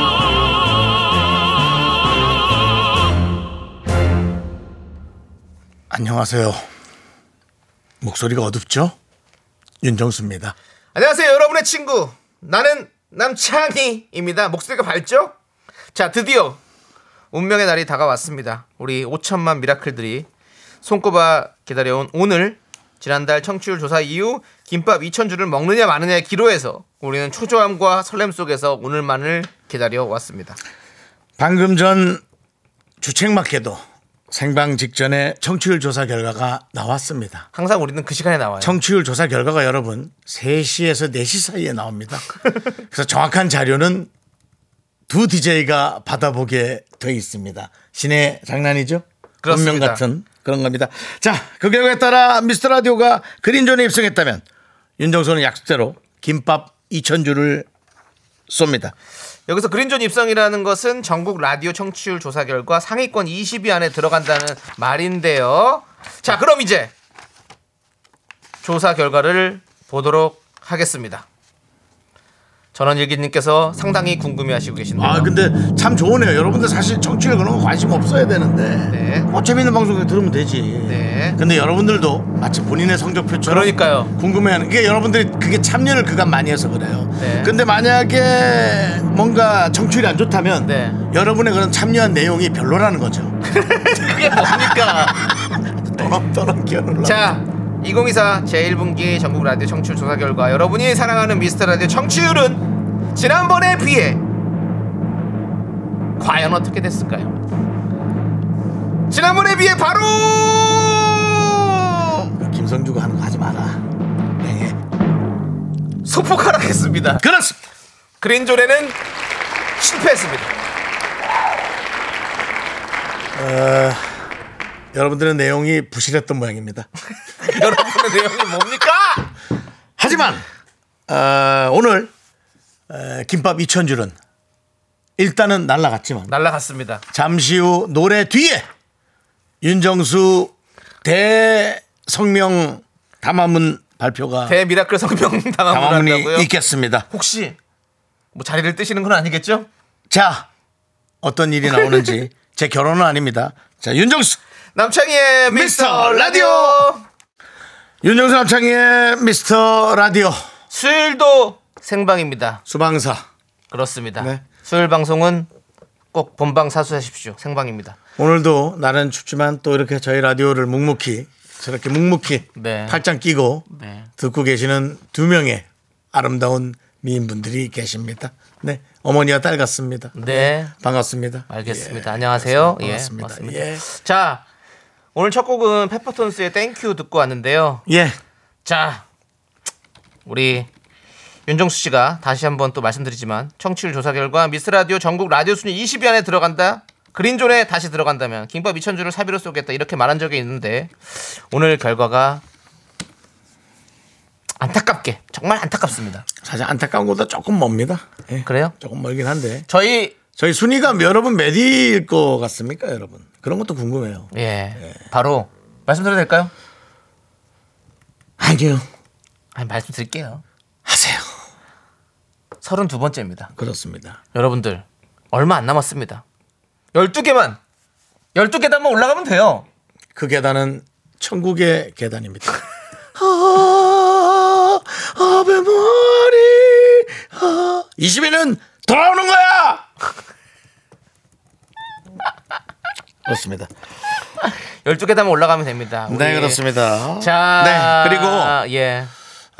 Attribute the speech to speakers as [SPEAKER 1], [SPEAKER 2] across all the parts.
[SPEAKER 1] 안녕하세요. 목소리가 어둡죠? 윤정수입니다.
[SPEAKER 2] 안녕하세요, 여러분의 친구. 나는 남창희입니다. 목소리가 밝죠? 자, 드디어 운명의 날이 다가왔습니다. 우리 5천만 미라클들이 손꼽아 기다려온 오늘 지난달 청취율 조사 이후 김밥 2천 줄을 먹느냐 마느냐의 기로에서 우리는 초조함과 설렘 속에서 오늘만을 기다려 왔습니다.
[SPEAKER 1] 방금 전 주책맞게도 생방 직전에 청취율 조사 결과가 나왔습니다.
[SPEAKER 2] 항상 우리는 그 시간에 나와요.
[SPEAKER 1] 청취율 조사 결과가 여러분 3시에서 4시 사이에 나옵니다. 그래서 정확한 자료는 두 DJ가 받아보게 돼 있습니다. 신의 장난이죠?
[SPEAKER 2] 그렇습니다.
[SPEAKER 1] 운명 같은 그런 겁니다. 자, 그 결과에 따라 미스터 라디오가 그린존에 입성했다면 윤정수는 약속대로 김밥 2,000주를 쏩니다.
[SPEAKER 2] 여기서 그린존 입성이라는 것은 전국 라디오 청취율 조사 결과 상위권 20위 안에 들어간다는 말인데요. 자, 그럼 이제 조사 결과를 보도록 하겠습니다. 전원일기님께서 상당히 궁금해하시고 계신데요.
[SPEAKER 1] 아, 근데 참 좋으네요. 여러분들 사실 청취율 그런 거 관심 없어야 되는데
[SPEAKER 2] 네.
[SPEAKER 1] 뭐 재밌는 방송 들으면 되지.
[SPEAKER 2] 네.
[SPEAKER 1] 근데 여러분들도 마치 본인의 성적표처럼
[SPEAKER 2] 그러니까요.
[SPEAKER 1] 궁금해하는 게 여러분들이 그게 참여를 그간 많이 해서 그래요.
[SPEAKER 2] 네.
[SPEAKER 1] 근데 만약에 뭔가 청취율이 안 좋다면
[SPEAKER 2] 네.
[SPEAKER 1] 여러분의 그런 참여한 내용이 별로라는 거죠.
[SPEAKER 2] 그게 뭡니까?
[SPEAKER 1] 떠넘떠넘 기어놀라.
[SPEAKER 2] 자, 2024 제1분기 전국 라디오 청취율 조사 결과 여러분이 사랑하는 미스터 라디오 청취율은 지난번에 비해 과연 어떻게 됐을까요? 지난번에 비해 바로
[SPEAKER 1] 김성주가 하는 거 하지 마라. 네.
[SPEAKER 2] 소폭하락했습니다.
[SPEAKER 1] 그렇습니다.
[SPEAKER 2] 그린존에는 실패했습니다.
[SPEAKER 1] 여러분들의 내용이 부실했던 모양입니다.
[SPEAKER 2] 여러분의 내용이 뭡니까?
[SPEAKER 1] 하지만 어, 오늘 어, 김밥 2천 줄은 일단은 날라갔지만
[SPEAKER 2] 날라갔습니다.
[SPEAKER 1] 잠시 후 노래 뒤에 윤정수 대성명 담화문 발표가
[SPEAKER 2] 대미라클 성명 아. 당함을 한다고요?
[SPEAKER 1] 담화문이 있겠습니다.
[SPEAKER 2] 혹시 뭐 자리를 뜨시는 건 아니겠죠?
[SPEAKER 1] 자 어떤 일이 나오는지 제 결혼은 아닙니다. 자 윤정수
[SPEAKER 2] 남창희의 미스터 라디오.
[SPEAKER 1] 윤정수 남창희의 미스터 라디오
[SPEAKER 2] 수요일도 생방입니다.
[SPEAKER 1] 수방사
[SPEAKER 2] 그렇습니다.
[SPEAKER 1] 네.
[SPEAKER 2] 수요일 방송은 꼭 본방 사수하십시오. 생방입니다.
[SPEAKER 1] 오늘도 날은 춥지만 또 이렇게 저희 라디오를 묵묵히 저렇게 묵묵히
[SPEAKER 2] 네.
[SPEAKER 1] 팔짱 끼고
[SPEAKER 2] 네.
[SPEAKER 1] 듣고 계시는 두 명의 아름다운 미인분들이 계십니다. 네 어머니와 딸 같습니다.
[SPEAKER 2] 네.
[SPEAKER 1] 반갑습니다.
[SPEAKER 2] 알겠습니다. 안녕하세요.
[SPEAKER 1] 예,
[SPEAKER 2] 예.
[SPEAKER 1] 반갑습니다.
[SPEAKER 2] 맞습니다.
[SPEAKER 1] 예.
[SPEAKER 2] 자, 오늘 첫 곡은 페퍼톤스의 땡큐 듣고 왔는데요.
[SPEAKER 1] 예.
[SPEAKER 2] 자, 우리 윤정수 씨가 다시 한번 또 말씀드리지만 청취율 조사 결과 미스 라디오 전국 라디오 순위 20위 안에 들어간다. 그린존에 다시 들어간다면 김밥 2천주를 사비로 쏘겠다 이렇게 말한 적이 있는데 오늘 결과가 안타깝게 정말 안타깝습니다.
[SPEAKER 1] 사실 안타까운 것보다 조금 멉니다. 예.
[SPEAKER 2] 그래요?
[SPEAKER 1] 조금 멀긴 한데
[SPEAKER 2] 저희
[SPEAKER 1] 저희 순위가 여러분 몇 위일 것 같습니까, 여러분? 그런 것도 궁금해요.
[SPEAKER 2] 예, 바로 말씀드려도 될까요?
[SPEAKER 1] 아니요,
[SPEAKER 2] 아니 말씀드릴게요.
[SPEAKER 1] 하세요.
[SPEAKER 2] 32번째입니다.
[SPEAKER 1] 그렇습니다.
[SPEAKER 2] 여러분들 얼마 안 남았습니다. 12개만 12계단만 올라가면 돼요.
[SPEAKER 1] 그 계단은 천국의 계단입니다. 아, 아베 머리. 아. 20위는 돌아오는 거야. 그렇습니다.
[SPEAKER 2] 12계단 올라가면 됩니다.
[SPEAKER 1] 네,
[SPEAKER 2] 우리-
[SPEAKER 1] 그렇습니다.
[SPEAKER 2] 자.
[SPEAKER 1] 네, 그리고
[SPEAKER 2] 예.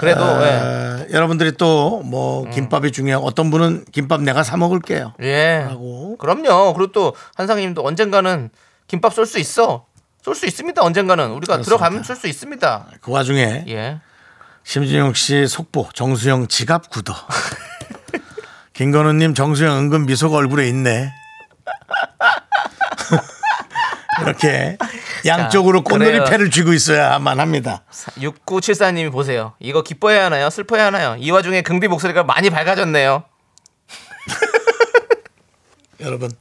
[SPEAKER 2] 그래도 예.
[SPEAKER 1] 아, 여러분들이 또 뭐 김밥이 중요한 어떤 분은 김밥 내가 사 먹을게요.
[SPEAKER 2] 예.
[SPEAKER 1] 하고.
[SPEAKER 2] 그럼요. 그리고 또 한상님도 언젠가는 김밥 쏠 수 있어. 쏠 수 있습니다. 언젠가는 우리가
[SPEAKER 1] 그렇습니다.
[SPEAKER 2] 들어가면 쏠 수 있습니다.
[SPEAKER 1] 그 와중에
[SPEAKER 2] 예.
[SPEAKER 1] 심진영 씨 속보 정수영 지갑 굳어. 김건우님 정수영 은근 미소가 얼굴에 있네. 이렇게 양쪽으로
[SPEAKER 2] 그래요.
[SPEAKER 1] 꽃놀이 패를 쥐고 있어야만 합니다.
[SPEAKER 2] 6974님이 보세요. 이거 기뻐해야 하나요? 슬퍼해야 하나요? 이 와중에 긍디 목소리가 많이 밝아졌네요.
[SPEAKER 1] 여러분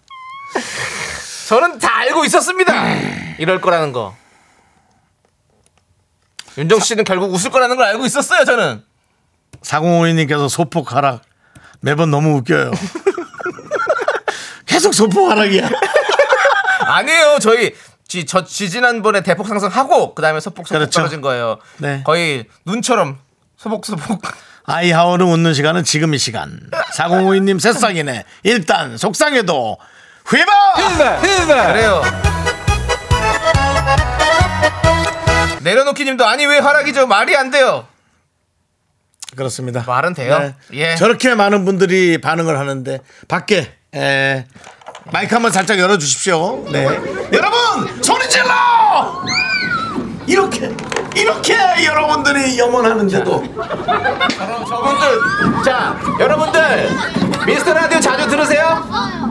[SPEAKER 2] 저는 다 알고 있었습니다.
[SPEAKER 1] 음.
[SPEAKER 2] 이럴 거라는 거. 윤정 씨는 결국 웃을 거라는 걸 알고 있었어요, 저는.
[SPEAKER 1] 4052님께서 소폭 하락 매번 너무 웃겨요. 계속 소폭 하락이야.
[SPEAKER 2] 아니에요, 저희. 지, 저 지지난번에 대폭 상승하고 그다음에 소폭 소폭
[SPEAKER 1] 그렇죠.
[SPEAKER 2] 떨어진 거예요.
[SPEAKER 1] 네.
[SPEAKER 2] 거의 눈처럼 소폭 소폭.
[SPEAKER 1] 아이하오는 웃는 시간은 지금 이 시간. 4052님 새싹이네. 일단 속상해도 휘바!
[SPEAKER 2] 그래요. 내려놓기님도 아니 왜 하락이죠? 말이 안 돼요.
[SPEAKER 1] 그렇습니다. 네.
[SPEAKER 2] 말은 돼요? 예.
[SPEAKER 1] 저렇게 많은 분들이 반응을 하는데 밖에 에, 마이크 한번 살짝 열어 주십시오. 네. 여러분 소리 질러! 이렇게 이렇게 여러분들이 염원하는데도
[SPEAKER 2] 저분들 자 여러분들 미스터 라디오 자주 들으세요?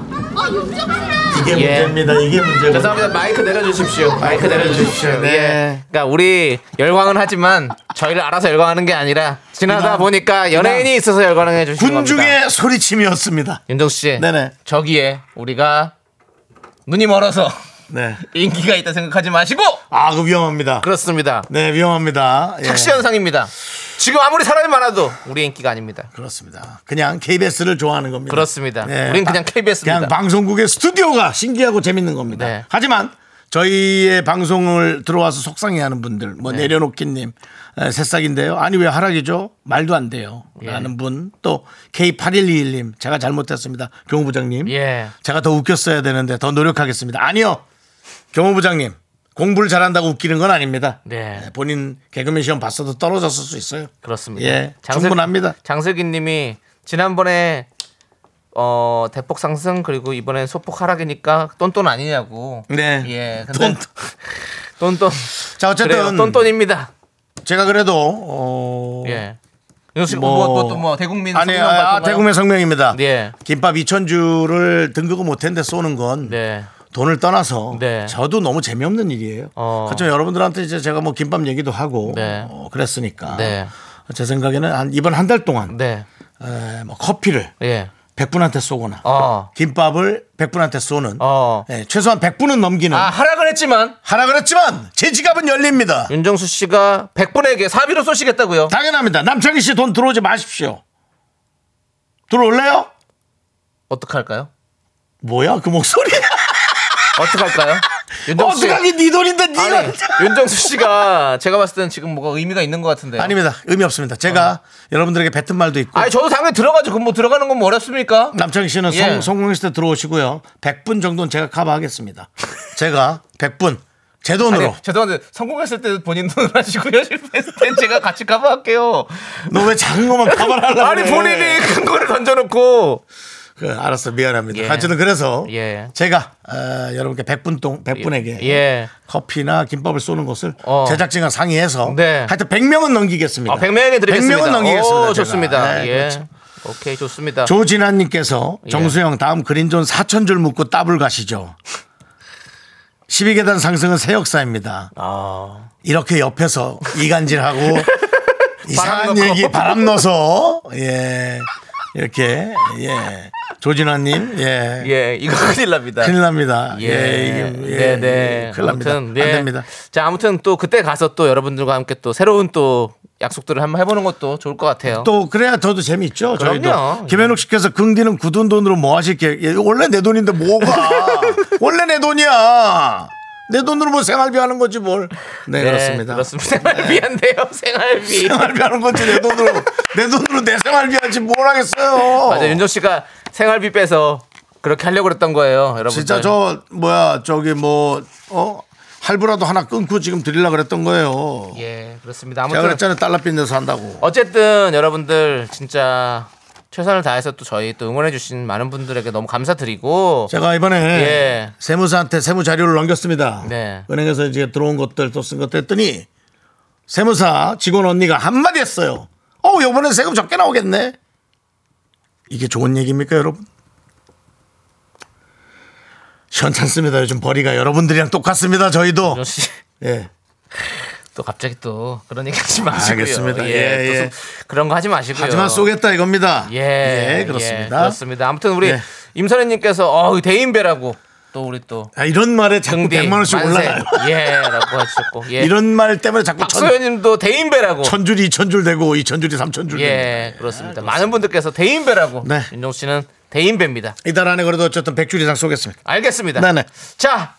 [SPEAKER 1] 이게
[SPEAKER 2] 예.
[SPEAKER 1] 문제입니다. 이게 문제입니다.
[SPEAKER 2] 죄송합니다 마이크 내려주십시오 마이크 내려주십시오
[SPEAKER 1] 네.
[SPEAKER 2] 예. 그러니까 우리 열광은 하지만 저희를 알아서 열광하는 게 아니라 지나다 보니까 연예인이 있어서 열광을 해주시는 겁니다
[SPEAKER 1] 군중의 소리침이었습니다.
[SPEAKER 2] 윤정수 씨
[SPEAKER 1] 네네.
[SPEAKER 2] 저기에 우리가 눈이 멀어서
[SPEAKER 1] 네.
[SPEAKER 2] 인기가 있다 생각하지 마시고
[SPEAKER 1] 아, 그 위험합니다.
[SPEAKER 2] 그렇습니다
[SPEAKER 1] 네, 위험합니다. 예.
[SPEAKER 2] 착시 현상입니다 지금 아무리 사람이 많아도 우리 인기가 아닙니다
[SPEAKER 1] 그렇습니다. 그냥 KBS를 좋아하는 겁니다.
[SPEAKER 2] 그렇습니다. 우린 그냥
[SPEAKER 1] 바-
[SPEAKER 2] KBS입니다.
[SPEAKER 1] 그냥 방송국의 스튜디오가 신기하고 재밌는 겁니다.
[SPEAKER 2] 네.
[SPEAKER 1] 하지만 저희의 방송을 들어와서 속상해하는 분들, 뭐
[SPEAKER 2] 네.
[SPEAKER 1] 내려놓기님 에, 새싹인데요. 아니 왜 하락이죠? 말도 안 돼요.
[SPEAKER 2] 예.
[SPEAKER 1] 라는 분, 또 K8121님 제가 잘못했습니다. 경호부장님,
[SPEAKER 2] 예.
[SPEAKER 1] 제가 더 웃겼어야 되는데 더 노력하겠습니다. 아니요, 경호부장님 공부를 잘한다고 웃기는 건 아닙니다.
[SPEAKER 2] 네.
[SPEAKER 1] 예, 본인 개그맨 시험 봤어도 떨어졌을 수 있어요.
[SPEAKER 2] 그렇습니다.
[SPEAKER 1] 예, 충분합니다.
[SPEAKER 2] 장슬기님이 지난번에 어 대폭 상승 그리고 이번엔 소폭 하락이니까 똔똔 아니냐고.
[SPEAKER 1] 네.
[SPEAKER 2] 예.
[SPEAKER 1] 돈-
[SPEAKER 2] 똔똔.
[SPEAKER 1] 자, 어쨌든
[SPEAKER 2] 그래요. 똔똔입니다.
[SPEAKER 1] 제가 그래도 어,
[SPEAKER 2] 예. 윤수 씨뭐또뭐 뭐, 대국민
[SPEAKER 1] 아니
[SPEAKER 2] 성명
[SPEAKER 1] 아,
[SPEAKER 2] 발표가요?
[SPEAKER 1] 대국민 성명입니다.
[SPEAKER 2] 예.
[SPEAKER 1] 김밥 2천주를 등극을 못했는데 쏘는 건
[SPEAKER 2] 네.
[SPEAKER 1] 돈을 떠나서
[SPEAKER 2] 네.
[SPEAKER 1] 저도 너무 재미없는 일이에요.
[SPEAKER 2] 어.
[SPEAKER 1] 하지만 여러분들한테 이제 제가 뭐 김밥 얘기도 하고
[SPEAKER 2] 네.
[SPEAKER 1] 어, 그랬으니까
[SPEAKER 2] 네.
[SPEAKER 1] 제 생각에는 한 이번 한 달 동안
[SPEAKER 2] 네.
[SPEAKER 1] 에, 뭐 커피를
[SPEAKER 2] 예.
[SPEAKER 1] 100분한테 쏘거나
[SPEAKER 2] 어.
[SPEAKER 1] 김밥을 100분한테 쏘는
[SPEAKER 2] 어.
[SPEAKER 1] 예, 최소한 100분은 넘기는
[SPEAKER 2] 아 하락을 했지만
[SPEAKER 1] 하라 그랬지만 제 지갑은 열립니다.
[SPEAKER 2] 윤정수 씨가 100분에게 사비로 쏘시겠다고요.
[SPEAKER 1] 당연합니다. 남창희 씨 돈 들어오지 마십시오. 들어올래요?
[SPEAKER 2] 어떻게 할까요?
[SPEAKER 1] 뭐야 그 목소리?
[SPEAKER 2] 어떻게 할까요? 윤정수 씨.
[SPEAKER 1] 어떡하니 네 돈인데 네가
[SPEAKER 2] 아니, 윤정수 씨가 제가 봤을 때는 지금 뭐가 의미가 있는 것 같은데요.
[SPEAKER 1] 아닙니다. 의미 없습니다. 제가 여러분들에게 뱉은 말도 있고
[SPEAKER 2] 어. 아니 저도 당연히 들어가죠. 그럼 뭐 들어가는 건 뭐 어렵습니까?
[SPEAKER 1] 남창희 씨는
[SPEAKER 2] 예.
[SPEAKER 1] 성, 성공했을 때 들어오시고요. 100분 정도는 제가 커버하겠습니다. 제가 100분 제
[SPEAKER 2] 아니,
[SPEAKER 1] 돈으로
[SPEAKER 2] 죄송한데 성공했을 때 본인 돈을 하시고요. 실패했을 땐 제가 같이 가봐할게요.
[SPEAKER 1] 너 왜 작은 것만 커버를 하려고
[SPEAKER 2] 아니
[SPEAKER 1] 그래?
[SPEAKER 2] 본인이 큰 거를 던져놓고
[SPEAKER 1] 그, 알았어 미안합니다.
[SPEAKER 2] 예.
[SPEAKER 1] 하여튼 그래서
[SPEAKER 2] 예.
[SPEAKER 1] 제가 어, 여러분께 100분 동 100분에게
[SPEAKER 2] 예.
[SPEAKER 1] 커피나 김밥을 쏘는 것을
[SPEAKER 2] 어.
[SPEAKER 1] 제작진과 상의해서
[SPEAKER 2] 네.
[SPEAKER 1] 하여튼 100명은 넘기겠습니다.
[SPEAKER 2] 아, 100명에 드리겠습니다.
[SPEAKER 1] 100명은 넘기겠습니다.
[SPEAKER 2] 오,
[SPEAKER 1] 제가.
[SPEAKER 2] 좋습니다.
[SPEAKER 1] 네,
[SPEAKER 2] 예.
[SPEAKER 1] 그렇죠.
[SPEAKER 2] 오케이 좋습니다.
[SPEAKER 1] 조진아님께서
[SPEAKER 2] 예.
[SPEAKER 1] 정수영 다음 그린존 4천 줄 묶고 따블 가시죠. 12계단 상승은 새 역사입니다.
[SPEAKER 2] 아,
[SPEAKER 1] 이렇게 옆에서 이간질하고 이상한
[SPEAKER 2] 넣고.
[SPEAKER 1] 얘기 바람 넣어서 예 이렇게 예 조진아님 예.
[SPEAKER 2] 예, 이거 큰일 납니다.
[SPEAKER 1] 큰일 납니다. 예, 이게, 예,
[SPEAKER 2] 네, 네.
[SPEAKER 1] 큰일 납니다.
[SPEAKER 2] 아무튼, 예.
[SPEAKER 1] 안 됩니다.
[SPEAKER 2] 자, 아무튼 또 그때 가서 또 여러분들과 함께 또 새로운 또 약속들을 한번 해보는 것도 좋을 것 같아요.
[SPEAKER 1] 또 그래야 저도 재미있죠.
[SPEAKER 2] 그럼요.
[SPEAKER 1] 저희도 김현욱 씨께서 긍디는 굳은 돈으로 뭐 하실 계획? 예, 원래 내 돈인데 뭐가? 원래 내 돈이야. 내 돈으로 뭐 생활비 하는 거지 뭘? 네, 그렇습니다. 어.
[SPEAKER 2] 그렇습니다. 생활비 안 돼요. 생활비.
[SPEAKER 1] 생활비 하는 거지 내 돈으로 내 돈으로 내 생활비 하지 뭘 하겠어요?
[SPEAKER 2] 맞아 윤정 씨가 생활비 빼서 그렇게 하려고 그랬던 거예요, 여러분.
[SPEAKER 1] 진짜
[SPEAKER 2] 그렇죠.
[SPEAKER 1] 저 뭐야 저기 뭐어 할부라도 하나 끊고 지금 드리려 그랬던 거예요.
[SPEAKER 2] 예, 그렇습니다.
[SPEAKER 1] 제가
[SPEAKER 2] 아무튼
[SPEAKER 1] 그랬잖아요 달러빚 내서 한다고.
[SPEAKER 2] 어쨌든 여러분들 진짜 최선을 다해서 또 저희 또 응원해 주신 많은 분들에게 너무 감사드리고
[SPEAKER 1] 제가 이번에
[SPEAKER 2] 예.
[SPEAKER 1] 세무사한테 세무 자료를 넘겼습니다.
[SPEAKER 2] 네.
[SPEAKER 1] 은행에서 이제 들어온 것들 또 쓴 것들 했더니 세무사 직원 언니가 한마디 했어요. 어, 요번엔 세금 적게 나오겠네. 이게 좋은 얘기입니까, 여러분? 시원찮습니다. 요즘 벌이가 여러분들이랑 똑같습니다. 저희도.
[SPEAKER 2] 역시
[SPEAKER 1] 예.
[SPEAKER 2] 또 갑자기 또 그런 얘기 하지 마시고요.
[SPEAKER 1] 알겠습니다. 예,
[SPEAKER 2] 또
[SPEAKER 1] 예.
[SPEAKER 2] 소- 그런 거 하지 마시고요.
[SPEAKER 1] 하지만 쏘겠다 이겁니다.
[SPEAKER 2] 예,
[SPEAKER 1] 예, 그렇습니다.
[SPEAKER 2] 예, 그렇습니다. 아무튼 우리
[SPEAKER 1] 예.
[SPEAKER 2] 임선혜님께서 어 대인배라고 또 우리 또
[SPEAKER 1] 아, 이런 말에 자꾸
[SPEAKER 2] 등비
[SPEAKER 1] 100만 원씩
[SPEAKER 2] 만세,
[SPEAKER 1] 올라가요.
[SPEAKER 2] 예라고 하셨고 예.
[SPEAKER 1] 이런 말 때문에 자꾸 천,
[SPEAKER 2] 박소연님도 대인배라고.
[SPEAKER 1] 천 줄이 이천 줄 되고 이천 줄이 삼천 줄. 되고.
[SPEAKER 2] 예, 그렇습니다. 많은 분들께서 대인배라고.
[SPEAKER 1] 네.
[SPEAKER 2] 윤종 씨는 대인배입니다.
[SPEAKER 1] 이달 안에 그래도 어쨌든 100줄 이상 쏘겠습니다.
[SPEAKER 2] 알겠습니다.
[SPEAKER 1] 네네.
[SPEAKER 2] 자,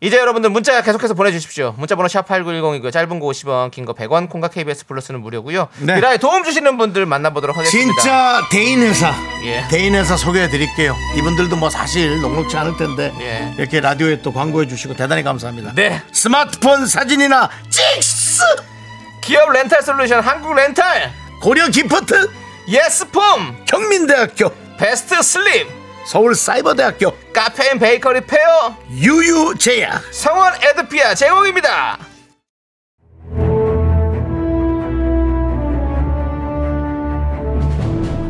[SPEAKER 2] 이제 여러분들 문자 계속해서 보내주십시오. 문자번호 샵 8910이고요. 짧은 거 50원, 긴 거 100원, 콩과 KBS 플러스는 무료고요.
[SPEAKER 1] 네.
[SPEAKER 2] 미라에 도움 주시는 분들 만나보도록 하겠습니다.
[SPEAKER 1] 진짜 대인 회사,
[SPEAKER 2] 예.
[SPEAKER 1] 대인 회사 소개해 드릴게요. 이분들도 뭐 사실 녹록지 않을 텐데
[SPEAKER 2] 예.
[SPEAKER 1] 이렇게 라디오에 또 광고해 주시고 대단히 감사합니다.
[SPEAKER 2] 네.
[SPEAKER 1] 스마트폰 사진이나 찍스
[SPEAKER 2] 기업 렌탈 솔루션 한국 렌탈
[SPEAKER 1] 고려 기프트
[SPEAKER 2] 예스폼
[SPEAKER 1] 경민대학교
[SPEAKER 2] 베스트 슬립
[SPEAKER 1] 서울 사이버대학교
[SPEAKER 2] 카페인 베이커리 페어
[SPEAKER 1] 유유제약
[SPEAKER 2] 성원 에드피아 제공입니다.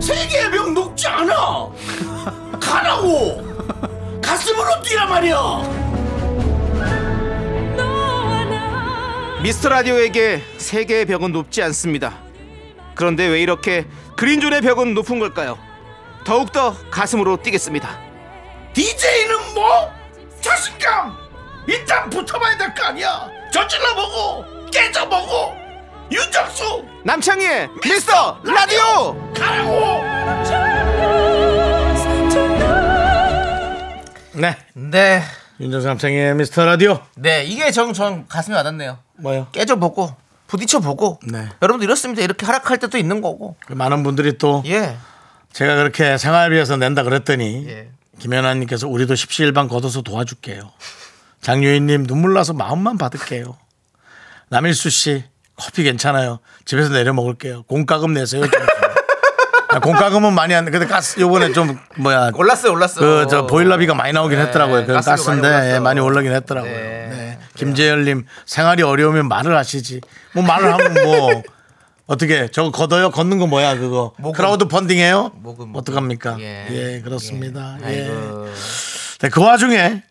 [SPEAKER 1] 세계의 병 녹지 않아 가라고 가슴으로 뛰라 말이야
[SPEAKER 2] 미스터 라디오에게 세계의 벽은 높지 않습니다. 그런데 왜 이렇게 그린존의 벽은 높은 걸까요? 더욱더 가슴으로 뛰겠습니다.
[SPEAKER 1] DJ는 뭐 자신감 일단 붙어봐야 될 거 아니야 저질러보고 깨져보고 윤정수
[SPEAKER 2] 남창희의 미스터 라디오!
[SPEAKER 1] 가라고 네
[SPEAKER 2] 네,
[SPEAKER 1] 윤정수 남창의 미스터 라디오
[SPEAKER 2] 네, 이게 전, 전 가슴에 와닿네요.
[SPEAKER 1] 뭐요
[SPEAKER 2] 깨져보고, 부딪혀보고,
[SPEAKER 1] 네.
[SPEAKER 2] 여러분도 이렇습니다. 이렇게 하락할 때도 있는 거고.
[SPEAKER 1] 많은 분들이 또
[SPEAKER 2] 예.
[SPEAKER 1] 제가 그렇게 생활비에서 낸다 그랬더니
[SPEAKER 2] 예.
[SPEAKER 1] 김연아님께서 우리도 십시일반 걷어서 도와줄게요. 장유인님 눈물 나서 마음만 받을게요. 남일수 씨 커피 괜찮아요. 집에서 내려 먹을게요. 공과금 내세요. 좀. 아, 공과금은 많이 안 근데 가스 요번에 좀 뭐야
[SPEAKER 2] 올랐어요, 올랐어요.
[SPEAKER 1] 그 저 보일러비가 많이 나오긴
[SPEAKER 2] 네,
[SPEAKER 1] 했더라고요. 그
[SPEAKER 2] 가스비가
[SPEAKER 1] 가스인데
[SPEAKER 2] 많이 올랐어.
[SPEAKER 1] 예, 많이 올라긴 했더라고요.
[SPEAKER 2] 네.
[SPEAKER 1] 네. 김재열님 생활이 어려우면 말을 하시지. 뭐 말을 하면 뭐 어떻게 저거 걷어요? 걷는 거 뭐야 그거?
[SPEAKER 2] 모금.
[SPEAKER 1] 크라우드 펀딩해요?
[SPEAKER 2] 모금, 모금.
[SPEAKER 1] 어떡합니까?
[SPEAKER 2] 예.
[SPEAKER 1] 예, 그렇습니다. 예.
[SPEAKER 2] 아이고.
[SPEAKER 1] 네, 그 와중에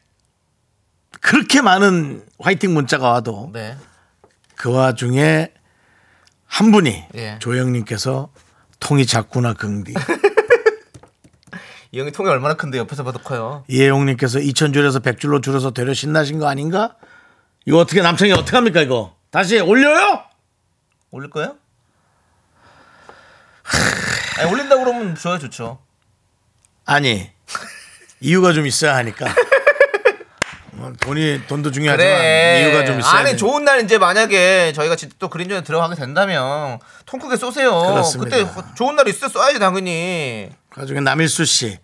[SPEAKER 1] 그렇게 많은 화이팅 문자가 와도
[SPEAKER 2] 네.
[SPEAKER 1] 그 와중에 한 분이
[SPEAKER 2] 예.
[SPEAKER 1] 조영님께서 통이 작구나 긍디
[SPEAKER 2] 이 형이 통이 얼마나 큰데 옆에서 봐도 커요.
[SPEAKER 1] 이혜용님께서 2,000줄에서 100줄로 줄여서 되려 신나신 거 아닌가? 이거 어떻게 남창이 어떻게 합니까 이거? 다시 올려요?
[SPEAKER 2] 올릴 거예요? 아니, 올린다고 그러면 좋아요, 좋죠.
[SPEAKER 1] 아니 이유가 좀 있어야 하니까 어, 돈이 돈도 중요하지만 이유가 좀 있어야
[SPEAKER 2] 네. 아니
[SPEAKER 1] 돼.
[SPEAKER 2] 좋은 날 이제 만약에 저희가 진짜 또 그린존에 들어가게 된다면 통 크게 쏘세요.
[SPEAKER 1] 그렇습니다.
[SPEAKER 2] 때 좋은 날 있을 때 쏴야지 당연히.
[SPEAKER 1] 나중에 남일수 씨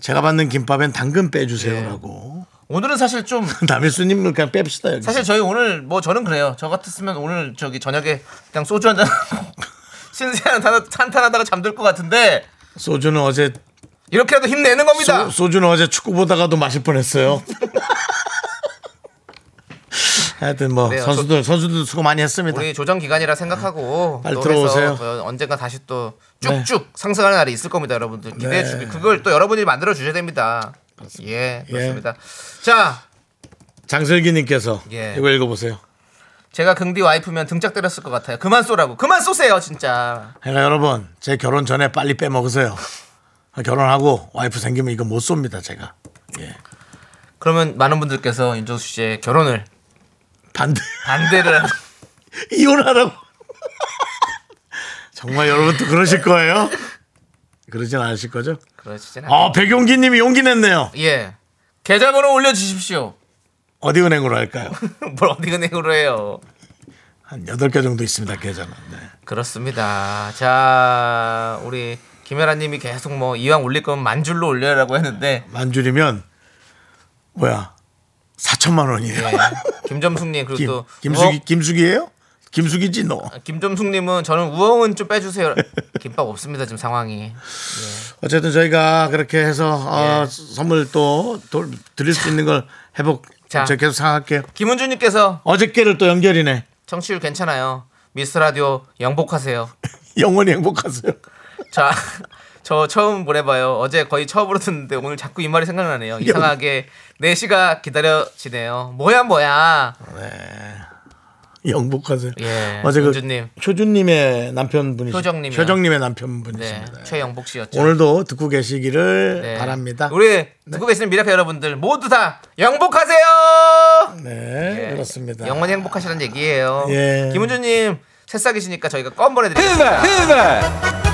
[SPEAKER 1] 제가 받는 김밥엔 당근 빼주세요라고
[SPEAKER 2] 오늘은 사실 좀
[SPEAKER 1] 네. 남일수님 그냥 뺍시다 여기.
[SPEAKER 2] 사실 저희 오늘 뭐 저는 그래요. 저 같았으면 오늘 저기 저녁에 그냥 소주 한잔 하고 신세한 탄- 탄탄하다가 잠들 것 같은데
[SPEAKER 1] 소주는 어제
[SPEAKER 2] 이렇게라도 힘내는 겁니다.
[SPEAKER 1] 소, 소주는 어제 축구 보다가도 마실 뻔했어요. 하여튼 뭐
[SPEAKER 2] 그래요.
[SPEAKER 1] 선수들 선수들 수고 많이 했습니다.
[SPEAKER 2] 우리 조정 기간이라 생각하고
[SPEAKER 1] 빨리
[SPEAKER 2] 또
[SPEAKER 1] 들어오세요. 네.
[SPEAKER 2] 그래서 그 언젠가 다시 또 쭉쭉 상승하는 날이 있을 겁니다, 여러분들 기대해 주시고 그걸 또 여러분이 만들어 주셔야 됩니다. 예, 그렇습니다. 자,
[SPEAKER 1] 장슬기님께서
[SPEAKER 2] 예.
[SPEAKER 1] 이거 읽어보세요.
[SPEAKER 2] 제가 긍디 와이프면 등짝 때렸을 것 같아요. 그만 쏘라고. 그만 쏘세요, 진짜.
[SPEAKER 1] 그러니까 여러분 제 결혼 전에 빨리 빼먹으세요. 결혼하고 와이프 생기면 이거 못 쏩니다 제가. 예.
[SPEAKER 2] 그러면 많은 분들께서 윤정수 씨의 결혼을
[SPEAKER 1] 반대
[SPEAKER 2] 반대를
[SPEAKER 1] 이혼하라고. 정말 여러분도 그러실 거예요? 그러진 않으실 거죠?
[SPEAKER 2] 그러시잖아요.
[SPEAKER 1] 아 백용기님이 용기 냈네요.
[SPEAKER 2] 예. 계좌번호 올려 주십시오.
[SPEAKER 1] 어디 은행으로 할까요?
[SPEAKER 2] 뭘 어디 은행으로 해요?
[SPEAKER 1] 한 여덟 개 정도 있습니다 계좌는. 네.
[SPEAKER 2] 그렇습니다. 자, 우리 김혜라 님이 계속 뭐 이왕 올릴 거면 만 줄로 올려라고 했는데
[SPEAKER 1] 만줄이면 뭐야 4천만 원이에요.
[SPEAKER 2] 예. 김점숙 님 그리고
[SPEAKER 1] 김,
[SPEAKER 2] 또
[SPEAKER 1] 김숙이 김숙이에요? 김숙이지 너.
[SPEAKER 2] 우어- 김점숙 님은 저는 우엉은 좀빼 주세요. 김밥 없습니다, 지금 상황이.
[SPEAKER 1] 어쨌든 저희가 그렇게 해서
[SPEAKER 2] 예.
[SPEAKER 1] 어, 선물 또 돌- 드릴 수 있는 걸 회복
[SPEAKER 2] 자.
[SPEAKER 1] 제가 계속 생각할게요.
[SPEAKER 2] 김은주 님께서
[SPEAKER 1] 어저께를 또 연결이네.
[SPEAKER 2] 청취율 괜찮아요. 미스 라디오 영복하세요.
[SPEAKER 1] 영원히 행복하세요.
[SPEAKER 2] 자, 저 처음 보내봐요. 어제 거의 처음으로 듣는데 오늘 자꾸 이 말이 생각나네요. 이상하게 4시가 기다려지네요. 뭐야 뭐야.
[SPEAKER 1] 영복하세요.
[SPEAKER 2] 예,
[SPEAKER 1] 어제 그
[SPEAKER 2] 효준님.
[SPEAKER 1] 효준님의 남편분이시죠.
[SPEAKER 2] 효정님이요.
[SPEAKER 1] 효정님의
[SPEAKER 2] 네,
[SPEAKER 1] 남편분이십니다. 예.
[SPEAKER 2] 최영복 씨였죠.
[SPEAKER 1] 오늘도 듣고 계시기를
[SPEAKER 2] 네.
[SPEAKER 1] 바랍니다.
[SPEAKER 2] 우리 듣고 계시는 미라클 여러분들 모두 다 영복하세요.
[SPEAKER 1] 네,
[SPEAKER 2] 예,
[SPEAKER 1] 그렇습니다.
[SPEAKER 2] 영원히 행복하시라는 얘기예요.
[SPEAKER 1] 예.
[SPEAKER 2] 김은주님 새싹이시니까 저희가 껌 보내드리겠습니다.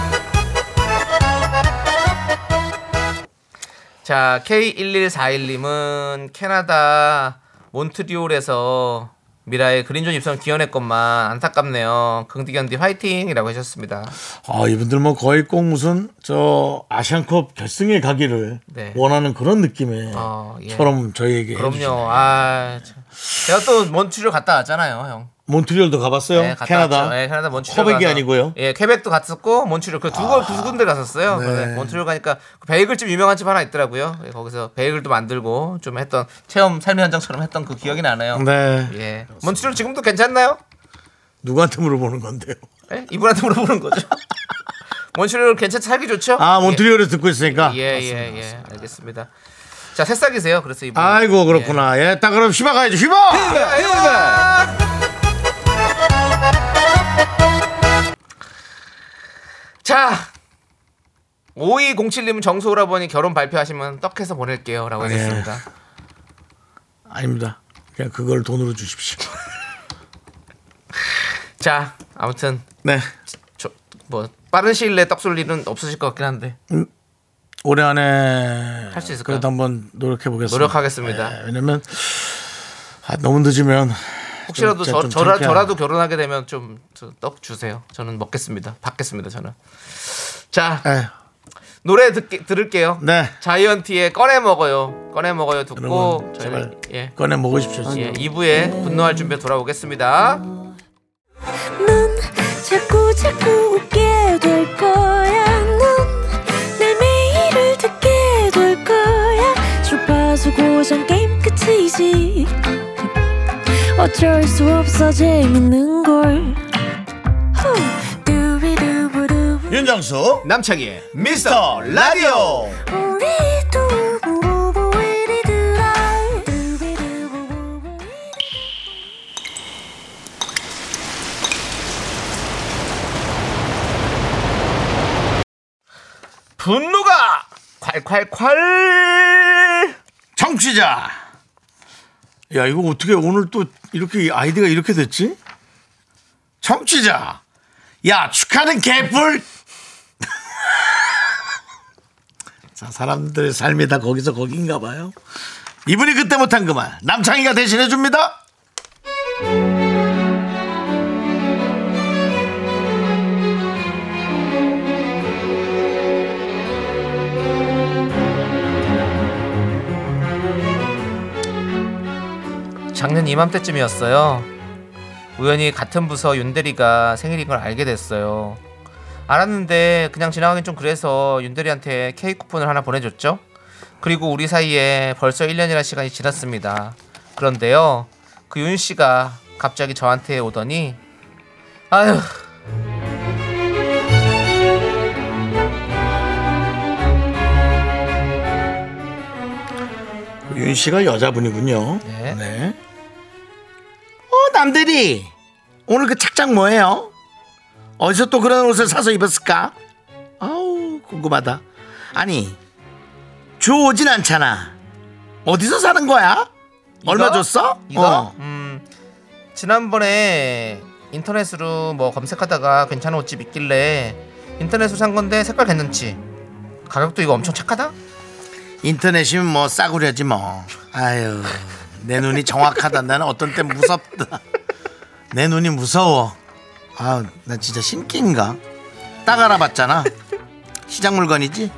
[SPEAKER 2] 자 K1141님은 캐나다 몬트리올에서 미라의 그린존 입성 기원했건만 안타깝네요. 긍디견디 화이팅이라고 하셨습니다.
[SPEAKER 1] 아, 이분들 뭐 거의 꼭 무슨 저 아시안컵 결승에 가기를
[SPEAKER 2] 네.
[SPEAKER 1] 원하는 그런 느낌의
[SPEAKER 2] 어, 예.
[SPEAKER 1] 처럼 저희에게 해주시네요.
[SPEAKER 2] 그럼요. 아, 참. 제가 또 몬트리올 갔다 왔잖아요, 형.
[SPEAKER 1] 몬트리올도 가봤어요.
[SPEAKER 2] 네, 갔다
[SPEAKER 1] 캐나다.
[SPEAKER 2] 왔죠. 네, 캐나다 몬트리올.
[SPEAKER 1] 퀘벡이
[SPEAKER 2] 가서.
[SPEAKER 1] 아니고요. 아.
[SPEAKER 2] 예, 퀘벡도 갔었고 몬트리올 그두곳두 군데 갔었어요.
[SPEAKER 1] 네.
[SPEAKER 2] 그래서 몬트리올 가니까 그 베이글집 유명한 집 하나 있더라고요. 예, 거기서 베이글도 만들고 좀 했던 체험 삶의 현장처럼 했던 그 기억이 나네요.
[SPEAKER 1] 네.
[SPEAKER 2] 예. 몬트리올 지금도 괜찮나요?
[SPEAKER 1] 누구한테 물어보는 건데요?
[SPEAKER 2] 예? 이분한테 물어보는 거죠. 몬트리올 괜찮 살기 좋죠?
[SPEAKER 1] 아,
[SPEAKER 2] 예.
[SPEAKER 1] 몬트리올에서 듣고 있으니까.
[SPEAKER 2] 예, 예, 예, 알겠습니다. 자, 새싹이세요. 그래서 이분.
[SPEAKER 1] 아이고, 그렇구나. 예, 딱 그럼 휘바 가야죠. 휘바!
[SPEAKER 2] 자, 5207님은 정수 오라버니 결혼 발표하시면 떡해서 보낼게요.
[SPEAKER 1] 네.
[SPEAKER 2] 라고 하셨습니다.
[SPEAKER 1] 아닙니다. 그냥 그걸 돈으로 주십시오.
[SPEAKER 2] 자, 아무튼,
[SPEAKER 1] 네.
[SPEAKER 2] 저, 뭐, 빠른 시일 내에 떡 쏠 일은 없으실 것 같긴 한데.
[SPEAKER 1] 올해 안에
[SPEAKER 2] 할수 있을까요?
[SPEAKER 1] 그래도 한번 노력해 보겠습니다.
[SPEAKER 2] 노력하겠습니다.
[SPEAKER 1] 예, 왜냐면 아, 너무 늦으면
[SPEAKER 2] 혹시라도
[SPEAKER 1] 진짜
[SPEAKER 2] 저,
[SPEAKER 1] 좀
[SPEAKER 2] 저라,
[SPEAKER 1] 창피하네.
[SPEAKER 2] 저라도 결혼하게 되면 좀 떡 주세요. 저는 먹겠습니다. 받겠습니다. 저는. 자,
[SPEAKER 1] 예,
[SPEAKER 2] 노래 듣게, 들을게요.
[SPEAKER 1] 네.
[SPEAKER 2] 자이언티의 꺼내 먹어요. 꺼내 먹어요 듣고
[SPEAKER 1] 여러분
[SPEAKER 2] 저희
[SPEAKER 1] 제발
[SPEAKER 2] 예.
[SPEAKER 1] 꺼내 먹으십시오. 진짜.
[SPEAKER 2] 예, 2부에 분노할 준비 돌아오겠습니다.
[SPEAKER 3] 넌 자꾸 자꾸 웃게 될 거야. 넌내 매일을 듣게 될 거야. 주파수 고정 게임 끝이지. 어쩔 수 없어 재밌는 걸. 후. 두비두부두.
[SPEAKER 2] 예.
[SPEAKER 1] 윤정수
[SPEAKER 2] 남창희의
[SPEAKER 1] 미스터 라디오
[SPEAKER 3] 우리 두부부부 우리 두라. 두비두부부부 우리
[SPEAKER 2] 분노가 콸콸콸!
[SPEAKER 1] 정취자. 야 이거 어떻게 오늘 또 이렇게 아이디가 이렇게 됐지? 정취자. 야 축하는 개뿔. 자 사람들의 삶이 다 거기서 거긴가 봐요. 이분이 그때 못한 그 말 남창희가 대신해 줍니다.
[SPEAKER 2] 작년 이맘때쯤이었어요. 우연히 같은 부서 윤대리가 생일인 걸 알게 됐어요. 알았는데 그냥 지나가긴 좀 그래서 윤대리한테 케이크 쿠폰을 하나 보내줬죠. 그리고 우리 사이에 벌써 1년이라는 시간이 지났습니다. 그런데요. 그 윤 씨가 갑자기 저한테 오더니 아휴
[SPEAKER 1] 윤 씨가 여자분이군요.
[SPEAKER 2] 네.
[SPEAKER 1] 어, 남들이 오늘 그 착장 뭐예요? 어디서 또 그런 옷을 사서 입었을까? 아우, 궁금하다. 아니, 주 오진 않잖아. 어디서 사는 거야? 얼마
[SPEAKER 2] 이거?
[SPEAKER 1] 줬어?
[SPEAKER 2] 이거?
[SPEAKER 1] 어.
[SPEAKER 2] 음, 지난번에 인터넷으로 뭐 검색하다가 괜찮은 옷집 있길래 인터넷으로 산 건데 색깔 괜찮지? 가격도 이거 엄청 착하다?
[SPEAKER 1] 인터넷이면 뭐 싸구려지 뭐. 아유, 내 눈이 정확하다. 나는 어떤 때 무섭다. 내 눈이 무서워. 아, 나 진짜 신기인가? 딱 알아봤잖아. 시장 물건이지?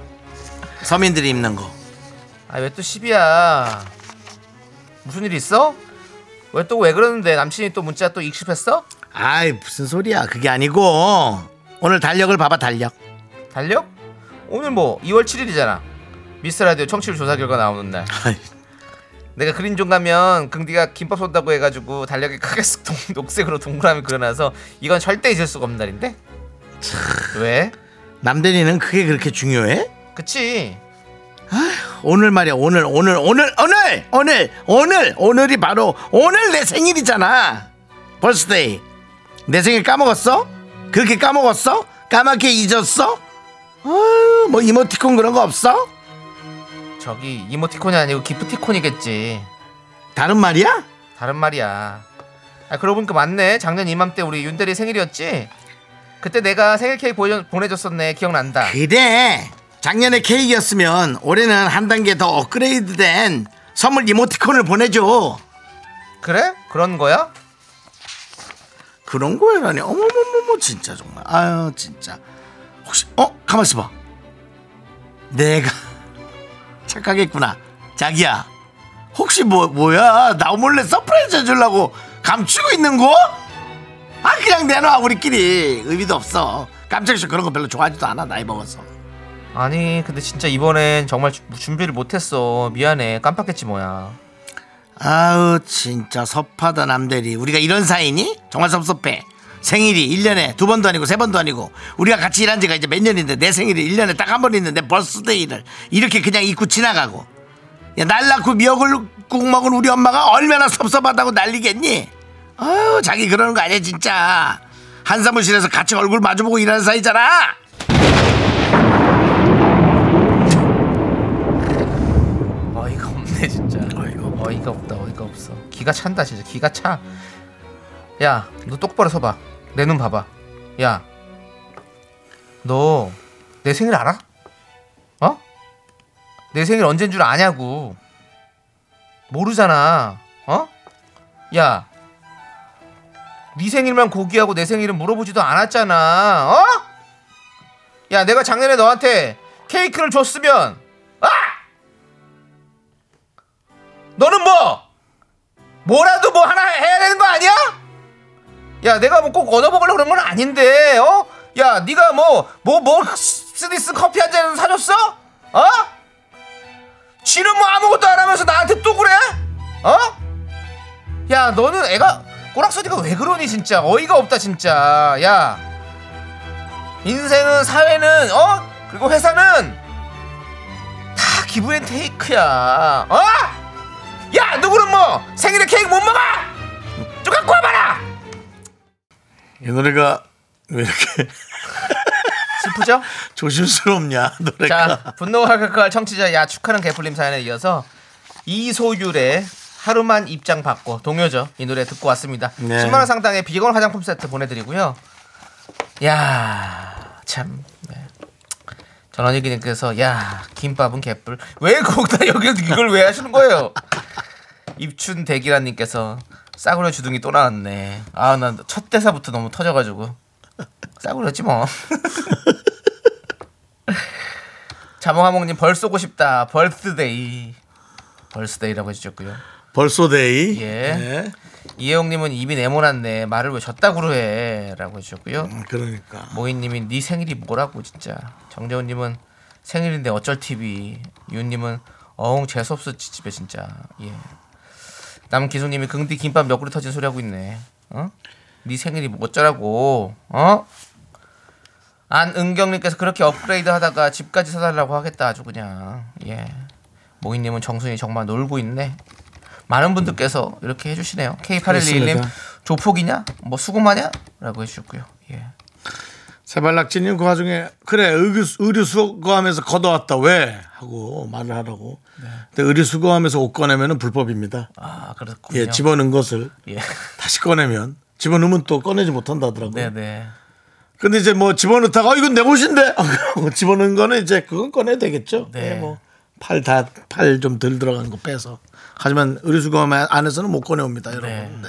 [SPEAKER 1] 서민들이 입는 거.
[SPEAKER 2] 아 왜 또 시비야? 무슨 일 있어? 왜 또 왜 그러는데 남친이 또 문자 또 익십했어?
[SPEAKER 1] 아이, 무슨 소리야. 그게 아니고. 오늘 달력을 봐봐, 달력.
[SPEAKER 2] 달력? 오늘 뭐 2월 7일이잖아. 미스 라디오 청취율 조사 결과 나오는 날.
[SPEAKER 1] 아이,
[SPEAKER 2] 내가 그린존 가면 긍디가 김밥 쏜다고 해가지고 달력에 크게 쓱 동- 녹색으로 동그라미 그려놔서 이건 절대 잊을 수가 없는 날인데? 왜?
[SPEAKER 1] 남대리는 그게 그렇게 중요해?
[SPEAKER 2] 그치
[SPEAKER 1] 오늘 말이야 오늘 오늘 오늘 오늘 오늘 오늘 오늘이 바로 오늘 내 생일이잖아 벌스데이 내 생일 까먹었어? 그렇게 까먹었어? 까맣게 잊었어? 아유 뭐 이모티콘 그런 거 없어?
[SPEAKER 2] 저기 이모티콘이 아니고 기프티콘이겠지
[SPEAKER 1] 다른 말이야?
[SPEAKER 2] 다른 말이야 아 그러고 보니까 맞네 작년 이맘때 우리 윤대리 생일이었지 그때 내가 생일 케이크 보여- 보내줬었네 기억난다
[SPEAKER 1] 그래 작년에 케이크였으면 올해는 한 단계 더 업그레이드된 선물 이모티콘을 보내줘
[SPEAKER 2] 그래? 그런 거야?
[SPEAKER 1] 그런 거라니 어머머머머 진짜 정말 아유 진짜 혹시 어 가만 있어봐 내가 착각했구나 자기야 혹시 뭐 뭐야 나 몰래 서프라이즈 해주려고 감추고 있는 거? 아 그냥 내놔 우리끼리 의미도 없어 깜짝이야 그런 거 별로 좋아하지도 않아 나이 먹어서
[SPEAKER 2] 아니 근데 진짜 이번엔 정말 주- 준비를 못했어 미안해 깜빡했지 뭐야
[SPEAKER 1] 아우 진짜 섭하다 남대리 우리가 이런 사이니? 정말 섭섭해 생일이 일년에두 번도 아니고 세 번도 아니고 우리가 같이 일한 지가 이제 몇 년인데 내 생일이 일년에 딱 한 번 있는데 벌스데이를 이렇게 그냥 잊고 지나가고 야, 날 낳고 미역국 먹은 우리 엄마가 얼마나 섭섭하다고 난리겠니? 아유 자기 그러는 거 아니야 진짜 한 사무실에서 같이 얼굴 마주보고 일하는 사이잖아
[SPEAKER 2] 어이가 없네 진짜 어이가, 없다 어이가 없어 기가 찬다 진짜 기가 차 야 너 똑바로 서봐 내 눈 봐봐 야 너 내 생일 알아? 어? 내 생일 언젠 줄 아냐고 모르잖아 어? 야 네 생일만 고귀하고 내 생일은 물어보지도 않았잖아 어? 야 내가 작년에 너한테 케이크를 줬으면 아! 너는 뭐 뭐라도 뭐 하나 해야 되는 거 아니야? 야 내가 뭐 꼭 얻어먹으려고 그런 건 아닌데 어? 야 네가 뭐 뭐 뭐 스니스 커피 한 잔 사줬어? 어? 지는 뭐 아무것도 안 하면서 나한테 또 그래? 어? 야 너는 애가 꼬락서니가 왜 그러니 진짜 어이가 없다 진짜 야 인생은 사회는 어? 그리고 회사는 다 기브앤테이크야 어? 야 누구는 뭐 생일에 케이크 못 먹어 좀 갖고 와봐라
[SPEAKER 1] 이 노래가 왜 이렇게
[SPEAKER 2] 슬프죠?
[SPEAKER 1] 조심스럽냐 노래가
[SPEAKER 2] 자 분노가 극할 청취자 야 축하는 개풀림 사연에 이어서 이소율의 하루만 입장 받고 동요죠 이 노래 듣고 왔습니다
[SPEAKER 1] 네.
[SPEAKER 2] 10만원 상당의 비건 화장품 세트 보내드리고요 야참 네. 전원일기님께서 야 김밥은 개뿔 왜 거기다 여기 이걸 왜 하시는 거예요 입춘 대기란님께서 싸구려 주둥이 또 나왔네 아 나 첫 대사부터 너무 터져가지고 싸구려지 뭐 자몽하몽님 벌 쏘고 싶다 벌스데이 벌스데이라고 해주셨고요
[SPEAKER 1] 벌소데이 네,
[SPEAKER 2] 예. 이혜영님은 입이 네모났네 말을 왜 졌다구로 해라고 해주셨고요
[SPEAKER 1] 그러니까
[SPEAKER 2] 모인님이 네 생일이 뭐라고 진짜 정재훈님은 생일인데 어쩔 TV 윤님은 어흥 재수없어 집에 진짜 예 남기수님이 긍디 김밥 몇 그릇 터진 소리 하고 있네 어네 생일이 뭐 어쩌라고 어 안은경님께서 그렇게 업그레이드 하다가 집까지 사달라고 하겠다 아주 그냥 예 모인님은 정순이 정말 놀고 있네 많은 분들께서 이렇게 해주시네요 K8121님
[SPEAKER 1] 그렇습니다.
[SPEAKER 2] 조폭이냐 뭐 수구마냐 라고 해주셨고요 예
[SPEAKER 1] 세발낙지님 그 와중에 그래 의류, 의류 수거하면서 걷어왔다 왜 하고 말을 하라고
[SPEAKER 2] 네.
[SPEAKER 1] 근데 의류 수거하면서 옷 꺼내면 불법입니다
[SPEAKER 2] 아 그렇군요.
[SPEAKER 1] 예 집어넣은 것을
[SPEAKER 2] 예.
[SPEAKER 1] 다시 꺼내면 집어넣으면 또 꺼내지 못한다 하더라고요
[SPEAKER 2] 네네.
[SPEAKER 1] 근데 이제 뭐 집어넣다가 어, 이건 내 옷인데 하고 집어넣은 거는 이제 그건 꺼내야 되겠죠 예,
[SPEAKER 2] 네.
[SPEAKER 1] 뭐팔 다 팔 좀 덜 들어간 거 빼서 하지만 의류 수거함 안에서는 못 꺼내옵니다 여러분
[SPEAKER 2] 네.
[SPEAKER 1] 네.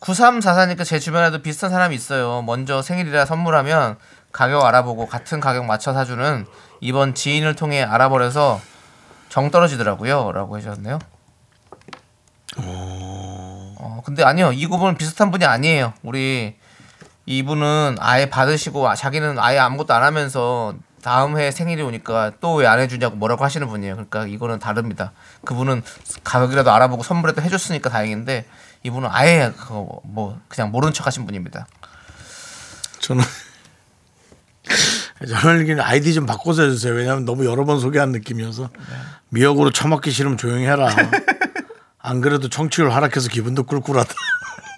[SPEAKER 2] 9344니까 제 주변에도 비슷한 사람이 있어요. 먼저 생일이라 선물하면 가격 알아보고 같은 가격 맞춰 사주는 이번 지인을 통해 알아버려서 정 떨어지더라고요.라고 해주셨네요. 어 근데 아니요 이분은 비슷한 분이 아니에요. 우리 이분은 아예 받으시고 아, 자기는 아예 아무것도 안 하면서 다음 해 생일이 오니까 또 왜 안 해주냐고 뭐라고 하시는 분이에요. 그러니까 이거는 다릅니다. 그분은 가격이라도 알아보고 선물이라도 해줬으니까 다행인데 이분은 아예 그거 뭐 그냥 모른 척 하신 분입니다.
[SPEAKER 1] 저는 저는 이게 아이디 좀 바꿔서 해주세요. 왜냐하면 너무 여러 번 소개한 느낌이어서 미역으로 처먹기 싫으면 조용히 해라. 안 그래도 청취율 하락해서 기분도 꿀꿀하다.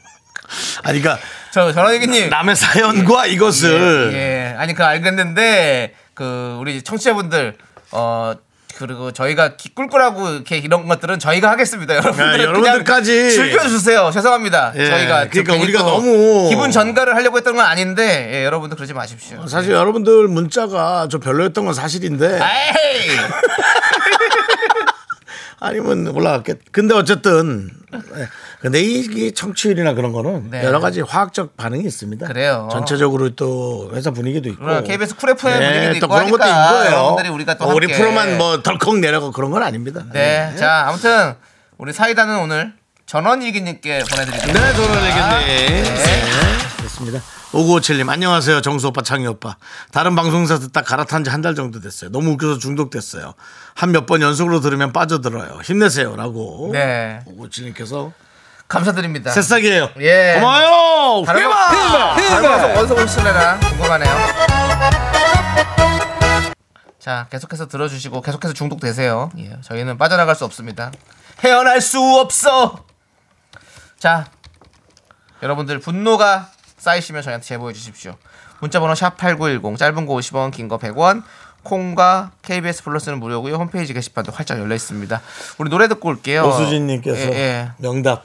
[SPEAKER 1] 아니 그러니까
[SPEAKER 2] 저 전화기님.
[SPEAKER 1] 남의 사연과 이것을
[SPEAKER 2] 예. 아니 그 알겠는데 그 우리 청취자분들 어 그리고 저희가 기- 꿀꿀하고 이렇게 이런 것들은 저희가 하겠습니다. 여러분들
[SPEAKER 1] 예, 여러분들까지.
[SPEAKER 2] 즐겨주세요. 죄송합니다.
[SPEAKER 1] 예,
[SPEAKER 2] 저희가
[SPEAKER 1] 그러니까
[SPEAKER 2] 괜히
[SPEAKER 1] 우리가
[SPEAKER 2] 또
[SPEAKER 1] 너무-
[SPEAKER 2] 기분 전가를 하려고 했던 건 아닌데 예, 여러분들 그러지 마십시오.
[SPEAKER 1] 사실 여러분들 문자가 좀 별로였던 건 사실인데
[SPEAKER 2] 아, 에이
[SPEAKER 1] 아니면 올라갔겠. 근데 어쨌든 예. 근데 이- 이 청취율이나 그런 거는
[SPEAKER 2] 네.
[SPEAKER 1] 여러 가지 화학적 반응이 있습니다.
[SPEAKER 2] 그래요.
[SPEAKER 1] 전체적으로 또 회사 분위기도 있고.
[SPEAKER 2] 그럼 KBS 쿨 FM
[SPEAKER 1] 예,
[SPEAKER 2] 분위기도 있고
[SPEAKER 1] 또 그런 것도
[SPEAKER 2] 하니까
[SPEAKER 1] 있고요.
[SPEAKER 2] 여러분들이 우리가 또
[SPEAKER 1] 어, 우리
[SPEAKER 2] 함께.
[SPEAKER 1] 프로만 뭐 덜컥 내려가 그런 건 아닙니다. 예.
[SPEAKER 2] 네. 자 아무튼 우리 사이다는 오늘 전원일기님께 보내드리겠습니다.
[SPEAKER 1] 네, 돌아내겠네. 됐습니다. 5957님, 예, 안녕하세요. 정수 오빠, 창희 오빠. 다른 방송사 듣다 갈아탄 지 한 달 정도 됐어요. 너무 웃겨서 중독됐어요. 한 몇 번 연속으로 들으면 빠져들어요. 힘내세요. 라고.
[SPEAKER 2] 네.
[SPEAKER 1] 5957님께서.
[SPEAKER 2] 감사드립니다.
[SPEAKER 1] 새싹이에요.
[SPEAKER 2] 예.
[SPEAKER 1] 고마워요.
[SPEAKER 2] 다른
[SPEAKER 1] 휘바!
[SPEAKER 2] 거- 다른 방송 어디서 보실래나 궁금하네요. 자, 계속해서 들어주시고 계속해서 중독되세요. 예, 저희는 빠져나갈 수 없습니다. 헤어날 수 없어. 자, 여러분들 분노가 쌓이시면 저희한테 제보해 주십시오. 문자번호 샵 #8910 짧은 거 50원, 긴 거 100원. 콩과 KBS 플러스는 무료고요. 홈페이지 게시판도 활짝 열려 있습니다. 우리 노래 듣고 올게요.
[SPEAKER 1] 오수진님께서
[SPEAKER 2] 예, 예.
[SPEAKER 1] 명답.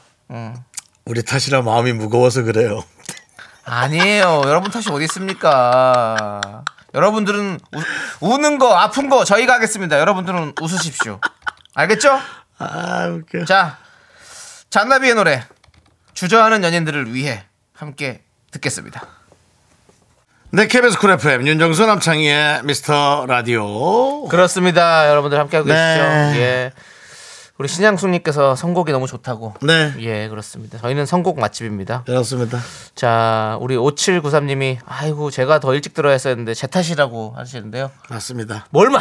[SPEAKER 1] 우리 탓이라 마음이 무거워서 그래요.
[SPEAKER 2] 아니에요. 여러분 탓이 어디 있습니까? 여러분들은 우, 는거 아픈 거 저희가 하겠습니다. 여러분들은 웃으십시오. 알겠죠?
[SPEAKER 1] 아, 웃겨.
[SPEAKER 2] 자, 잔나비의 노래 주저하는 연인들을 위해 함께 듣겠습니다.
[SPEAKER 1] 네, KBS 쿨 FM, 윤정수 남창희의 미스터 라디오.
[SPEAKER 2] 그렇습니다. 여러분들 함께 하고 계시죠?
[SPEAKER 1] 네.
[SPEAKER 2] 예. 우리 신양숙님께서 선곡이 너무 좋다고.
[SPEAKER 1] 네.
[SPEAKER 2] 예, 그렇습니다. 저희는 선곡 맛집입니다.
[SPEAKER 1] 그렇습니다.
[SPEAKER 2] 자, 우리 5793님이 아이고 제가 더 일찍 들어야 했었는데 제 탓이라고 하시는데요.
[SPEAKER 1] 맞습니다.
[SPEAKER 2] 뭘 맞아요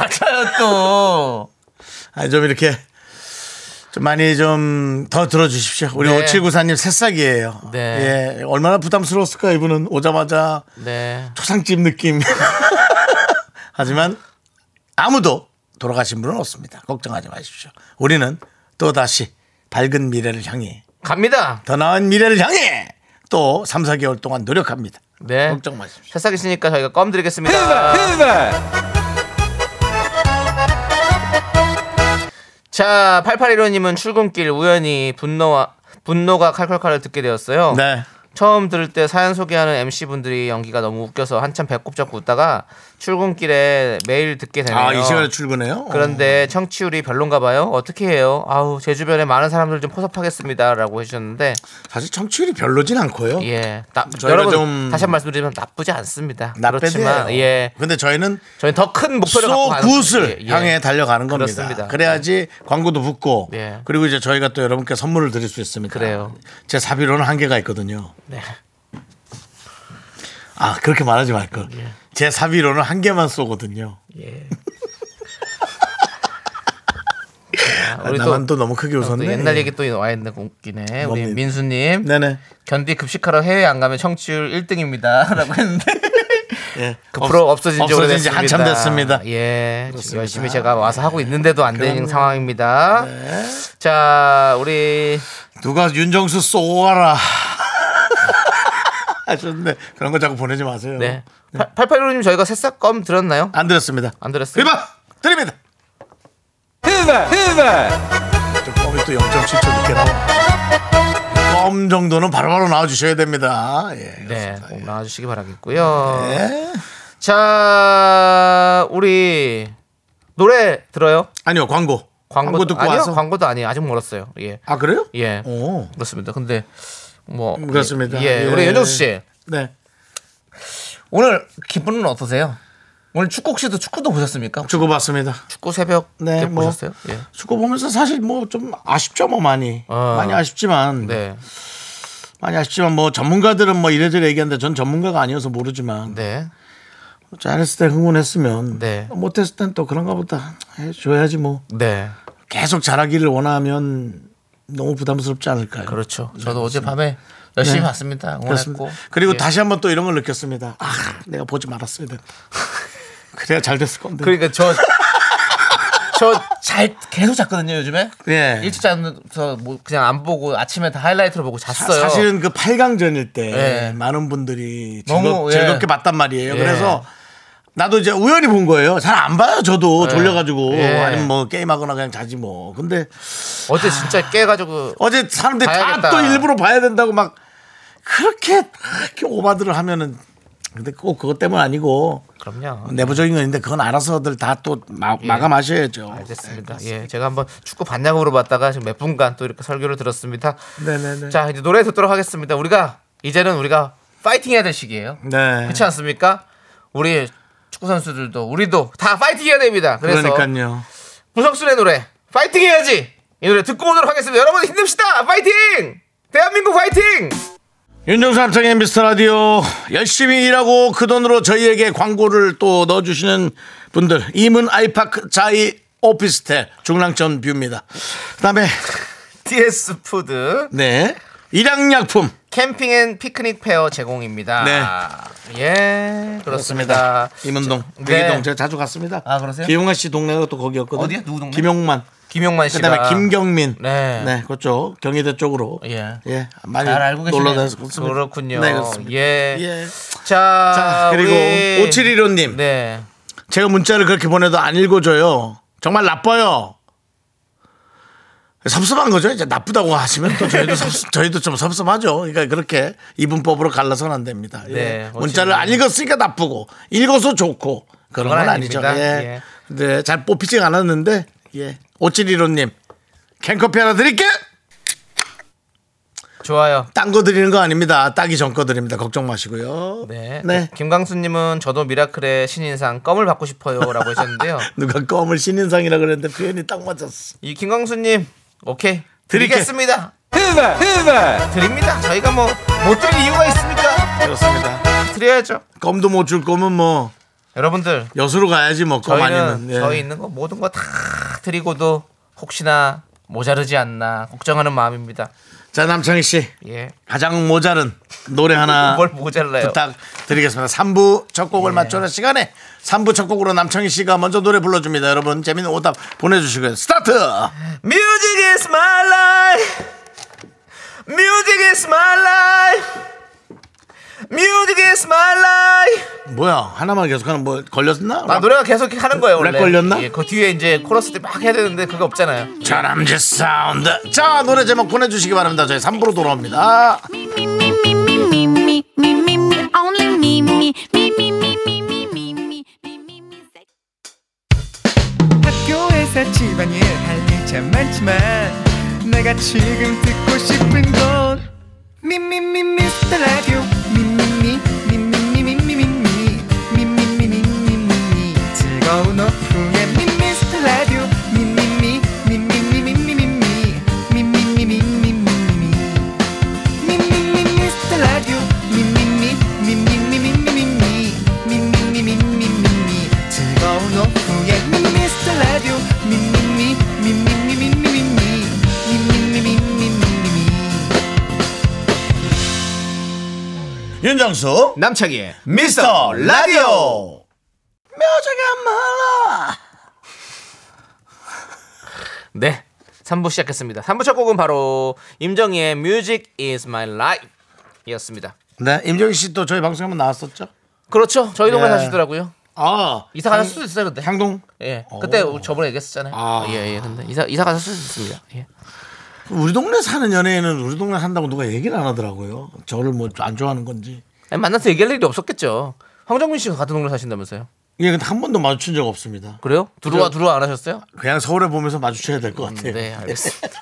[SPEAKER 2] 또.
[SPEAKER 1] 아, 좀 이렇게 좀 많이 좀 더 들어주십시오. 우리
[SPEAKER 2] 네.
[SPEAKER 1] 5794님 새싹이에요.
[SPEAKER 2] 네.
[SPEAKER 1] 예, 얼마나 부담스러웠을까 이분은 오자마자
[SPEAKER 2] 네.
[SPEAKER 1] 초상집 느낌. 하지만 아무도 돌아가신 분은 없습니다. 걱정하지 마십시오. 우리는 또 다시 밝은 미래를 향해
[SPEAKER 2] 갑니다.
[SPEAKER 1] 더 나은 미래를 향해 또 3, 4개월 동안 노력합니다.
[SPEAKER 2] 네.
[SPEAKER 1] 걱정 마십시오.
[SPEAKER 2] 새싹 있으니까 저희가 껌 드리겠습니다. 자, 8815님은 출근길 우연히 분노와 분노가 칼칼칼을 듣게 되었어요.
[SPEAKER 1] 네.
[SPEAKER 2] 처음 들을 때 사연 소개하는 MC분들이 연기가 너무 웃겨서 한참 배꼽 잡고 웃다가 출근길에 매일 듣게 되네요.
[SPEAKER 1] 아, 이 시간에 출근해요? 어,
[SPEAKER 2] 그런데 청취율이 별론가 봐요. 어떻게 해요? 아우, 제 주변에 많은 사람들 좀 포섭하겠습니다라고 해 주셨는데
[SPEAKER 1] 사실 청취율이 별로진 않고요.
[SPEAKER 2] 예. 나-
[SPEAKER 1] 저희가
[SPEAKER 2] 여러분
[SPEAKER 1] 좀-
[SPEAKER 2] 다시 한 말씀드리면 나쁘지 않습니다.
[SPEAKER 1] 나쁘지만
[SPEAKER 2] 그렇지만 예.
[SPEAKER 1] 근데 저희는
[SPEAKER 2] 저희 더 큰 목표를 갖고 가는
[SPEAKER 1] 소굿을
[SPEAKER 2] 거죠. 예, 예.
[SPEAKER 1] 향해 달려가는 겁니다.
[SPEAKER 2] 그렇습니다.
[SPEAKER 1] 그래야지 광고도 붙고
[SPEAKER 2] 예.
[SPEAKER 1] 그리고 이제 저희가 또 여러분께 선물을 드릴 수 있습니다.
[SPEAKER 2] 그래요.
[SPEAKER 1] 제 사비로는 한계가 있거든요.
[SPEAKER 2] 네.
[SPEAKER 1] 아 그렇게 말하지 말걸. 제 사비로는 한 개만 쏘거든요.
[SPEAKER 2] 예.
[SPEAKER 1] 아,
[SPEAKER 2] 우리
[SPEAKER 1] 나만 또, 너무 크게
[SPEAKER 2] 또
[SPEAKER 1] 웃었네.
[SPEAKER 2] 옛날 얘기 또 와 있는 거 웃기네. 우리
[SPEAKER 1] 뭡니까?
[SPEAKER 2] 민수님
[SPEAKER 1] 네네.
[SPEAKER 2] 견디 급식하러 해외 안 가면 청취율 1등입니다라고 했는데
[SPEAKER 1] 예.
[SPEAKER 2] 그 프로 없어진 지
[SPEAKER 1] 없어진 지
[SPEAKER 2] 오래됐습니다.
[SPEAKER 1] 한참 됐습니다.
[SPEAKER 2] 예, 지금 열심히 제가 와서 하고 있는데도 안 되는 상황입니다.
[SPEAKER 1] 네.
[SPEAKER 2] 자, 우리
[SPEAKER 1] 누가 윤정수 쏘아라. 하셨는데 그런 거 자꾸 보내지 마세요.
[SPEAKER 2] 네. 8815님 저희가 새싹 껌 들었나요?
[SPEAKER 1] 안 드렸습니다.
[SPEAKER 2] 안 들었어요.
[SPEAKER 1] 대박 드립니다. 좀 껌이 또 0.7초 늦게 나와. 껌 정도는 바로바로 나와주셔야 됩니다. 예.
[SPEAKER 2] 네,
[SPEAKER 1] 그렇습니다.
[SPEAKER 2] 꼭 나와주시기 바라겠고요.
[SPEAKER 1] 예.
[SPEAKER 2] 자, 우리 노래 들어요.
[SPEAKER 1] 아니요 광고. 광고, 듣고
[SPEAKER 2] 아니요,
[SPEAKER 1] 와서.
[SPEAKER 2] 광고도 아니에요. 아직 멀었어요. 예,
[SPEAKER 1] 아 그래요? 어.
[SPEAKER 2] 예,
[SPEAKER 1] 오.
[SPEAKER 2] 그렇습니다. 근데 뭐
[SPEAKER 1] 음, 그렇습니다.
[SPEAKER 2] 예,
[SPEAKER 1] 예.
[SPEAKER 2] 우리 윤정수 씨
[SPEAKER 1] 네.
[SPEAKER 2] 오늘 기분은 어떠세요? 오늘 축구 혹시도 축구도 보셨습니까?
[SPEAKER 1] 주고 받습니다.
[SPEAKER 2] 축구 새벽
[SPEAKER 1] 네,
[SPEAKER 2] 때
[SPEAKER 1] 뭐.
[SPEAKER 2] 보셨어요? 예.
[SPEAKER 1] 축구 보면서 사실 뭐 좀 아쉽죠 뭐 많이
[SPEAKER 2] 아.
[SPEAKER 1] 많이 아쉽지만
[SPEAKER 2] 네,
[SPEAKER 1] 많이 아쉽지만 뭐 전문가들은 뭐 이래저래 얘기하는데 전 전문가가 아니어서 모르지만 뭐
[SPEAKER 2] 네,
[SPEAKER 1] 잘했을 때 흥분했으면
[SPEAKER 2] 네.
[SPEAKER 1] 못했을 땐 또 그런가 보다 해줘야지 뭐
[SPEAKER 2] 네,
[SPEAKER 1] 계속 잘하기를 원하면 너무 부담스럽지 않을까요?
[SPEAKER 2] 네, 그렇죠. 저도 어젯밤에 열심히
[SPEAKER 1] 네.
[SPEAKER 2] 봤습니다.
[SPEAKER 1] 그렇습니다.
[SPEAKER 2] 응원했고.
[SPEAKER 1] 그리고
[SPEAKER 2] 예.
[SPEAKER 1] 다시 한번 또 이런 걸 느꼈습니다. 아, 내가 보지 말았어야 돼. 그래야 잘 됐을 건데.
[SPEAKER 2] 그러니까 저 저 잘 계속 잤거든요 요즘에.
[SPEAKER 1] 예.
[SPEAKER 2] 일찍 자서 뭐 그냥 안 보고 아침에 다 하이라이트로 보고 잤어요.
[SPEAKER 1] 사실은 그 8강전일 때
[SPEAKER 2] 예.
[SPEAKER 1] 많은 분들이
[SPEAKER 2] 너무,
[SPEAKER 1] 즐겁,
[SPEAKER 2] 예.
[SPEAKER 1] 즐겁게 봤단 말이에요.
[SPEAKER 2] 예.
[SPEAKER 1] 그래서 나도 이제 우연히 본 거예요. 잘 안 봐요, 저도
[SPEAKER 2] 예.
[SPEAKER 1] 졸려가지고
[SPEAKER 2] 예.
[SPEAKER 1] 아니면 뭐 게임하거나 그냥 자지 뭐. 근데
[SPEAKER 2] 어제
[SPEAKER 1] 아.
[SPEAKER 2] 진짜 깨가지고
[SPEAKER 1] 어제 사람들이 다
[SPEAKER 2] 봐야겠다.
[SPEAKER 1] 또 일부러 봐야 된다고 막 그렇게 다 이렇게 오바들을 하면은 근데 꼭 그것 때문 아니고
[SPEAKER 2] 그럼요.
[SPEAKER 1] 어, 내부적인 건 있는데 그건 알아서들 다 또 마감하셔야죠.
[SPEAKER 2] 예. 알겠습니다. 예, 제가 한번 축구 반냐고 물어봤다가 지금 몇 분간 또 이렇게 설교를 들었습니다.
[SPEAKER 1] 네네네.
[SPEAKER 2] 자, 이제 노래 듣도록 하겠습니다. 우리가 이제는 우리가 파이팅 해야 될 시기예요.
[SPEAKER 1] 네.
[SPEAKER 2] 그렇지 않습니까? 우리 축구 선수들도 우리도 다 파이팅 해야 됩니다. 그래서
[SPEAKER 1] 그러니까요.
[SPEAKER 2] 부석순의 노래 파이팅 해야지. 이 노래 듣고 오도록 하겠습니다. 여러분 힘냅시다. 파이팅! 대한민국 파이팅!
[SPEAKER 1] 윤정수 합창의 미스터 라디오 열심히 일하고 그 돈으로 저희에게 광고를 또 넣어주시는 분들 이문 아이파크 자이 오피스텔 중랑천 뷰입니다. 그다음에
[SPEAKER 2] DS 푸드
[SPEAKER 1] 네 일양약품
[SPEAKER 2] 캠핑 앤 피크닉 페어 제공입니다. 네. 예, 그렇습니다.
[SPEAKER 1] 이문동
[SPEAKER 2] 네.
[SPEAKER 1] 대기동 제가 자주 갔습니다.
[SPEAKER 2] 아, 그러세요?
[SPEAKER 1] 김용만 씨 동네가 또 거기였거든요.
[SPEAKER 2] 어디야? 누구 동네?
[SPEAKER 1] 김용만.
[SPEAKER 2] 김용만 씨가
[SPEAKER 1] 그다음에 김경민.
[SPEAKER 2] 아. 네.
[SPEAKER 1] 그쪽 경희대 쪽으로
[SPEAKER 2] 예.
[SPEAKER 1] 많이
[SPEAKER 2] 잘 알고 계시네요.
[SPEAKER 1] 놀러 다녔습니다.
[SPEAKER 2] 그렇군요.
[SPEAKER 1] 네, 그렇습니다.
[SPEAKER 2] 예.
[SPEAKER 1] 예.
[SPEAKER 2] 자,
[SPEAKER 1] 자, 그리고
[SPEAKER 2] 우리-
[SPEAKER 1] 5715님.
[SPEAKER 2] 네.
[SPEAKER 1] 제가 문자를 그렇게 보내도 안 읽어줘요. 정말 나빠요. 섭섭한 거죠. 이제 나쁘다고 하시면 또 저희도 섭, 저희도 좀 섭섭하죠. 그러니까 그렇게 이분법으로 갈라서는 안 됩니다. 예.
[SPEAKER 2] 네,
[SPEAKER 1] 문자를
[SPEAKER 2] 어찌나.
[SPEAKER 1] 안 읽었으니까 나쁘고 읽어서 좋고 그런
[SPEAKER 2] 그건
[SPEAKER 1] 건 아니죠.
[SPEAKER 2] 아닙니다.
[SPEAKER 1] 예.
[SPEAKER 2] 예.
[SPEAKER 1] 네, 잘 뽑히지 않았는데 예. 5715님 캔커피 하나 드릴게.
[SPEAKER 2] 좋아요.
[SPEAKER 1] 딴 거 드리는 거 아닙니다. 따기 전 거 드립니다. 걱정 마시고요.
[SPEAKER 2] 네. 김광수님은 저도 미라클의 신인상 껌을 받고 싶어요라고 하셨는데요.
[SPEAKER 1] 누가 껌을 신인상이라 그랬는데 표현이 딱 맞았어.
[SPEAKER 2] 이 김광수님, 오케이
[SPEAKER 1] 드릴게.
[SPEAKER 2] 드리겠습니다. 드립니다. 저희가 뭐 못 드릴 이유가 있습니까?
[SPEAKER 1] 그렇습니다.
[SPEAKER 2] 드려야죠.
[SPEAKER 1] 껌도 못 줄 거면 뭐
[SPEAKER 2] 여러분들
[SPEAKER 1] 여수로 가야지 뭐 껌
[SPEAKER 2] 저희는
[SPEAKER 1] 아니면 예.
[SPEAKER 2] 저희 있는 거 모든 거 다 드리고도 혹시나 모자르지 않나 걱정하는 마음입니다.
[SPEAKER 1] 자 남창희 씨
[SPEAKER 2] 예.
[SPEAKER 1] 가장 모자른 노래 하나
[SPEAKER 2] 뭘 모자라요? 네.
[SPEAKER 1] 부탁드리겠습니다 3부 첫 곡을 맞춰라 시간에 3부 첫 곡으로 남창희 씨가 먼저 노래 불러줍니다 여러분 재밌는 오답 보내주시고요 스타트
[SPEAKER 2] Music is my life. Music is my life. Music is my life.
[SPEAKER 1] 뭐야 하나만 계속하는 뭐 걸렸나?
[SPEAKER 2] 아 노래가 계속 하는 거예요 원래.
[SPEAKER 1] 랩 걸렸나?
[SPEAKER 2] 예, 그 뒤에 이제 코러스 때 막 해야 되는데 그게 없잖아요.
[SPEAKER 1] 전함지 사운드 자 노래 제목 보내주시기 바랍니다 저희 3부로 돌아옵니다
[SPEAKER 4] 학교에서 집안일 할 일 참 많지만 내가 지금 듣고 싶은 건 미미미 미스터 라디오 미미미 미미미미미미 미미미미미미 즐거운 오후에 미스터 라디오 미미미 미미미미미미 미미미미미미미 미미미 미스터 라디오 미미미 미미미미미미 미미미미미미 즐거운 오후에 미스터 라디오 미미미 미미미미미미 미미미미미미미
[SPEAKER 1] 윤정수
[SPEAKER 2] 남창이
[SPEAKER 1] 미스터 라디오 묘지가 말라
[SPEAKER 2] 네. 3부 시작했습니다. 3부 첫 곡은 바로 임정희의 Music is my life 이었습니다.
[SPEAKER 1] 네 임종희 씨도 저희 방송에 한번 나왔었죠
[SPEAKER 2] 그렇죠. 저희 동네
[SPEAKER 1] 예.
[SPEAKER 2] 사시더라고요.
[SPEAKER 1] 아
[SPEAKER 2] 이사 가실 수도 있어요, 근데.
[SPEAKER 1] 향동
[SPEAKER 2] 예.
[SPEAKER 1] 오.
[SPEAKER 2] 그때 우리 저번에 얘기했었잖아요.
[SPEAKER 1] 아.
[SPEAKER 2] 예, 예. 근데 이사 이사 가실 수도 있습니다. 예.
[SPEAKER 1] 우리 동네 사는 연예인은 우리 동네 산다고 누가 얘기를 안 하더라고요. 저를 뭐 안 좋아하는 건지.
[SPEAKER 2] 아니, 만나서 얘기할 일이 없었겠죠. 황정민 씨가 같은 동네 사신다면서요?
[SPEAKER 1] 예, 근데 한 번도 마주친 적 없습니다.
[SPEAKER 2] 그래요? 들어와 들어와 안 하셨어요?
[SPEAKER 1] 그냥 서울에 보면서 마주쳐야 될 것 같아요.
[SPEAKER 2] 네, 알겠습니다.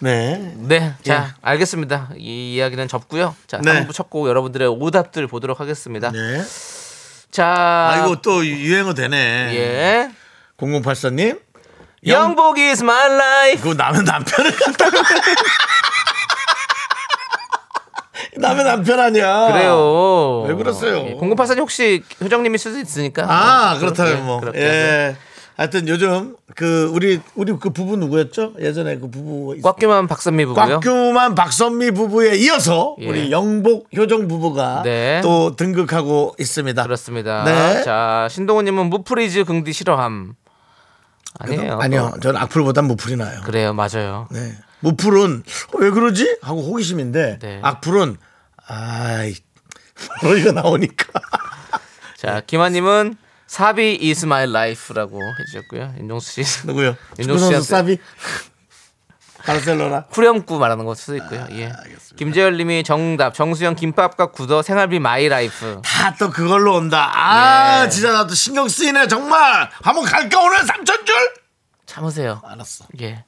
[SPEAKER 1] 네.
[SPEAKER 2] 네, 자,
[SPEAKER 1] 예.
[SPEAKER 2] 알겠습니다. 이 이야기는 접고요. 자,
[SPEAKER 1] 네.
[SPEAKER 2] 3부 첫 곡 여러분들의 오답들 보도록 하겠습니다.
[SPEAKER 1] 네.
[SPEAKER 2] 자,
[SPEAKER 1] 아이고 또 유행어 되네.
[SPEAKER 2] 예.
[SPEAKER 1] 0084님. 영.
[SPEAKER 2] 영복 is my life.
[SPEAKER 1] 그거 남의 남편을 갖다가. 남의 남편 아니야.
[SPEAKER 2] 그래요. 예,
[SPEAKER 1] 왜 그러세요?
[SPEAKER 2] 공급파사님 혹시 효정님이 쓸 수 있으니까.
[SPEAKER 1] 아,
[SPEAKER 2] 어,
[SPEAKER 1] 그렇다면
[SPEAKER 2] 예,
[SPEAKER 1] 뭐.
[SPEAKER 2] 그렇게 하죠.
[SPEAKER 1] 예. 하여튼 요즘 그 우리 우리 그 부부 누구였죠? 예전에 그 부부 있-
[SPEAKER 2] 꽉규만 박선미 부부요.
[SPEAKER 1] 곽규만 박선미 부부에 이어서
[SPEAKER 2] 예.
[SPEAKER 1] 우리 영복 효정 부부가
[SPEAKER 2] 네.
[SPEAKER 1] 또 등극하고 있습니다.
[SPEAKER 2] 그렇습니다.
[SPEAKER 1] 네.
[SPEAKER 2] 자 신동훈님은 무프리즈 긍디 싫어함. 아니에요.
[SPEAKER 1] 아니요, 저는 악플보단 무플이 나요.
[SPEAKER 2] 네, 어. 그래요, 맞아요.
[SPEAKER 1] 네. 무풀은 어, 왜 그러지? 하고 호기심인데
[SPEAKER 2] 네.
[SPEAKER 1] 악플은 아이 바로 이거 나오니까
[SPEAKER 2] 자 김아님은 사비 is my life라고 해주셨고요. 윤종수 씨
[SPEAKER 1] 누구요?
[SPEAKER 2] 윤종
[SPEAKER 1] 축구선수
[SPEAKER 2] 씨한테
[SPEAKER 1] 사비 바르셀로나
[SPEAKER 2] 후렴구 말하는 걸 수도
[SPEAKER 1] 아,
[SPEAKER 2] 있고요. 예. 김재열님이 정답 정수영 김밥과 구더 생활비 마이 라이프.
[SPEAKER 1] 다 또 그걸로 온다. 아
[SPEAKER 2] 예.
[SPEAKER 1] 진짜 나도 신경 쓰이네 정말. 한번 갈까 오늘 삼천 줄?
[SPEAKER 2] 참으세요.
[SPEAKER 1] 알았어.
[SPEAKER 2] 예. 네.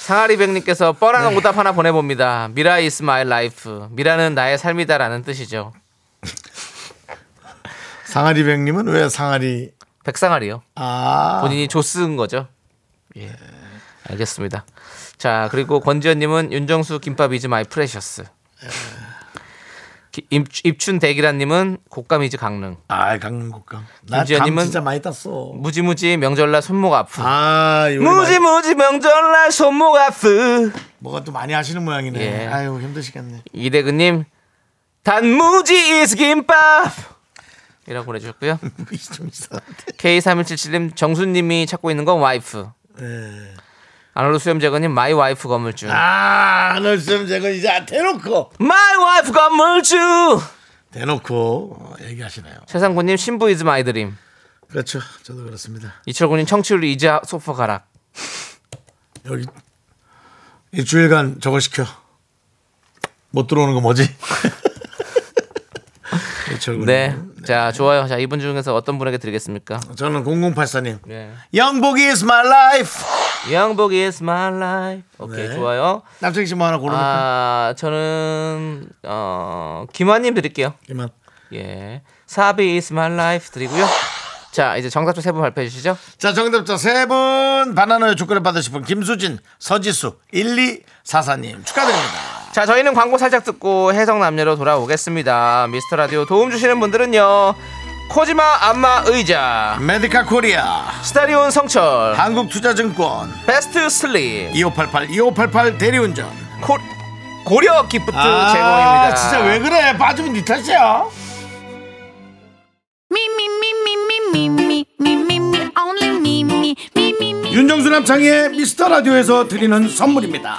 [SPEAKER 2] 상아리백님께서 뻔한 오답 하나 보내봅니다. 미라 is my life. 미라는 나의 삶이다라는 뜻이죠.
[SPEAKER 1] 상아리 백님은 왜 상아리?
[SPEAKER 2] 백상아리요.
[SPEAKER 1] 아
[SPEAKER 2] 본인이 조쓴 거죠. 예. 알겠습니다. 자, 그리고 권지현님은 윤정수 김밥 이즈 마이 프레셔스. 기- 입- 입춘 대기란님은 곡감 이즈 강릉.
[SPEAKER 1] 아 강릉국감. 나감
[SPEAKER 2] 김지현님은-
[SPEAKER 1] 진짜 많이 땄어.
[SPEAKER 2] 무지무지 명절날 손목 아프.
[SPEAKER 1] 아 이거 많이-
[SPEAKER 2] 무지무지 명절날 손목 아프.
[SPEAKER 1] 뭐가 또 많이 하시는 모양이네.
[SPEAKER 2] 예.
[SPEAKER 1] 아유 힘드시겠네.
[SPEAKER 2] 이대근님 단무지 이즈 김밥. 이라고 보내주셨고요.
[SPEAKER 1] 좀 이상한데.
[SPEAKER 2] K3177님 정수님이 찾고 있는 건 와이프.
[SPEAKER 1] 네.
[SPEAKER 2] 아놀드 수염재건님 마이 와이프 건물주.
[SPEAKER 1] 아, 안올수면 제가 이제 대놓고
[SPEAKER 2] 마이 와이프 건물주.
[SPEAKER 1] 대놓고 어, 얘기하시네요.
[SPEAKER 2] 최상구님 신부 이즈 마이 드림.
[SPEAKER 1] 그렇죠. 저도 그렇습니다.
[SPEAKER 2] 이철구님 청취율 이자 소파 가락.
[SPEAKER 1] 여기 일주일간 저거 시켜. 못 들어오는 거 뭐지? 이철군.
[SPEAKER 2] 네. 자 좋아요. 자 이분 중에서 어떤 분에게 드리겠습니까?
[SPEAKER 1] 저는 0084님.
[SPEAKER 2] 네.
[SPEAKER 1] 영복이 is my life.
[SPEAKER 2] 영복 is my life. 오케이
[SPEAKER 1] 네.
[SPEAKER 2] 좋아요.
[SPEAKER 1] 남창희 씨뭐 하나 고르니까.
[SPEAKER 2] 아 저는 어 김환님 드릴게요.
[SPEAKER 1] 이만.
[SPEAKER 2] 예. 사비 is my life 드리고요. 자 이제 정답자 세 분 발표해 주시죠.
[SPEAKER 1] 자, 정답자 세 분 바나나의 조건을 받으실 분 김수진, 서지수, 1244님 축하드립니다.
[SPEAKER 2] 자, 저희는 광고 살짝 듣고 해성 남녀로 돌아오겠습니다. 미스터 라디오 도움 주시는 분들은요. 코지마 안마 의자,
[SPEAKER 1] 메디카 코리아,
[SPEAKER 2] 스타리온 성철,
[SPEAKER 1] 한국투자증권,
[SPEAKER 2] 베스트 슬립,
[SPEAKER 1] 2588, 2588 대리운전.
[SPEAKER 2] 코, 고려 기프트
[SPEAKER 1] 아,
[SPEAKER 2] 제공입니다.
[SPEAKER 1] 진짜 왜 그래? 빠지면 네 탓이야.
[SPEAKER 3] Me, me, me, me, me, me, me, me, me, me, only me, me, me, me, me.
[SPEAKER 1] 윤정수 남창의 미스터 라디오에서 드리는 선물입니다.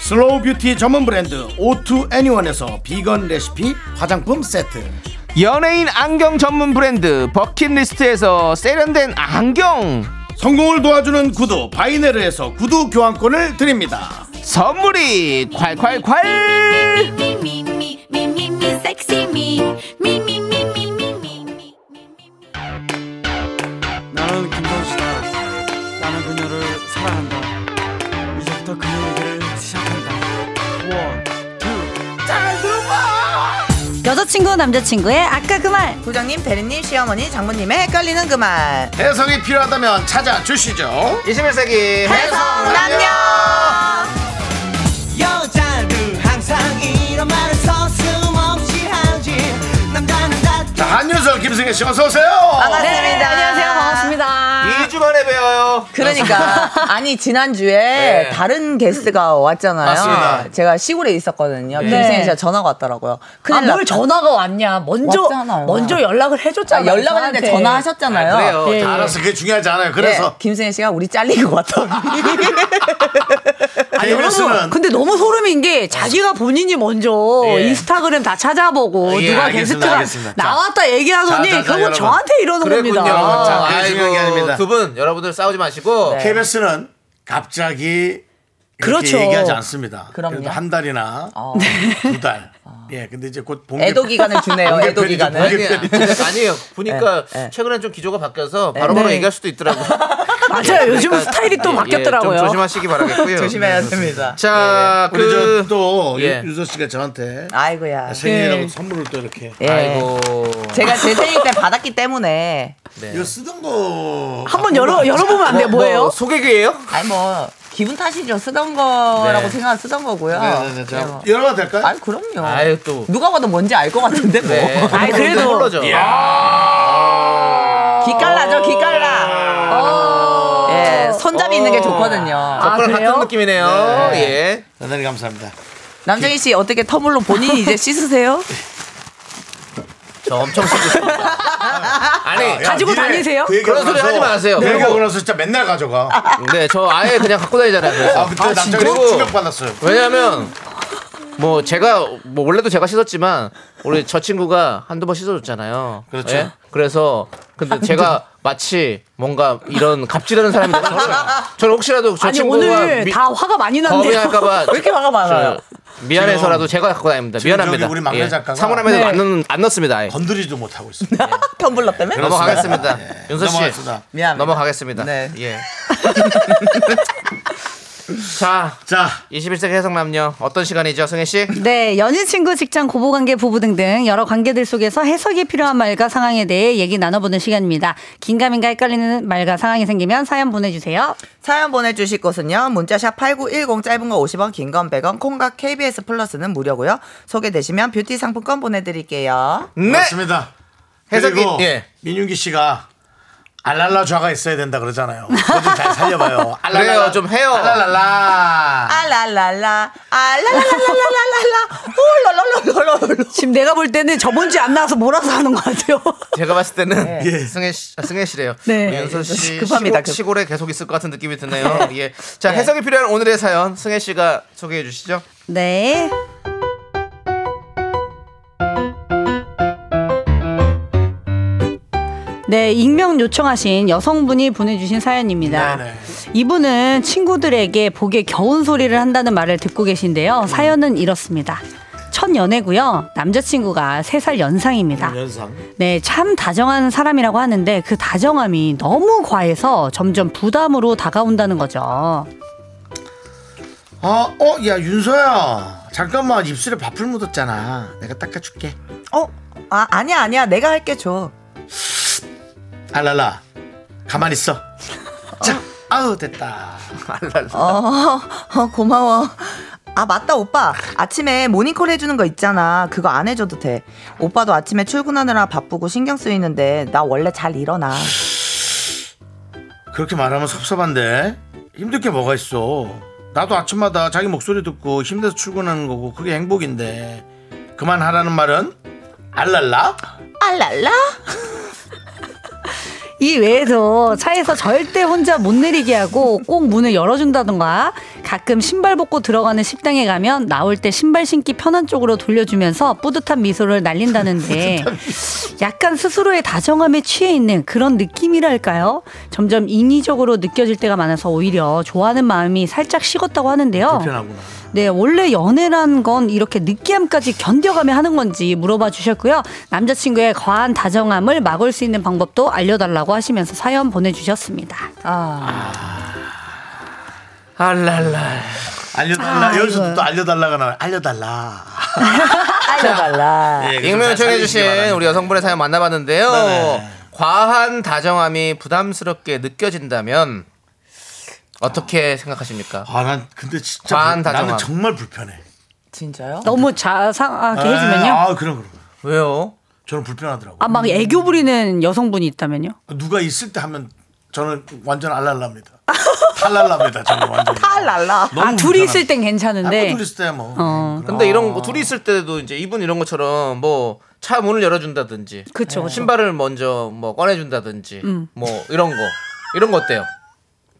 [SPEAKER 1] 슬로우 뷰티 전문 브랜드 오투 애니원에서 비건 레시피 화장품 세트,
[SPEAKER 2] 연예인 안경 전문 브랜드 버킷리스트에서 세련된 안경
[SPEAKER 1] 성공을 도와주는 구두 바이네르에서 구두 교환권을 드립니다.
[SPEAKER 2] 선물이 콸콸콸
[SPEAKER 3] Me, me, me, me, me, me, sexy me. Me, me, me, me, me, me, me, me, me.
[SPEAKER 5] 나는 김선수다. 나는 그녀를 사랑한다. 이제부터 그녀에게를 시작한다. 원, 투.
[SPEAKER 6] 여자친구 남자친구의 아까 그 말
[SPEAKER 7] 부장님, 대리님, 시어머니, 장모님의 헷갈리는 그 말.
[SPEAKER 1] 해석이 필요하다면 찾아주시죠.
[SPEAKER 2] 21세기
[SPEAKER 4] 여자는 항상 이런 말을 서슴없이 하지 남자는 다
[SPEAKER 1] 자, 한윤서 김승혜 씨 어서 오세요.
[SPEAKER 7] 반갑습니다.
[SPEAKER 6] 네, 안녕하세요 반갑습니다
[SPEAKER 2] 2주 만에 뵈어요
[SPEAKER 7] 그 그러니까 아니 지난주에
[SPEAKER 2] 네.
[SPEAKER 7] 다른 게스트가 왔잖아요.
[SPEAKER 2] 맞습니다.
[SPEAKER 7] 제가 시골에 있었거든요.
[SPEAKER 6] 네.
[SPEAKER 7] 김승희 씨가 전화가 왔더라고요. 큰일
[SPEAKER 6] 아 뭘
[SPEAKER 7] 났다.
[SPEAKER 6] 전화가 왔냐 먼저
[SPEAKER 7] 왔잖아요.
[SPEAKER 6] 먼저 연락을 해줬잖아요
[SPEAKER 7] 연락을 했는데
[SPEAKER 6] 저한테.
[SPEAKER 7] 전화하셨잖아요.
[SPEAKER 2] 그래요
[SPEAKER 6] 예.
[SPEAKER 1] 자, 알았어. 그게 중요하지 않아요.
[SPEAKER 7] 그래서
[SPEAKER 1] 그래서
[SPEAKER 7] 김승희 씨가 우리 잘리고 왔다.
[SPEAKER 6] 아니,
[SPEAKER 1] KBS는
[SPEAKER 6] 여러분, 근데 너무 소름인 게 자기가 본인이 먼저
[SPEAKER 2] 예.
[SPEAKER 6] 인스타그램 다 찾아보고
[SPEAKER 1] 예,
[SPEAKER 6] 누가
[SPEAKER 1] 알겠습니다,
[SPEAKER 6] 게스트가
[SPEAKER 1] 알겠습니다. 자.
[SPEAKER 6] 나왔다 얘기하더니
[SPEAKER 1] 자, 자, 자,
[SPEAKER 6] 결국
[SPEAKER 1] 여러분.
[SPEAKER 6] 저한테 이러는
[SPEAKER 7] 아,
[SPEAKER 1] 여러분, 자,
[SPEAKER 6] 겁니다.
[SPEAKER 1] 그게 중요한 게 아닙니다.
[SPEAKER 2] 두분 여러분들 싸우지 마시고
[SPEAKER 7] 네.
[SPEAKER 1] KBS는 갑자기 그렇게
[SPEAKER 6] 그렇죠.
[SPEAKER 1] 얘기하지 않습니다.
[SPEAKER 7] 그럼요.
[SPEAKER 1] 그래도 한 달이나
[SPEAKER 7] 어.
[SPEAKER 1] 두 달. 예, 근데 이제 곧 봉.
[SPEAKER 7] 애도 기간을 주네요.
[SPEAKER 1] 공개
[SPEAKER 7] 애도
[SPEAKER 1] 편의죠,
[SPEAKER 7] 기간을.
[SPEAKER 1] 공개.
[SPEAKER 2] 아니, 아니에요 보니까
[SPEAKER 7] 네, 네.
[SPEAKER 2] 최근에 좀 기조가 바뀌어서 바로바로
[SPEAKER 7] 네.
[SPEAKER 2] 얘기할 수도 있더라고요
[SPEAKER 6] 맞아요. 요즘
[SPEAKER 2] 그러니까,
[SPEAKER 6] 스타일이 또
[SPEAKER 2] 예,
[SPEAKER 6] 바뀌었더라고요.
[SPEAKER 2] 좀 조심하시기 바라겠고요. 음.
[SPEAKER 7] 조심해야 됩니다.
[SPEAKER 2] 자,
[SPEAKER 1] 아, 네, 우리
[SPEAKER 2] 그
[SPEAKER 1] 저또
[SPEAKER 2] 예.
[SPEAKER 1] 유서 씨가 저한테
[SPEAKER 7] 아이고야. 네.
[SPEAKER 1] 생일이라고
[SPEAKER 6] 예.
[SPEAKER 1] 선물을 또 이렇게
[SPEAKER 7] 예.
[SPEAKER 2] 아이고.
[SPEAKER 7] 제가 제 생일 때 받았기 때문에
[SPEAKER 2] 네.
[SPEAKER 1] 이거 쓰던 거
[SPEAKER 6] 한번 열어 열어보면 안 돼요? 뭐예요?
[SPEAKER 2] 소개기예요?
[SPEAKER 7] 아니 뭐 기분 탓이죠. 쓰던 거라고
[SPEAKER 2] 네.
[SPEAKER 7] 생각 쓰던 거고요.
[SPEAKER 1] 아, 네네네
[SPEAKER 7] 네,
[SPEAKER 1] 자
[SPEAKER 7] 뭐.
[SPEAKER 1] 열어봐도 예. 될까요?
[SPEAKER 7] 아니 그럼요.
[SPEAKER 2] 아유 또.
[SPEAKER 7] 누가 봐도 뭔지 알 것 같은데 뭐.
[SPEAKER 2] 네.
[SPEAKER 6] 아이, 그래도.
[SPEAKER 2] 선물로죠.
[SPEAKER 7] 아, 기깔나죠 기깔나. 예 손잡이 있는 게 좋거든요.
[SPEAKER 6] 아,
[SPEAKER 2] 그거랑
[SPEAKER 6] 그래요?
[SPEAKER 2] 같은 느낌이네요. 예.
[SPEAKER 1] 대단히 감사합니다.
[SPEAKER 7] 남정희 씨 어떻게 터물로 본인이 이제 씻으세요?
[SPEAKER 2] 저 엄청 쓰고 싶습니다. 아니,
[SPEAKER 6] 가지고 다니세요?
[SPEAKER 2] 그런 소리 하지 마세요.
[SPEAKER 1] 내
[SPEAKER 2] 그리고-
[SPEAKER 1] 얘기하고 나서 진짜 맨날 가져가.
[SPEAKER 2] 네, 저 아예 그냥 갖고 다니잖아요. 그래서.
[SPEAKER 1] 아 그때 남자가
[SPEAKER 2] 그리고
[SPEAKER 1] 충격 받았어요.
[SPEAKER 2] 왜냐면 뭐 제가 뭐 원래도 제가 씻었지만 우리 저 친구가 한두 번 씻어줬잖아요. 예?
[SPEAKER 1] 그렇죠.
[SPEAKER 2] 그래서 근데 제가 마치 뭔가 이런 갑질하는 사람이 되는 거예요. 저는 혹시라도 저
[SPEAKER 6] 아니
[SPEAKER 2] 친구가
[SPEAKER 6] 오늘
[SPEAKER 2] 미-
[SPEAKER 6] 다 화가 많이
[SPEAKER 2] 거부를
[SPEAKER 6] 난데요.
[SPEAKER 2] 할까봐
[SPEAKER 7] 왜 이렇게 화가 많아요?
[SPEAKER 2] 저 미안해서라도 제가 갖고 다닙니다.
[SPEAKER 1] 지금
[SPEAKER 2] 미안합니다.
[SPEAKER 1] 저기 우리 막내 작가가-
[SPEAKER 2] 사물함에도
[SPEAKER 6] 네.
[SPEAKER 2] 안, 넣, 안 넣습니다. 아예.
[SPEAKER 1] 건드리지도 못하고 있습니다.
[SPEAKER 7] 텀블러 때문에?
[SPEAKER 2] 넘어가겠습니다. 윤서
[SPEAKER 1] 예.
[SPEAKER 2] 씨
[SPEAKER 1] 넘어가겠습니다.
[SPEAKER 7] 미안합니다.
[SPEAKER 2] 넘어가겠습니다.
[SPEAKER 7] 네.
[SPEAKER 2] 예. 자,
[SPEAKER 1] 자
[SPEAKER 2] 21세기 해석 남녀 어떤 시간이죠, 승혜 씨?
[SPEAKER 8] 네, 연인, 친구, 직장, 고부관계, 부부 등등 여러 관계들 속에서 해석이 필요한 말과 상황에 대해 얘기 나눠보는 시간입니다. 긴가민가 헷갈리는 말과 상황이 생기면 사연 보내주세요.
[SPEAKER 7] 사연 보내주실 곳은요. 문자샵 8910 짧은 거 50원 긴 건 100원 콩과 KBS 플러스는 무료고요. 소개되시면 뷰티 상품권 보내드릴게요.
[SPEAKER 1] 네. 맞습니다.
[SPEAKER 2] 해석이-
[SPEAKER 1] 그리고
[SPEAKER 2] 예.
[SPEAKER 1] 민윤기 씨가 알랄라 좌가 있어야 된다 그러잖아요. 그거 좀 잘 살려봐요. 아, 알랄라
[SPEAKER 2] 그래요, 좀 해요. 아,
[SPEAKER 1] 알랄랄라.
[SPEAKER 7] 알랄랄라 알랄랄랄랄랄라 홀랄랄랄랄라
[SPEAKER 6] 지금 내가 볼 때는 저번 주에 안 나와서 몰아서 하는 것 같아요.
[SPEAKER 2] 제가 봤을 때는
[SPEAKER 1] 예.
[SPEAKER 2] 승혜 씨, 아, 승혜 씨래요.
[SPEAKER 6] 네.
[SPEAKER 2] 우리 윤서 씨
[SPEAKER 7] 급합니다, 급.
[SPEAKER 2] 시골, 에 계속 있을 것 같은 느낌이 드네요. 예. 자 해석이 필요한 오늘의 사연 승혜 씨가 소개해 주시죠.
[SPEAKER 8] 네. 네, 익명 요청하신 여성분이 보내주신 사연입니다.
[SPEAKER 1] 네네.
[SPEAKER 8] 이분은 친구들에게 복에 겨운 소리를 한다는 말을 듣고 계신데요. 사연은 이렇습니다. 첫 연애고요. 남자친구가 세 살 연상입니다.
[SPEAKER 1] 연상.
[SPEAKER 8] 네, 참 다정한 사람이라고 하는데 그 다정함이 너무 과해서 점점 부담으로 다가온다는 거죠.
[SPEAKER 1] 아, 어, 야 윤서야. 잠깐만 입술에 밥풀 묻었잖아. 내가 닦아줄게.
[SPEAKER 7] 어? 아 아니야 아니야 내가 할게 줘.
[SPEAKER 1] 알랄라. 가만 있어. 자, 아우 됐다.
[SPEAKER 7] 어, 어 고마워. 아 맞다 오빠 아침에 모닝콜 해주는 거 있잖아 그거 안 해줘도 돼 오빠도 아침에 출근하느라 바쁘고 신경 쓰이는데 나 원래 잘 일어나
[SPEAKER 1] 그렇게 말하면 섭섭한데 힘들 게 뭐가 있어 나도 아침마다 자기 목소리 듣고 힘내서 출근하는 거고 그게 행복인데 그만하라는 말은 알랄라
[SPEAKER 7] 알랄라
[SPEAKER 8] 이 외에도 차에서 절대 혼자 못 내리게 하고 꼭 문을 열어준다던가 가끔 신발 벗고 들어가는 식당에 가면 나올 때 신발 신기 편한 쪽으로 돌려주면서 뿌듯한 미소를 날린다는데 약간 스스로의 다정함에 취해 있는 그런 느낌이랄까요? 점점 인위적으로 느껴질 때가 많아서 오히려 좋아하는 마음이 살짝 식었다고 하는데요.
[SPEAKER 1] 불편하구나
[SPEAKER 8] 네, 원래 연애란 건 이렇게 느끼함까지 견뎌가며 하는 건지 물어봐 주셨고요. 남자친구의 과한 다정함을 막을 수 있는 방법도 알려달라고 하시면서 사연 보내주셨습니다.
[SPEAKER 7] 아.
[SPEAKER 2] 알랄라.
[SPEAKER 1] 알려달라
[SPEAKER 8] 아,
[SPEAKER 1] 여기서
[SPEAKER 8] 이거요.
[SPEAKER 1] 또 알려달라가 나와 알려달라
[SPEAKER 8] 아,
[SPEAKER 7] 알려달라
[SPEAKER 1] 네,
[SPEAKER 2] 익명
[SPEAKER 1] 좀
[SPEAKER 2] 요청해
[SPEAKER 1] 살리시기
[SPEAKER 2] 주신
[SPEAKER 1] 바랍니다.
[SPEAKER 2] 우리 여성분의 사연 만나봤는데요.
[SPEAKER 1] 네네.
[SPEAKER 2] 과한 다정함이 부담스럽게 느껴진다면 어떻게 생각하십니까?
[SPEAKER 1] 아, 난 근데 진짜
[SPEAKER 2] 과한
[SPEAKER 1] 불- 나는
[SPEAKER 2] 다정함.
[SPEAKER 1] 정말 불편해
[SPEAKER 7] 진짜요?
[SPEAKER 8] 너무 자상하게 해주면요.
[SPEAKER 1] 어. 아 그럼 그럼
[SPEAKER 2] 왜요?
[SPEAKER 1] 저는 불편하더라고
[SPEAKER 8] 아, 막 애교 부리는 여성분이 있다면요?
[SPEAKER 1] 누가 있을 때 하면 저는 완전 알랄라입니다 탈랄라입니다 저는 완전
[SPEAKER 7] 알랄라
[SPEAKER 8] 아, 둘이 있을 땐 괜찮은데. 어.
[SPEAKER 1] 둘이 있을 아, 때뭐
[SPEAKER 2] 근데 이런 거
[SPEAKER 1] 아.
[SPEAKER 2] 둘이 있을 때도 이제 이분 이런 것처럼 뭐 차 문을 열어준다든지,
[SPEAKER 8] 그쵸, 음. 그쵸.
[SPEAKER 2] 신발을 먼저 뭐 꺼내준다든지, 뭐 이런 거 이런 거 어때요?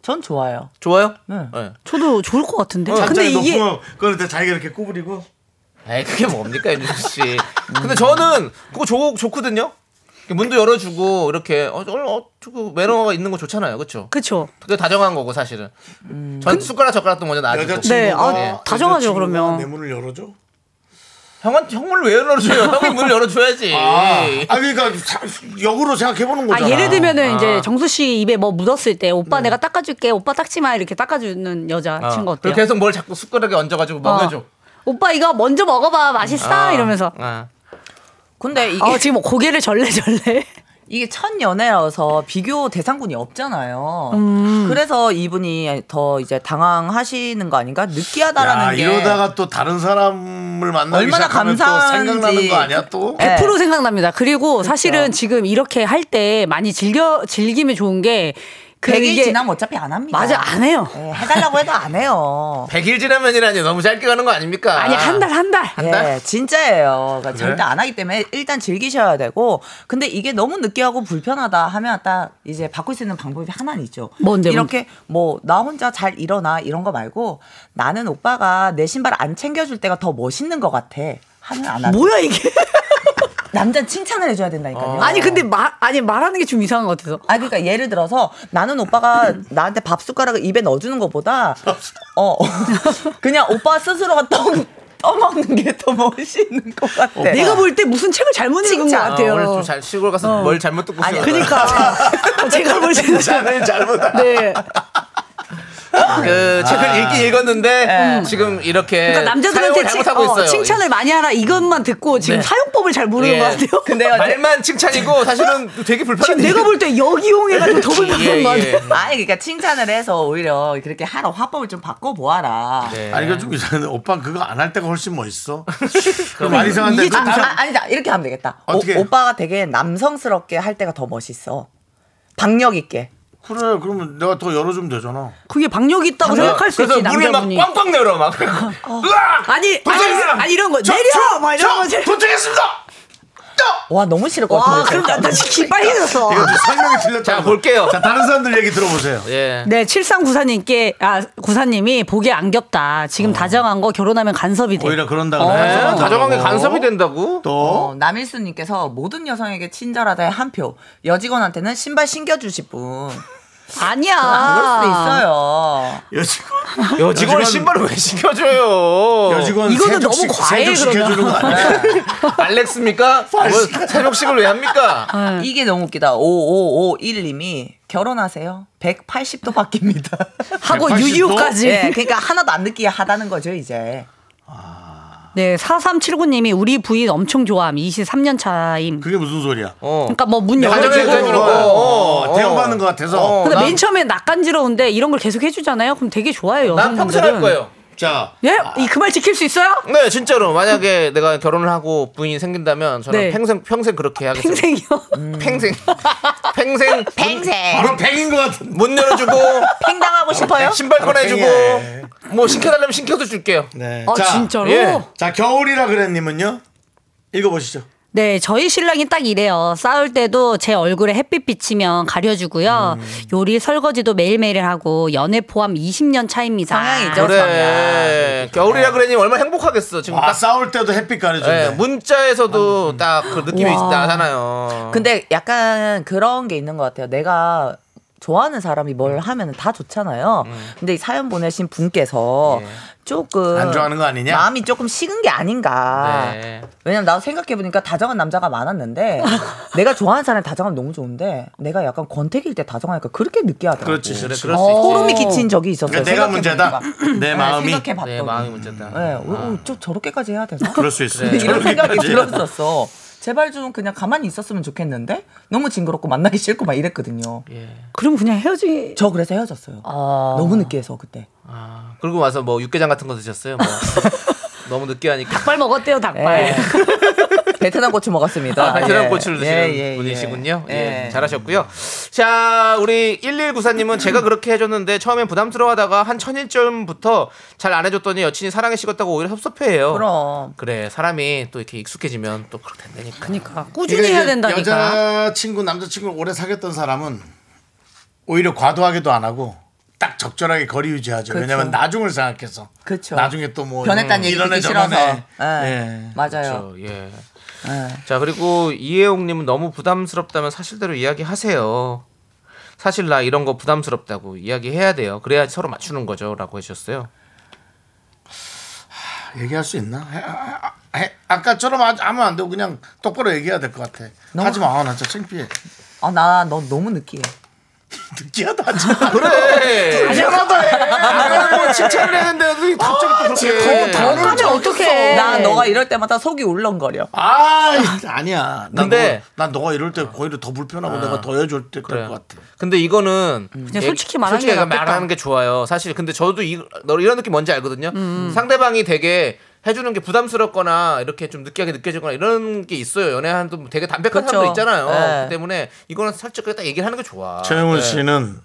[SPEAKER 7] 전 좋아요
[SPEAKER 2] 좋아요?
[SPEAKER 7] 네.
[SPEAKER 2] 네.
[SPEAKER 8] 저도 좋을 것 같은데.
[SPEAKER 1] 어, 갑자기
[SPEAKER 8] 근데 이게
[SPEAKER 1] 높으면 그걸 때 자기가 이렇게 구부리고
[SPEAKER 2] 에이 그게 뭡니까 윤수 씨. 근데 저는 그거 좋 좋거든요. 이렇게 문도 열어주고 이렇게 어, 어, 어, 그 매너가 있는 거 좋잖아요, 그렇죠?
[SPEAKER 8] 그쵸.
[SPEAKER 2] 그게 다정한 거고 사실은. 전 숟가락 젓가락도 먼저 놔주고.
[SPEAKER 1] 여자친구가
[SPEAKER 8] 음. 그 네, 아,
[SPEAKER 1] 예.
[SPEAKER 8] 다정하죠,
[SPEAKER 1] 여자친구가
[SPEAKER 8] 그러면.
[SPEAKER 1] 내 문을 열어줘.
[SPEAKER 2] 형은 형문을 왜 열어줘요? 형이 문을 열어줘야지.
[SPEAKER 1] 아, 아 그러니까 사- 역으로 생각해 보는
[SPEAKER 8] 예. 아,
[SPEAKER 1] 거잖아. 네.
[SPEAKER 8] 예를 들면은 이제 정수 씨 입에 뭐 묻었을 때 오빠 내가 닦아줄게 오빠 닦지 마 이렇게 닦아주는 여자
[SPEAKER 2] 어.
[SPEAKER 8] 친구 어때요?
[SPEAKER 2] 그리고 계속 뭘 자꾸 숟가락에 얹어가지고 먹여줘.
[SPEAKER 8] 어. 오빠 이거 먼저 먹어봐 맛있어
[SPEAKER 2] 아,
[SPEAKER 8] 이러면서
[SPEAKER 2] 아.
[SPEAKER 7] 근데 이게
[SPEAKER 8] 어, 지금 고개를 절레절레 그
[SPEAKER 7] 이게 첫 연애라서 비교 대상군이 없잖아요. 그래서 이분이 더 이제 당황하시는 거 아닌가? 느끼하다라는
[SPEAKER 1] 야,
[SPEAKER 7] 게
[SPEAKER 1] 이러다가 또 다른 사람을 만나기
[SPEAKER 7] 얼마나
[SPEAKER 1] 시작하면 또
[SPEAKER 7] 감사한지.
[SPEAKER 1] 생각나는 거 아니야 또?
[SPEAKER 7] 네.
[SPEAKER 8] 100% 생각납니다. 그리고
[SPEAKER 2] 그러니까.
[SPEAKER 8] 사실은 지금 이렇게 할 때 많이 즐겨 즐기면 좋은 게 그게
[SPEAKER 7] 100일 지나면 어차피 안 합니다.
[SPEAKER 8] 맞아 안 해요.
[SPEAKER 7] 예, 해달라고 해도 안 해요.
[SPEAKER 2] 100일 지나면이라니 너무 짧게 가는 거 아닙니까?
[SPEAKER 8] 아니 한 달 한 달.
[SPEAKER 2] 한 달?
[SPEAKER 7] 예, 진짜예요. 그러니까 절대 안 하기 때문에 일단 즐기셔야 되고, 근데 이게 너무 느끼하고 불편하다 하면 딱 이제 바꿀 수 있는 방법이 하나는 있죠.
[SPEAKER 8] 뭔데,
[SPEAKER 7] 이렇게 뭐 나 혼자 잘 일어나 이런 거 말고 나는 오빠가 내 신발 안 챙겨줄 때가 더 멋있는 것 같아. 하면 안 하죠.
[SPEAKER 8] 뭐야 이게?
[SPEAKER 7] 남자 칭찬을 해줘야 된다니까요.
[SPEAKER 8] 아니 근데 말 아니 말하는 게 좀 이상한 것 같아서.
[SPEAKER 7] 아 그러니까 예를 들어서 나는 오빠가 나한테 밥 숟가락을 입에 넣어주는 것보다 어 그냥 오빠 스스로가 떠 떠먹는 게 더 멋있는 것 같아.
[SPEAKER 8] 내가 볼 때 무슨 책을 잘못 읽은 것
[SPEAKER 7] 칭찬.
[SPEAKER 2] 네. 아,
[SPEAKER 8] 같아요.
[SPEAKER 2] 오늘 좀 잘 시골 가서 뭘 잘못 듣고
[SPEAKER 7] 아니,
[SPEAKER 2] 있어요.
[SPEAKER 8] 그러니까 제가 볼 때는
[SPEAKER 1] 나는 잘못
[SPEAKER 8] 네.
[SPEAKER 2] 그 책을 읽긴 읽었는데 음. 지금 이렇게
[SPEAKER 8] 아. 네. 그러니까 남자들한테
[SPEAKER 2] 네. 사용을 잘못하고
[SPEAKER 8] 칭- 어,
[SPEAKER 2] 있어요.
[SPEAKER 8] 칭찬을 많이 하라 이것만 듣고 지금
[SPEAKER 2] 네.
[SPEAKER 8] 사용법을 잘 모르는
[SPEAKER 2] 예.
[SPEAKER 8] 것 같아요.
[SPEAKER 7] 근데
[SPEAKER 2] 말만 칭찬이고 사실은 되게 불편한
[SPEAKER 8] 지금 내가 뭐 볼 때 여기용해가 지고더 불편한 것
[SPEAKER 2] 네. 예,
[SPEAKER 1] 네.
[SPEAKER 8] 같아요.
[SPEAKER 2] 예.
[SPEAKER 7] 아니 그러니까 칭찬을 해서 오히려 그렇게 하러 화법을 좀 바꿔 보아라.
[SPEAKER 2] 네. 예.
[SPEAKER 1] 아니 그좀 거 이상한데 오빠 그거 안 할 때가 훨씬 멋있어. 그거 많이 이상한데
[SPEAKER 7] 아,
[SPEAKER 1] 그거 참-
[SPEAKER 7] 아, 니다 이렇게 하면 되겠다. 오,
[SPEAKER 1] 어떻게?
[SPEAKER 7] 오빠가 되게 남성스럽게 할 때가 더 멋있어. 박력 있게.
[SPEAKER 1] 그래 그러면 내가 더 열어주면 되잖아.
[SPEAKER 8] 그게 박력 있다고 생각할 수
[SPEAKER 2] 그래서
[SPEAKER 8] 있지
[SPEAKER 2] 문을 막
[SPEAKER 8] 남자분이.
[SPEAKER 2] 꽝꽝 열어 막. 으악!
[SPEAKER 8] 아니 아니,
[SPEAKER 1] 도착했어요!
[SPEAKER 8] 아니 이런 거
[SPEAKER 1] 저,
[SPEAKER 8] 내려
[SPEAKER 1] 저,
[SPEAKER 8] 막 이런 거
[SPEAKER 1] 저
[SPEAKER 8] 제일-
[SPEAKER 1] 도착했습니다.
[SPEAKER 7] 와 너무 싫을 것
[SPEAKER 8] 와
[SPEAKER 7] 같은데.
[SPEAKER 8] 그럼 나, 나 지금 기 빨개졌어.
[SPEAKER 1] 이거 좀 설명이 틀렸다.
[SPEAKER 2] 자, 볼게요.
[SPEAKER 1] 자 다른 사람들 얘기 들어보세요.
[SPEAKER 2] 예.
[SPEAKER 8] 네, 7394님께, 아, 구사님이 보기에 안겹다. 지금
[SPEAKER 2] 어.
[SPEAKER 8] 다정한 거 결혼하면 간섭이 돼.
[SPEAKER 1] 오히려 그런다 그래.
[SPEAKER 2] 네, 다정한 게 간섭이 된다고?
[SPEAKER 1] 예. 또
[SPEAKER 7] 어, 남일수님께서 모든 여성에게 친절하다의 한 표. 여직원한테는 신발 신겨주실 분.
[SPEAKER 8] 아니야. 아.
[SPEAKER 7] 그럴 수 있어요.
[SPEAKER 1] 여직원
[SPEAKER 2] 여직원
[SPEAKER 1] 여직원-
[SPEAKER 2] 신발을 왜 신겨줘요?
[SPEAKER 1] 여직원
[SPEAKER 8] 이거는 너무
[SPEAKER 1] 세족식-
[SPEAKER 8] 과해,
[SPEAKER 1] 세족시켜주는 거 아니야?
[SPEAKER 2] 알렉스입니까? 뭐 새벽식을 왜 합니까?
[SPEAKER 7] 아, 이게 너무 웃기다. 5551님이 결혼하세요. 180도 바뀝니다.
[SPEAKER 8] 하고
[SPEAKER 1] 180도?
[SPEAKER 8] 아, 유유까지.
[SPEAKER 7] 예, 그러니까 하나도 안 느끼게 하다는 거죠, 이제.
[SPEAKER 8] 네, 4379님이 우리 부인 엄청 좋아함. 23년 차임.
[SPEAKER 1] 그게 무슨 소리야?
[SPEAKER 2] 어.
[SPEAKER 8] 그러니까 뭐 문
[SPEAKER 2] 가정에
[SPEAKER 8] 열어주고.
[SPEAKER 2] 대해서 그러고. 어, 어.
[SPEAKER 1] 대응받는 것 같아서.
[SPEAKER 2] 어.
[SPEAKER 8] 근데
[SPEAKER 2] 난-
[SPEAKER 8] 맨 처음에 낯간지러운데 이런 걸 계속 해주잖아요. 그럼 되게 좋아요,
[SPEAKER 2] 난 평생
[SPEAKER 8] 여성분들은.
[SPEAKER 2] 할 거예요.
[SPEAKER 1] 자
[SPEAKER 8] 예? 이 그 말 지킬 수 있어요?
[SPEAKER 2] 네, 진짜로 만약에 내가 결혼을 하고 부인이 생긴다면 저는
[SPEAKER 8] 네.
[SPEAKER 2] 평생 평생 그렇게 음. 하겠어요.
[SPEAKER 8] 평생이요.
[SPEAKER 2] 네. 팽생 팽생 팽생
[SPEAKER 1] 바로 백인 것 같은.
[SPEAKER 2] 문 열어주고
[SPEAKER 7] 팽당하고 싶어요?
[SPEAKER 2] 신발
[SPEAKER 1] 팽이야.
[SPEAKER 2] 꺼내주고 뭐 시켜달라면 시켜서 줄게요.
[SPEAKER 1] 네.
[SPEAKER 8] 아,
[SPEAKER 1] 자,
[SPEAKER 8] 진짜로?
[SPEAKER 2] 예.
[SPEAKER 1] 자 겨울이라 그랬님은요 읽어보시죠. 아,
[SPEAKER 8] 네, 저희 신랑이 딱 이래요. 싸울 때도 제 얼굴에 햇빛 비치면 가려주고요.
[SPEAKER 7] 음.
[SPEAKER 8] 요리, 설거지도 매일매일 하고 연애 포함 20년 차입니다.
[SPEAKER 7] 성향이죠.
[SPEAKER 2] 그래 겨울이라 그래니 얼마나 행복하겠어 지금
[SPEAKER 1] 아
[SPEAKER 2] 딱
[SPEAKER 1] 싸울 때도 햇빛 가려준대.
[SPEAKER 2] 예, 문자에서도 딱 그 느낌이 나잖아요.
[SPEAKER 7] 근데 약간 그런 게 있는 것 같아요. 내가 좋아하는 사람이
[SPEAKER 1] 음.
[SPEAKER 7] 뭘 하면 다 좋잖아요. 근데 이 사연 보내신 분께서 조금
[SPEAKER 1] 예. 안 좋아하는 거 아니냐?
[SPEAKER 7] 마음이 조금 식은 게 아닌가.
[SPEAKER 2] 네.
[SPEAKER 7] 왜냐면 나도 생각해 보니까 다정한 남자가 많았는데 내가 좋아하는 사람이 다정하면 너무 좋은데 내가 약간 권태기일 때 다정하니까 그렇게 느끼하더라고.
[SPEAKER 1] 그렇지,
[SPEAKER 2] 그래
[SPEAKER 1] 그렇지.
[SPEAKER 2] 그럴
[SPEAKER 7] 어,
[SPEAKER 2] 수 있지.
[SPEAKER 7] 소름이 끼친 적이 있었어요.
[SPEAKER 1] 그러니까 내가 문제다. 내 마음이. 아.
[SPEAKER 7] 생각해 봤더니.
[SPEAKER 2] 네 마음이 문제다.
[SPEAKER 7] 네, 어, 어, 저 저렇게까지 해야 되나?
[SPEAKER 1] 그럴 수
[SPEAKER 2] 네.
[SPEAKER 1] 있어요.
[SPEAKER 7] 네, 이런
[SPEAKER 1] 저렇게까지.
[SPEAKER 7] 생각이 들었었어. 제발 좀 그냥 가만히 있었으면 좋겠는데 너무 징그럽고 만나기 싫고 막 이랬거든요.
[SPEAKER 2] 예.
[SPEAKER 8] 그럼 그냥 헤어지.
[SPEAKER 7] 저 그래서 헤어졌어요.
[SPEAKER 8] 아.
[SPEAKER 7] 너무 늦게해서 그때.
[SPEAKER 2] 아, 그러고 와서 뭐 육개장 같은 거 드셨어요? 뭐. 너무 늦게 하니까.
[SPEAKER 8] 닭발 먹었대요, 닭발.
[SPEAKER 7] 예. 베트남 고추 먹었습니다.
[SPEAKER 2] 아, 베트남
[SPEAKER 7] 예.
[SPEAKER 2] 고추를 드시는
[SPEAKER 7] 예, 예, 예.
[SPEAKER 2] 분이시군요. 예.
[SPEAKER 7] 예.
[SPEAKER 2] 잘하셨고요. 자, 우리 1194님은 제가 그렇게 해줬는데 처음엔 부담스러워하다가 한 천일쯤부터 잘 안 해줬더니 여친이 사랑에 식었다고 오히려 섭섭해해요.
[SPEAKER 7] 그럼
[SPEAKER 2] 그래, 사람이 또 이렇게 익숙해지면 또 그렇게 된다니까.
[SPEAKER 8] 그러니까 꾸준히 해야 된다니까.
[SPEAKER 1] 여자 친구, 남자 친구 를 오래 사귀었던 사람은 오히려 과도하게도 안 하고 딱 적절하게 거리 유지하죠.
[SPEAKER 7] 그렇죠.
[SPEAKER 1] 왜냐면 나중을 생각해서.
[SPEAKER 7] 그쵸.
[SPEAKER 1] 나중에 또뭐
[SPEAKER 2] 음,
[SPEAKER 7] 변했다는 얘기 듣기 싫어서. 예.
[SPEAKER 1] 예.
[SPEAKER 7] 맞아요.
[SPEAKER 2] 그렇죠. 예.
[SPEAKER 7] 예.
[SPEAKER 2] 자, 그리고 이혜용님은 너무 부담스럽다면 사실대로 이야기하세요. 사실 나 이런 거 부담스럽다고 이야기해야 돼요. 그래야 서로 맞추는 거죠. 라고 해주셨어요.
[SPEAKER 1] 네. 얘기할 수 있나? 해- 아, 아, 해- 아까처럼 하- 하면 안 되고 그냥 똑바로 얘기해야 될 것 같아. 하지 마. 나 진짜 창피해.
[SPEAKER 7] 아나 너 너무 느끼해.
[SPEAKER 8] 어,
[SPEAKER 1] 느끼하다. 진짜.
[SPEAKER 2] 그래. 아까 뭐 칭찬을 했는데도 갑자기 또
[SPEAKER 8] 아,
[SPEAKER 2] 그렇게. 네.
[SPEAKER 8] 하면 어떡해.
[SPEAKER 7] 아, 나 너가 이럴 때마다 속이 울렁거려.
[SPEAKER 1] 아, 아니야. 난
[SPEAKER 2] 근데-
[SPEAKER 1] 근데 난 너가 이럴 때 오히려 더 불편하고 내가 더 해줄 때 될
[SPEAKER 2] 그래.
[SPEAKER 1] 것 같아.
[SPEAKER 2] 근데 이거는
[SPEAKER 8] 음. 그냥 솔직히 말하는
[SPEAKER 2] 솔직히
[SPEAKER 8] 게
[SPEAKER 2] 약간
[SPEAKER 8] 낫겠다.
[SPEAKER 2] 말하는 게 좋아요. 사실 근데 저도 이, 너 이런 느낌 뭔지 알거든요.
[SPEAKER 8] 음,
[SPEAKER 2] 상대방이 되게 해주는 게 부담스럽거나 이렇게 좀 느끼하게 느껴지거나 이런 게 있어요. 연애하는도 되게 담백한
[SPEAKER 7] 그렇죠.
[SPEAKER 2] 사람도 있잖아요.
[SPEAKER 7] 네.
[SPEAKER 2] 그렇기 때문에 이거는 살짝 그딱 얘기를 하는 게 좋아.
[SPEAKER 1] 최영훈
[SPEAKER 2] 네.
[SPEAKER 1] 씨는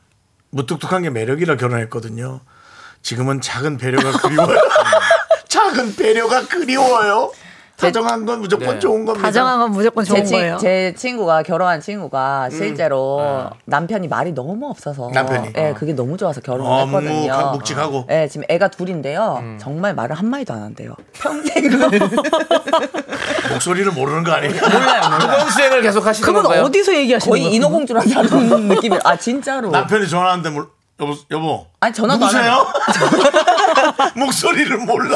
[SPEAKER 1] 무뚝뚝한 게 매력이라 결혼했거든요. 지금은 작은 배려가 그리워요. 작은 배려가 그리워요. 다정한 건 무조건
[SPEAKER 2] 네.
[SPEAKER 1] 좋은 겁니다.
[SPEAKER 8] 다정한 건 무조건 좋은
[SPEAKER 7] 제,
[SPEAKER 8] 거예요.
[SPEAKER 7] 친, 제 친구가 결혼한 친구가 실제로 남편이 말이 너무 없어서
[SPEAKER 1] 음. 네. 남편이?
[SPEAKER 7] 예, 그게 너무 좋아서 결혼을
[SPEAKER 1] 어,
[SPEAKER 7] 했거든요.
[SPEAKER 1] 묵묵하- 묵직하고. 음.
[SPEAKER 7] 예, 지금 애가 둘인데요. 정말 말을 한 마디도 안 한대요. 평생으로
[SPEAKER 1] 목소리를 모르는 거 아니에요?
[SPEAKER 2] 무건 수행을 계속 하시는
[SPEAKER 8] 그건
[SPEAKER 2] 건가요?
[SPEAKER 8] 어디서 얘기하시는 거예요?
[SPEAKER 7] 거의 인어공주랑 다른 느낌이 아 진짜로.
[SPEAKER 1] 남편이 전화하는데 물, 여보 여보.
[SPEAKER 7] 아니, 전화도 안
[SPEAKER 1] 누구세요? 목소리를 몰라.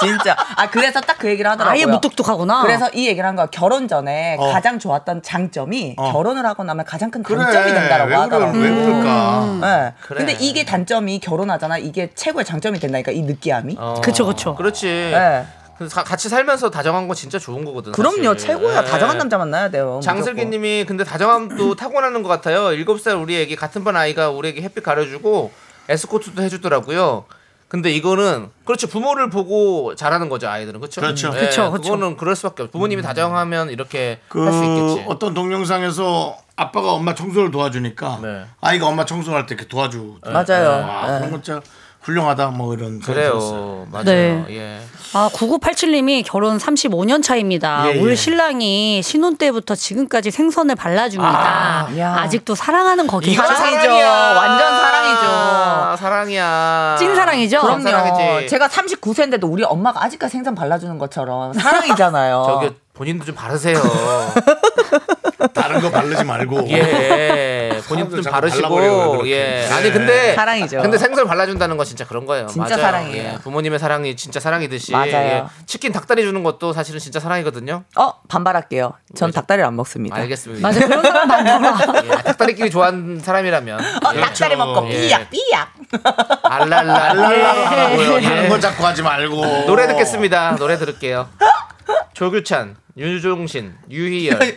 [SPEAKER 7] 진짜. 아 그래서 딱 그 얘기를 하더라고요.
[SPEAKER 8] 아예 무뚝뚝하구나.
[SPEAKER 7] 그래서 이 얘기를 한 거야. 결혼 전에
[SPEAKER 1] 어.
[SPEAKER 7] 가장 좋았던 장점이
[SPEAKER 1] 어.
[SPEAKER 7] 결혼을 하고 나면 가장 큰
[SPEAKER 1] 그래.
[SPEAKER 7] 단점이 된다라고
[SPEAKER 1] 왜 그래?
[SPEAKER 7] 하더라고요.
[SPEAKER 1] 왜 그럴까?
[SPEAKER 7] 예.
[SPEAKER 2] 음. 그래.
[SPEAKER 7] 근데 이게 단점이 결혼하잖아. 이게 최고의 장점이 된다니까 이 느끼함이.
[SPEAKER 2] 어.
[SPEAKER 8] 그쵸, 그쵸.
[SPEAKER 2] 그렇지.
[SPEAKER 7] 네.
[SPEAKER 2] 그래서 가- 같이 살면서 다정한 거 진짜 좋은 거거든.
[SPEAKER 7] 그럼요
[SPEAKER 2] 사실.
[SPEAKER 7] 최고야
[SPEAKER 2] 네.
[SPEAKER 7] 다정한 남자 만나야 돼요. 어, 무조건.
[SPEAKER 2] 장슬기님이 근데 다정함도 타고나는 것 같아요. 7살 우리 애기 같은 반 아이가 우리에게 햇빛 가려주고 에스코트도 해주더라고요. 근데 이거는 그렇죠 부모를 보고 자라는 거죠 아이들은 그렇죠.
[SPEAKER 1] 그렇죠.
[SPEAKER 2] 예,
[SPEAKER 8] 그렇죠, 그렇죠.
[SPEAKER 2] 그거는 그럴 수밖에 없죠.
[SPEAKER 7] 음.
[SPEAKER 2] 부모님이 다정하면 이렇게 할 수
[SPEAKER 1] 그
[SPEAKER 2] 있겠지.
[SPEAKER 1] 어떤 동영상에서 아빠가 엄마 청소를 도와주니까
[SPEAKER 2] 네.
[SPEAKER 1] 아이가 엄마 청소할 때 이렇게 도와주.
[SPEAKER 7] 맞아요.
[SPEAKER 1] 와, 그런 거 진짜 훌륭하다 뭐 이런 생각이 들었어요.
[SPEAKER 2] 그래요, 맞아요.
[SPEAKER 8] 네.
[SPEAKER 2] 예.
[SPEAKER 8] 아, 9987님이 결혼 35년 차입니다.
[SPEAKER 1] 예, 예.
[SPEAKER 8] 올 신랑이 신혼 때부터 지금까지 생선을 발라줍니다.
[SPEAKER 7] 야.
[SPEAKER 8] 아, 직도 사랑하는 거기.
[SPEAKER 2] 이거
[SPEAKER 7] 사랑이죠.
[SPEAKER 2] 사랑이야.
[SPEAKER 7] 완전 사랑이죠.
[SPEAKER 2] 사랑이야.
[SPEAKER 8] 찐사랑이죠?
[SPEAKER 2] 그럼요.
[SPEAKER 7] 그럼요.
[SPEAKER 2] 사랑이지.
[SPEAKER 7] 제가 39세인데도 우리 엄마가 아직까지 생선 발라주는 것처럼 사랑이잖아요.
[SPEAKER 2] 저기 본인도 좀 바르세요.
[SPEAKER 1] 다른 거 바르지 말고.
[SPEAKER 2] 예. 본인도 좀
[SPEAKER 1] 사람들 자꾸 발라버려요,
[SPEAKER 2] 바르시고.
[SPEAKER 1] 그렇게.
[SPEAKER 2] 예.
[SPEAKER 1] 네.
[SPEAKER 2] 아니 근데
[SPEAKER 7] 사랑이죠.
[SPEAKER 2] 근데 생선 발라준다는 건 진짜 그런 거예요.
[SPEAKER 7] 진짜
[SPEAKER 2] 맞아요.
[SPEAKER 7] 사랑이에요.
[SPEAKER 2] 예. 부모님의 사랑이 진짜 사랑이듯이.
[SPEAKER 7] 맞아요.
[SPEAKER 2] 예. 치킨 닭다리 주는 것도 사실은 진짜 사랑이거든요.
[SPEAKER 7] 어 반발할게요. 전 닭다리를 안 먹습니다.
[SPEAKER 2] 알겠습니다.
[SPEAKER 8] 맞아, 그런 사람 많더라.
[SPEAKER 2] 예. 닭다리끼리 좋아하는 사람이라면.
[SPEAKER 7] 어,
[SPEAKER 2] 예.
[SPEAKER 7] 닭다리 먹고
[SPEAKER 2] 예.
[SPEAKER 7] 삐약 삐약.
[SPEAKER 2] 알랄라.
[SPEAKER 1] 알랄라 하라고요.
[SPEAKER 2] 예.
[SPEAKER 1] 다른 거 자꾸 하지 말고.
[SPEAKER 2] 노래 듣겠습니다. 노래 들을게요. 조규찬, 윤종신, 유희열,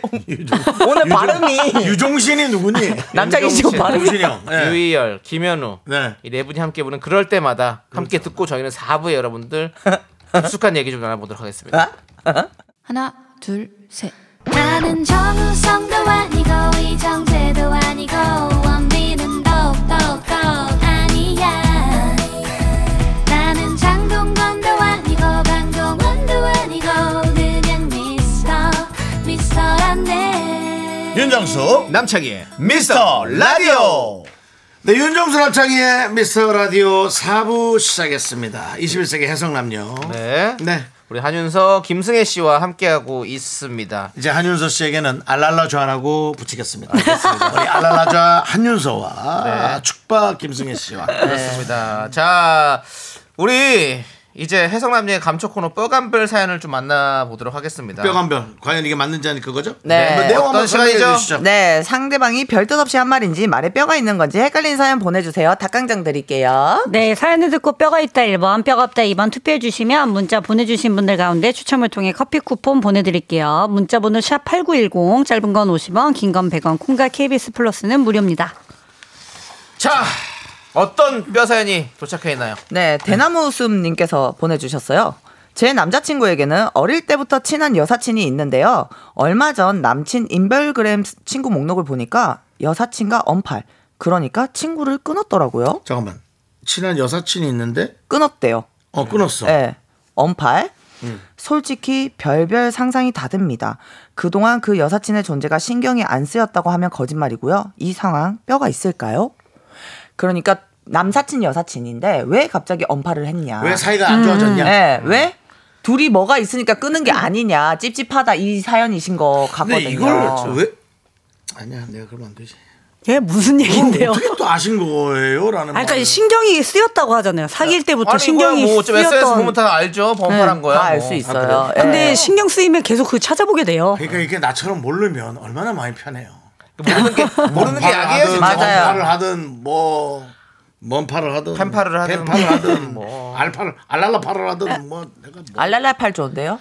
[SPEAKER 7] 오늘 발음이
[SPEAKER 1] 유종신이 누구니?
[SPEAKER 7] 남자 기지고
[SPEAKER 2] 윤종신.
[SPEAKER 7] 발음이
[SPEAKER 1] 유종신이 형. 예.
[SPEAKER 2] 유희열, 김현우.
[SPEAKER 1] 네.
[SPEAKER 2] 이 네 분이 함께 부는 그럴 때마다 함께 듣고 저희는 4부에 여러분들 깊숙한 얘기 좀 나눠보도록 하겠습니다.
[SPEAKER 8] 하나, 둘, 셋.
[SPEAKER 3] 나는 정우성도 아니고 이정재도 아니고 원빈은 더욱더 아니야 나는 장동건도 아니고 강동원도 아니고 그냥 미스터 미스터란데
[SPEAKER 1] 윤정수
[SPEAKER 2] 남창희의
[SPEAKER 1] 미스터 라디오. 네, 윤정수 남창희의 미스터 라디오 4부 시작했습니다. 21세기 해성남녀.
[SPEAKER 2] 네.
[SPEAKER 1] 네.
[SPEAKER 2] 우리 한윤서, 김승혜 씨와 함께하고 있습니다.
[SPEAKER 1] 이제 한윤서 씨에게는 알랄라좌라고 붙이겠습니다. 우리 알랄라좌 한윤서와 축바 김승혜 씨와
[SPEAKER 2] 네. 그렇습니다. 자, 우리 이제 해성남녀의 감초 코너 뼈간별 사연을 좀 만나보도록 하겠습니다.
[SPEAKER 1] 뼈간별 과연 이게 맞는지 아니 그거죠?
[SPEAKER 7] 네.
[SPEAKER 1] 뭐 내용 한번
[SPEAKER 2] 어떤
[SPEAKER 1] 설명해
[SPEAKER 2] 시간이죠?
[SPEAKER 1] 주시죠.
[SPEAKER 7] 네 상대방이 별뜻 없이 한 말인지 말에 뼈가 있는 건지 헷갈린 사연 보내주세요. 닭강정 드릴게요.
[SPEAKER 8] 네, 사연을 듣고 뼈가 있다 1번, 뼈가 없다 2번 투표해 주시면 문자 보내주신 분들 가운데 추첨을 통해 커피 쿠폰 보내드릴게요. 문자 번호 샵8910, 짧은 건 50원, 긴 건 100원, 콩과 KBS 플러스는 무료입니다.
[SPEAKER 2] 자, 어떤 뼈 사연이 도착해 있나요?
[SPEAKER 7] 네, 대나무숲님께서 보내주셨어요. 제 남자친구에게는 어릴 때부터 친한 여사친이 있는데요. 얼마 전 남친 인별그램 친구 목록을 보니까 여사친과 언팔. 그러니까 친구를 끊었더라고요.
[SPEAKER 1] 잠깐만. 친한 여사친이 있는데
[SPEAKER 7] 끊었대요.
[SPEAKER 1] 어 음. 끊었어.
[SPEAKER 7] 예. 언팔. 솔직히 별별 상상이 다 듭니다. 그동안 그 여사친의 존재가 신경이 안 쓰였다고 하면 거짓말이고요. 이 상황 뼈가 있을까요? 그러니까 남사친 여사친인데 왜 갑자기 언팔을 했냐?
[SPEAKER 1] 왜 사이가 안 좋아졌냐?
[SPEAKER 7] 예, 왜? 둘이 뭐가 있으니까 끄는 게 아니냐. 찝찝하다 이 사연이신 거 같거든요.
[SPEAKER 1] 근데 이걸 왜 아니야 내가 그러면 안 되지.
[SPEAKER 8] 예 무슨
[SPEAKER 1] 그걸
[SPEAKER 8] 얘긴데요?
[SPEAKER 1] 어떻게 또 아신 거예요? 라는
[SPEAKER 8] 아, 그러니까
[SPEAKER 1] 말을.
[SPEAKER 8] 신경이 쓰였다고 하잖아요. 사귈
[SPEAKER 1] 네.
[SPEAKER 8] 때부터
[SPEAKER 2] 아니,
[SPEAKER 8] 신경이
[SPEAKER 2] 이거야 뭐 어쩜
[SPEAKER 8] 쓰였던.
[SPEAKER 2] SNS 보면 다 알죠. 범퍼란 거야.
[SPEAKER 7] 음, 다 알
[SPEAKER 2] 뭐.
[SPEAKER 7] 수 있어요. 예.
[SPEAKER 8] 근데 신경 쓰이면 계속 그 찾아보게 돼요.
[SPEAKER 1] 그러니까 이렇게 나처럼 모르면 얼마나 마음이 편해요.
[SPEAKER 2] 모르는 게 모르는 게
[SPEAKER 1] 뭔
[SPEAKER 2] 약이에요.
[SPEAKER 1] 하든,
[SPEAKER 2] 진짜.
[SPEAKER 7] 맞아요.
[SPEAKER 1] 뭔파를 하든 뭐 먼파를 하든
[SPEAKER 2] 펜파를 하든
[SPEAKER 1] 펜파를 하든
[SPEAKER 2] 뭐.
[SPEAKER 1] 음. 알파를 알랄라파를 하든 뭐 내가 뭐.
[SPEAKER 7] 알랄라 팔조인데요?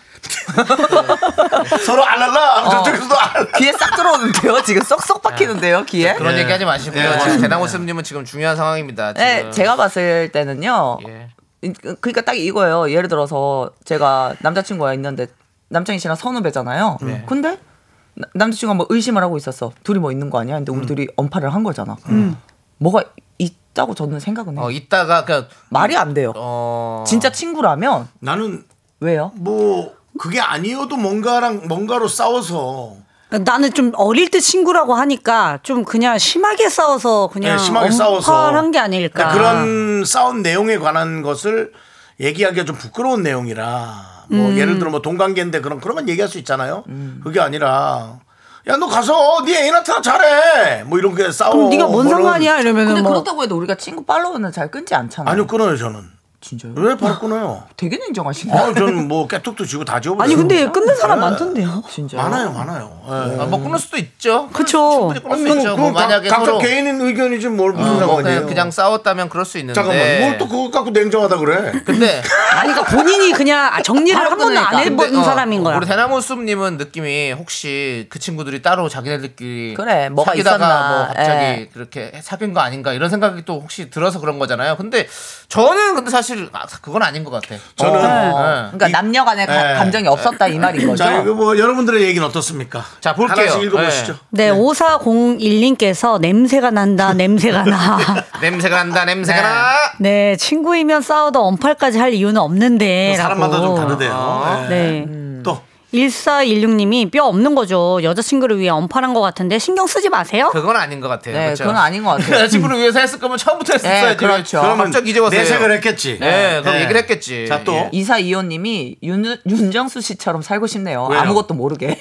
[SPEAKER 1] 아, 서로 알랄라 저쪽에서도 알랄라
[SPEAKER 7] 귀에 싹 들어오는데요? 지금 쏙쏙 박히는데요, 귀에?
[SPEAKER 2] 예. 그런 얘기 하지 마시고요.
[SPEAKER 1] 예,
[SPEAKER 2] 지금
[SPEAKER 1] 맞습니다.
[SPEAKER 2] 대나무스님은 지금 중요한 상황입니다. 지금.
[SPEAKER 7] 네, 제가 봤을 때는요.
[SPEAKER 2] 예.
[SPEAKER 7] 이- 그- 그러니까 딱 이거예요. 예를 들어서 제가 남자친구가 있는데 남창희 씨랑 선후배잖아요.
[SPEAKER 2] 음. 네.
[SPEAKER 7] 근데 나- 남자친구가 뭐 의심을 하고 있었어. 둘이 뭐 있는 거 아니야? 근데 우리
[SPEAKER 2] 음.
[SPEAKER 7] 둘이 언팔을 한 거잖아. 뭐가 있다고 저는 생각은 해요.
[SPEAKER 2] 어 이따가 그냥
[SPEAKER 7] 말이 안 돼요.
[SPEAKER 2] 어
[SPEAKER 7] 진짜 친구라면
[SPEAKER 1] 나는
[SPEAKER 7] 왜요?
[SPEAKER 1] 뭐 그게 아니어도 뭔가랑 뭔가로 싸워서
[SPEAKER 8] 나는 좀 어릴 때 친구라고 하니까 좀 그냥 심하게 싸워서 그냥
[SPEAKER 1] 네, 심하게 싸워서
[SPEAKER 8] 아, 한게 아닐까.
[SPEAKER 1] 그러니까 그런 싸운 내용에 관한 것을 얘기하기가 좀 부끄러운 내용이라 뭐
[SPEAKER 8] 음.
[SPEAKER 1] 예를 들어 뭐 동관계인데 그런 그런 건 얘기할 수 있잖아요. 그게 아니라 야 너 가서 네 애인한테나 잘해 뭐 이런 게 싸워.
[SPEAKER 8] 그럼 네가 뭔
[SPEAKER 1] 뭐는-
[SPEAKER 8] 상관이야 이러면은
[SPEAKER 7] 근데
[SPEAKER 8] 뭐
[SPEAKER 7] 그렇다고 해도 우리가 친구 팔로우는 잘 끊지 않잖아요.
[SPEAKER 1] 아니요 끊어요 저는.
[SPEAKER 7] 진짜요?
[SPEAKER 1] 왜 바로 끊어요?
[SPEAKER 7] 되게 인정하시네.
[SPEAKER 1] 아 저는 뭐 깨톡도 지고 다 지워버려요.
[SPEAKER 8] 아니 근데 끊는 사람 많던데요.
[SPEAKER 7] 진짜.
[SPEAKER 1] 많아요 많아요. 예.
[SPEAKER 2] 아, 뭐 끊을 수도 있죠.
[SPEAKER 8] 그쵸.
[SPEAKER 2] 충분히 끊을 수 있죠. 뭐
[SPEAKER 1] 아, 그건 각-
[SPEAKER 2] 만약에
[SPEAKER 1] 각자
[SPEAKER 2] 서로
[SPEAKER 1] 개인인 의견이지 뭘
[SPEAKER 2] 어,
[SPEAKER 1] 무슨
[SPEAKER 2] 뭐
[SPEAKER 1] 상관이에요?
[SPEAKER 2] 그냥, 그냥 네. 싸웠다면 그럴 수 있는데.
[SPEAKER 1] 잠깐만 뭘 또 그거 갖고 냉정하다 그래?
[SPEAKER 2] 근데
[SPEAKER 8] 아니 그러니까 본인이 그냥 아, 정리를 네, 한
[SPEAKER 7] 바로
[SPEAKER 8] 번도 안
[SPEAKER 7] 끊으니까.
[SPEAKER 8] 해본
[SPEAKER 2] 근데, 어,
[SPEAKER 8] 사람인 거야.
[SPEAKER 2] 우리 대나무숲님은 느낌이 혹시 그 친구들이 따로 자기네들끼리
[SPEAKER 7] 그래, 뭐가
[SPEAKER 2] 사귀다가
[SPEAKER 7] 있었나.
[SPEAKER 2] 뭐 갑자기
[SPEAKER 7] 예.
[SPEAKER 2] 그렇게 사귄 거 아닌가 이런 생각이 또 혹시 들어서 그런 거잖아요. 근데 저는 근데 사실 아, 그건 아닌 것 같아.
[SPEAKER 1] 저는
[SPEAKER 2] 어. 네.
[SPEAKER 7] 그러니까 남녀 간의 가-
[SPEAKER 1] 예.
[SPEAKER 7] 감정이 없었다 이 말인 거죠.
[SPEAKER 1] 자 이거 뭐 여러분들의 얘기는 어떻습니까?
[SPEAKER 2] 자, 볼게요.
[SPEAKER 1] 하나씩 읽어보시죠.
[SPEAKER 2] 네.
[SPEAKER 8] 네, 5401님께서 냄새가 난다, 냄새가 나.
[SPEAKER 2] 냄새가 난다, 냄새가
[SPEAKER 7] 네.
[SPEAKER 2] 나.
[SPEAKER 8] 네, 친구이면 싸워도 언팔까지 할 이유는 없는데.
[SPEAKER 1] 사람마다
[SPEAKER 8] 라고.
[SPEAKER 1] 좀 다르대요. 예.
[SPEAKER 8] 네.
[SPEAKER 2] 음.
[SPEAKER 1] 또
[SPEAKER 8] 1416님이 뼈 없는 거죠. 여자친구를 위해 언팔한 것 같은데 신경 쓰지 마세요.
[SPEAKER 2] 그건 아닌 것 같아요.
[SPEAKER 7] 네,
[SPEAKER 2] 그렇죠?
[SPEAKER 7] 그건 아닌 것 같아요.
[SPEAKER 2] 여자친구를 위해서 했을 거면 처음부터 했었어야지.
[SPEAKER 7] 네, 그렇죠.
[SPEAKER 2] 그럼 갑자기 이제 와서.
[SPEAKER 1] 내색을
[SPEAKER 2] 해요.
[SPEAKER 1] 했겠지.
[SPEAKER 2] 네, 그럼 얘기를 했겠지.
[SPEAKER 1] 자, 또.
[SPEAKER 2] 예.
[SPEAKER 7] 이사 이호님이 윤, 윤정수 씨처럼 살고 싶네요.
[SPEAKER 1] 왜요?
[SPEAKER 7] 아무것도 모르게.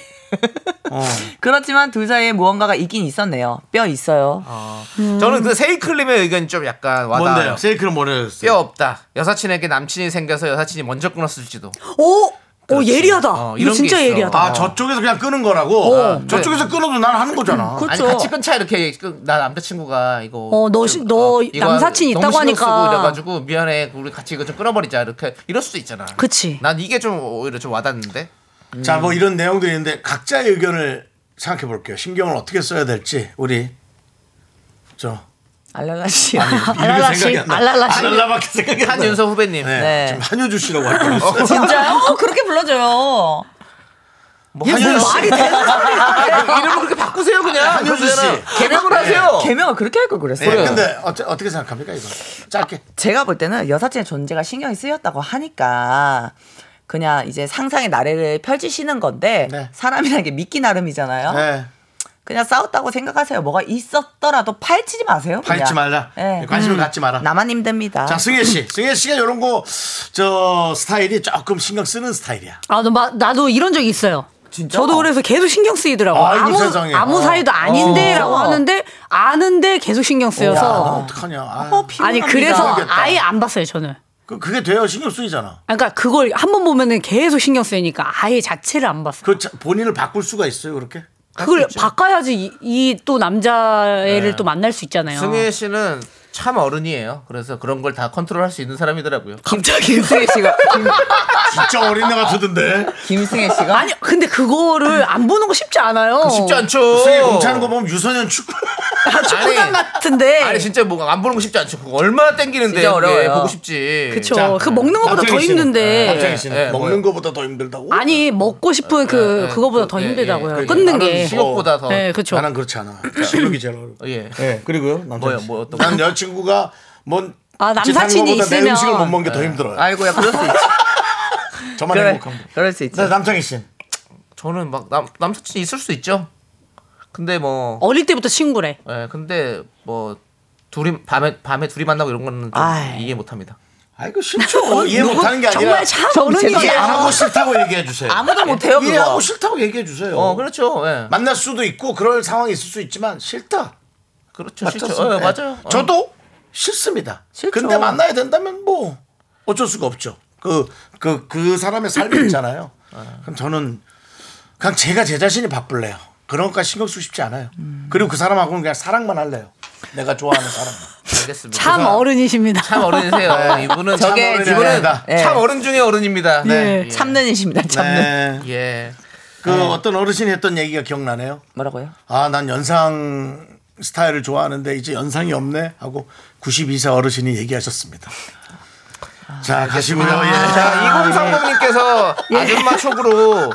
[SPEAKER 1] 어.
[SPEAKER 7] 그렇지만 둘 사이에 무언가가 있긴 있었네요. 뼈 있어요.
[SPEAKER 2] 어. 저는 그 세이클님의 의견이 좀 약간 와닿아요.
[SPEAKER 1] 뭔데요? 세이크를 뭐래요?
[SPEAKER 2] 뼈 없다. 여사친에게 남친이 생겨서 여사친이 먼저 끊었을지도.
[SPEAKER 8] 오! 오,
[SPEAKER 2] 그렇지.
[SPEAKER 8] 예리하다.
[SPEAKER 2] 어,
[SPEAKER 8] 이거
[SPEAKER 2] 이런
[SPEAKER 8] 진짜
[SPEAKER 2] 게 있어.
[SPEAKER 8] 예리하다.
[SPEAKER 1] 아 저쪽에서 그냥 끄는 거라고.
[SPEAKER 2] 어. 음.
[SPEAKER 1] 저쪽에서 끊어도 난 하는 거잖아.
[SPEAKER 2] 아니 같이 끊자 이렇게 얘기- 끊- 나 남자친구가 이거
[SPEAKER 8] 어, 너 시- 너
[SPEAKER 2] 이거
[SPEAKER 8] 남사친
[SPEAKER 2] 너무
[SPEAKER 8] 있다고
[SPEAKER 2] 신경 쓰고
[SPEAKER 8] 하니까.
[SPEAKER 2] 이래가지고 미안해 우리 같이 이거 좀 끊어버리자 이렇게 이럴 수도 있잖아.
[SPEAKER 8] 그치.
[SPEAKER 2] 난 이게 좀 오히려 좀 와닿는데.
[SPEAKER 1] 자 뭐 이런 내용들이 있는데 각자의 의견을 생각해 볼게요. 신경을 어떻게 써야 될지 우리 저
[SPEAKER 7] 알랄라 씨.
[SPEAKER 8] 알랄라 씨, 알랄라 씨.
[SPEAKER 1] 아, 알랄라밖에 생각이 안 나.
[SPEAKER 2] 한윤서 후배님.
[SPEAKER 1] 네.
[SPEAKER 7] 네.
[SPEAKER 1] 지금 한효주 씨라고 할 뻔했어.
[SPEAKER 7] 진짜요? 어, 그렇게 불러줘요.
[SPEAKER 2] 뭐 한윤서 씨. 말이 되는 소리야. 이름을 그렇게 바꾸세요 그냥.
[SPEAKER 1] 한효주 씨.
[SPEAKER 2] 그러잖아. 개명을 하세요.
[SPEAKER 7] 개명을 그렇게 할 걸
[SPEAKER 1] 네,
[SPEAKER 7] 그랬어요.
[SPEAKER 1] 근데 어째, 어떻게 생각합니까 이거? 짧게.
[SPEAKER 7] 제가 볼 때는 여사친의 존재가 신경이 쓰였다고 하니까 그냥 이제 상상의 나래를 펼치시는 건데
[SPEAKER 1] 네.
[SPEAKER 7] 사람이라는 게 믿기 나름이잖아요.
[SPEAKER 1] 네.
[SPEAKER 7] 그냥 싸웠다고 생각하세요. 뭐가 있었더라도 파헤치지 마세요. 그냥.
[SPEAKER 1] 팔지 말라.
[SPEAKER 7] 네.
[SPEAKER 1] 관심을 갖지 마라.
[SPEAKER 7] 나만 힘듭니다.
[SPEAKER 1] 자 승혜 씨, 승혜 씨가 이런 거 저 스타일이 조금 신경 쓰는 스타일이야.
[SPEAKER 8] 아, 너 마- 나도 이런 적이 있어요.
[SPEAKER 7] 진짜?
[SPEAKER 8] 저도 그래서 계속 신경 쓰이더라고.
[SPEAKER 1] 아이고,
[SPEAKER 8] 아무
[SPEAKER 1] 세상에.
[SPEAKER 8] 아무
[SPEAKER 1] 어.
[SPEAKER 8] 사이도 아닌데라고
[SPEAKER 7] 어.
[SPEAKER 8] 하는데 아는데 계속 신경
[SPEAKER 1] 야, 나
[SPEAKER 8] 쓰여서
[SPEAKER 1] 어떡하냐. 아,
[SPEAKER 7] 어, 피-
[SPEAKER 8] 아니
[SPEAKER 7] 피곤합니다.
[SPEAKER 8] 그래서
[SPEAKER 1] 모르겠다.
[SPEAKER 8] 아예 안 봤어요 저는.
[SPEAKER 1] 그, 그게 돼요. 신경 쓰이잖아.
[SPEAKER 8] 아, 그러니까 그걸 한 번 보면은 계속 신경 쓰이니까 아예 자체를 안 봤어요.
[SPEAKER 1] 그 자- 본인을 바꿀 수가 있어요, 그렇게?
[SPEAKER 8] 그걸 바꿔야지 이 또 남자애를 또 만날 수 있잖아요.
[SPEAKER 2] 승혜 씨는 참 어른이에요. 그래서 그런 걸 다 컨트롤할 수 있는 사람이더라고요.
[SPEAKER 7] 갑자기 김승혜 씨가 김,
[SPEAKER 1] 진짜 어린애 같으던데.
[SPEAKER 7] 김승혜 씨가
[SPEAKER 8] 아니 근데 그거를 안 보는 거 쉽지 않아요.
[SPEAKER 2] 쉽지 않죠.
[SPEAKER 1] 승희 공차는 거 보면 유소년 축구.
[SPEAKER 8] 초단 같은데.
[SPEAKER 2] 아니 진짜 뭐 안 보는 거 쉽지 않죠. 그거 얼마나 땡기는데
[SPEAKER 7] 진짜 어려워요.
[SPEAKER 2] 그게 보고 싶지.
[SPEAKER 8] 그쵸.
[SPEAKER 1] 자,
[SPEAKER 8] 그 먹는 것보다 더
[SPEAKER 1] 남창희 씨는-
[SPEAKER 8] 힘든데. 네.
[SPEAKER 1] 남창희 씨는
[SPEAKER 2] 예, 예,
[SPEAKER 1] 먹는
[SPEAKER 2] 뭐요?
[SPEAKER 1] 거보다 더 힘들다고?
[SPEAKER 8] 아니 먹고 싶은 그
[SPEAKER 2] 예,
[SPEAKER 8] 그거보다
[SPEAKER 2] 그,
[SPEAKER 8] 더
[SPEAKER 2] 예,
[SPEAKER 8] 힘들다고요.
[SPEAKER 2] 예.
[SPEAKER 8] 끊는
[SPEAKER 2] 나는
[SPEAKER 8] 게.
[SPEAKER 2] 식욕보다 더.
[SPEAKER 8] 네, 그렇죠.
[SPEAKER 1] 나는 그렇지 않아. 식욕이 제일 어려워.
[SPEAKER 2] 예.
[SPEAKER 1] 예, 그리고요. 남창희
[SPEAKER 2] 뭐요?
[SPEAKER 1] 씨.
[SPEAKER 2] 뭐 어떤
[SPEAKER 1] 난 여자친구가 뭔
[SPEAKER 8] 아, 남사친이
[SPEAKER 1] 짓 하는 거보다 내
[SPEAKER 8] 있으면- 네.
[SPEAKER 1] 음식을 못 먹는 게 더 힘들어요.
[SPEAKER 7] 아이고야 그럴 수 있지.
[SPEAKER 1] 저만
[SPEAKER 7] 그래,
[SPEAKER 1] 행복합니다.
[SPEAKER 7] 그럴 수 있지.
[SPEAKER 1] 네, 남창희 씨.
[SPEAKER 2] 저는 막 남 남사친 있을 수 있죠. 근데 뭐
[SPEAKER 8] 어릴 때부터 친구래.
[SPEAKER 2] 예, 근데 뭐 둘이 밤에 밤에 둘이 만나고 이런 거는 좀
[SPEAKER 7] 아이.
[SPEAKER 2] 이해 못 합니다.
[SPEAKER 1] 아이고 그 싫죠. 이해 못하는 게 아니라
[SPEAKER 8] 어, 뭐, 정말 참
[SPEAKER 7] 저
[SPEAKER 8] 어른이
[SPEAKER 7] 죄송해요.
[SPEAKER 1] 이해하고 싫다고 얘기해 주세요.
[SPEAKER 7] 아무도 못해요 그거.
[SPEAKER 1] 이해하고
[SPEAKER 8] 어,
[SPEAKER 1] 싫다고 얘기해 주세요.
[SPEAKER 2] 어, 그렇죠. 예.
[SPEAKER 1] 만날 수도 있고 그럴 상황이 있을 수 있지만 싫다. 예.
[SPEAKER 2] 그렇죠. 실죠. 어, 맞아요. 어.
[SPEAKER 1] 저도 싫습니다.
[SPEAKER 7] 싫죠.
[SPEAKER 1] 근데 만나야 된다면 뭐 어쩔 수가 없죠. 그 그 그 사람의 삶이 있잖아요. 그럼 저는 그냥 제가 제 자신이 바쁠래요. 그런 것까지 신경 쓰고 싶지 않아요.
[SPEAKER 2] 음.
[SPEAKER 1] 그리고 그 사람하고는 그냥 사랑만 할래요. 내가 좋아하는 사람.
[SPEAKER 2] 알겠습니다.
[SPEAKER 8] 참 어른이십니다.
[SPEAKER 2] 참 어른이세요. 이분은
[SPEAKER 1] 참
[SPEAKER 2] 네. 저게
[SPEAKER 1] 어른이
[SPEAKER 2] 이분은
[SPEAKER 1] 아니다.
[SPEAKER 7] 예.
[SPEAKER 2] 참 어른 중에 어른입니다.
[SPEAKER 1] 네.
[SPEAKER 8] 예.
[SPEAKER 7] 참는이십니다. 참는.
[SPEAKER 1] 네.
[SPEAKER 2] 예.
[SPEAKER 1] 그 어떤 어르신이 했던 얘기가 기억나네요.
[SPEAKER 7] 뭐라고요?
[SPEAKER 1] 아, 난 연상 스타일을 좋아하는데 이제 연상이 없네 하고 92세 어르신이 얘기하셨습니다. 자, 가시고요. 예.
[SPEAKER 2] 아, 자, 2030님께서
[SPEAKER 8] 예.
[SPEAKER 2] 아줌마 촉으로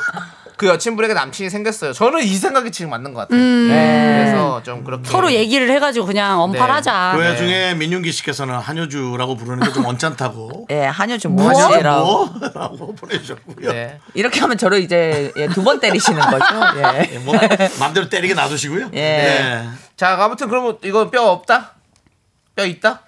[SPEAKER 2] 그 여친분에게 남친이 생겼어요. 저는 이 생각이 지금 맞는 것 같아요. 네. 그래서 좀 그렇게
[SPEAKER 8] 음. 서로 얘기를 해가지고 그냥
[SPEAKER 7] 아,
[SPEAKER 8] 언팔하자.
[SPEAKER 7] 네.
[SPEAKER 1] 그 와중에 민윤기 씨께서는 한효주라고 부르는 게 좀 언짢다고.
[SPEAKER 7] 예, 한효 좀
[SPEAKER 1] 한효주
[SPEAKER 7] 뭐하시라고.
[SPEAKER 1] 뭐? 라고 보내주셨고요.
[SPEAKER 2] 네.
[SPEAKER 7] 이렇게 하면 저를 이제 예, 두 번 때리시는 거죠. 예.
[SPEAKER 1] 예, 뭐 마음대로 때리게 놔두시고요. 네.
[SPEAKER 7] 예.
[SPEAKER 2] 자, 아무튼 그러면 이건 뼈 없다? 뼈 있다?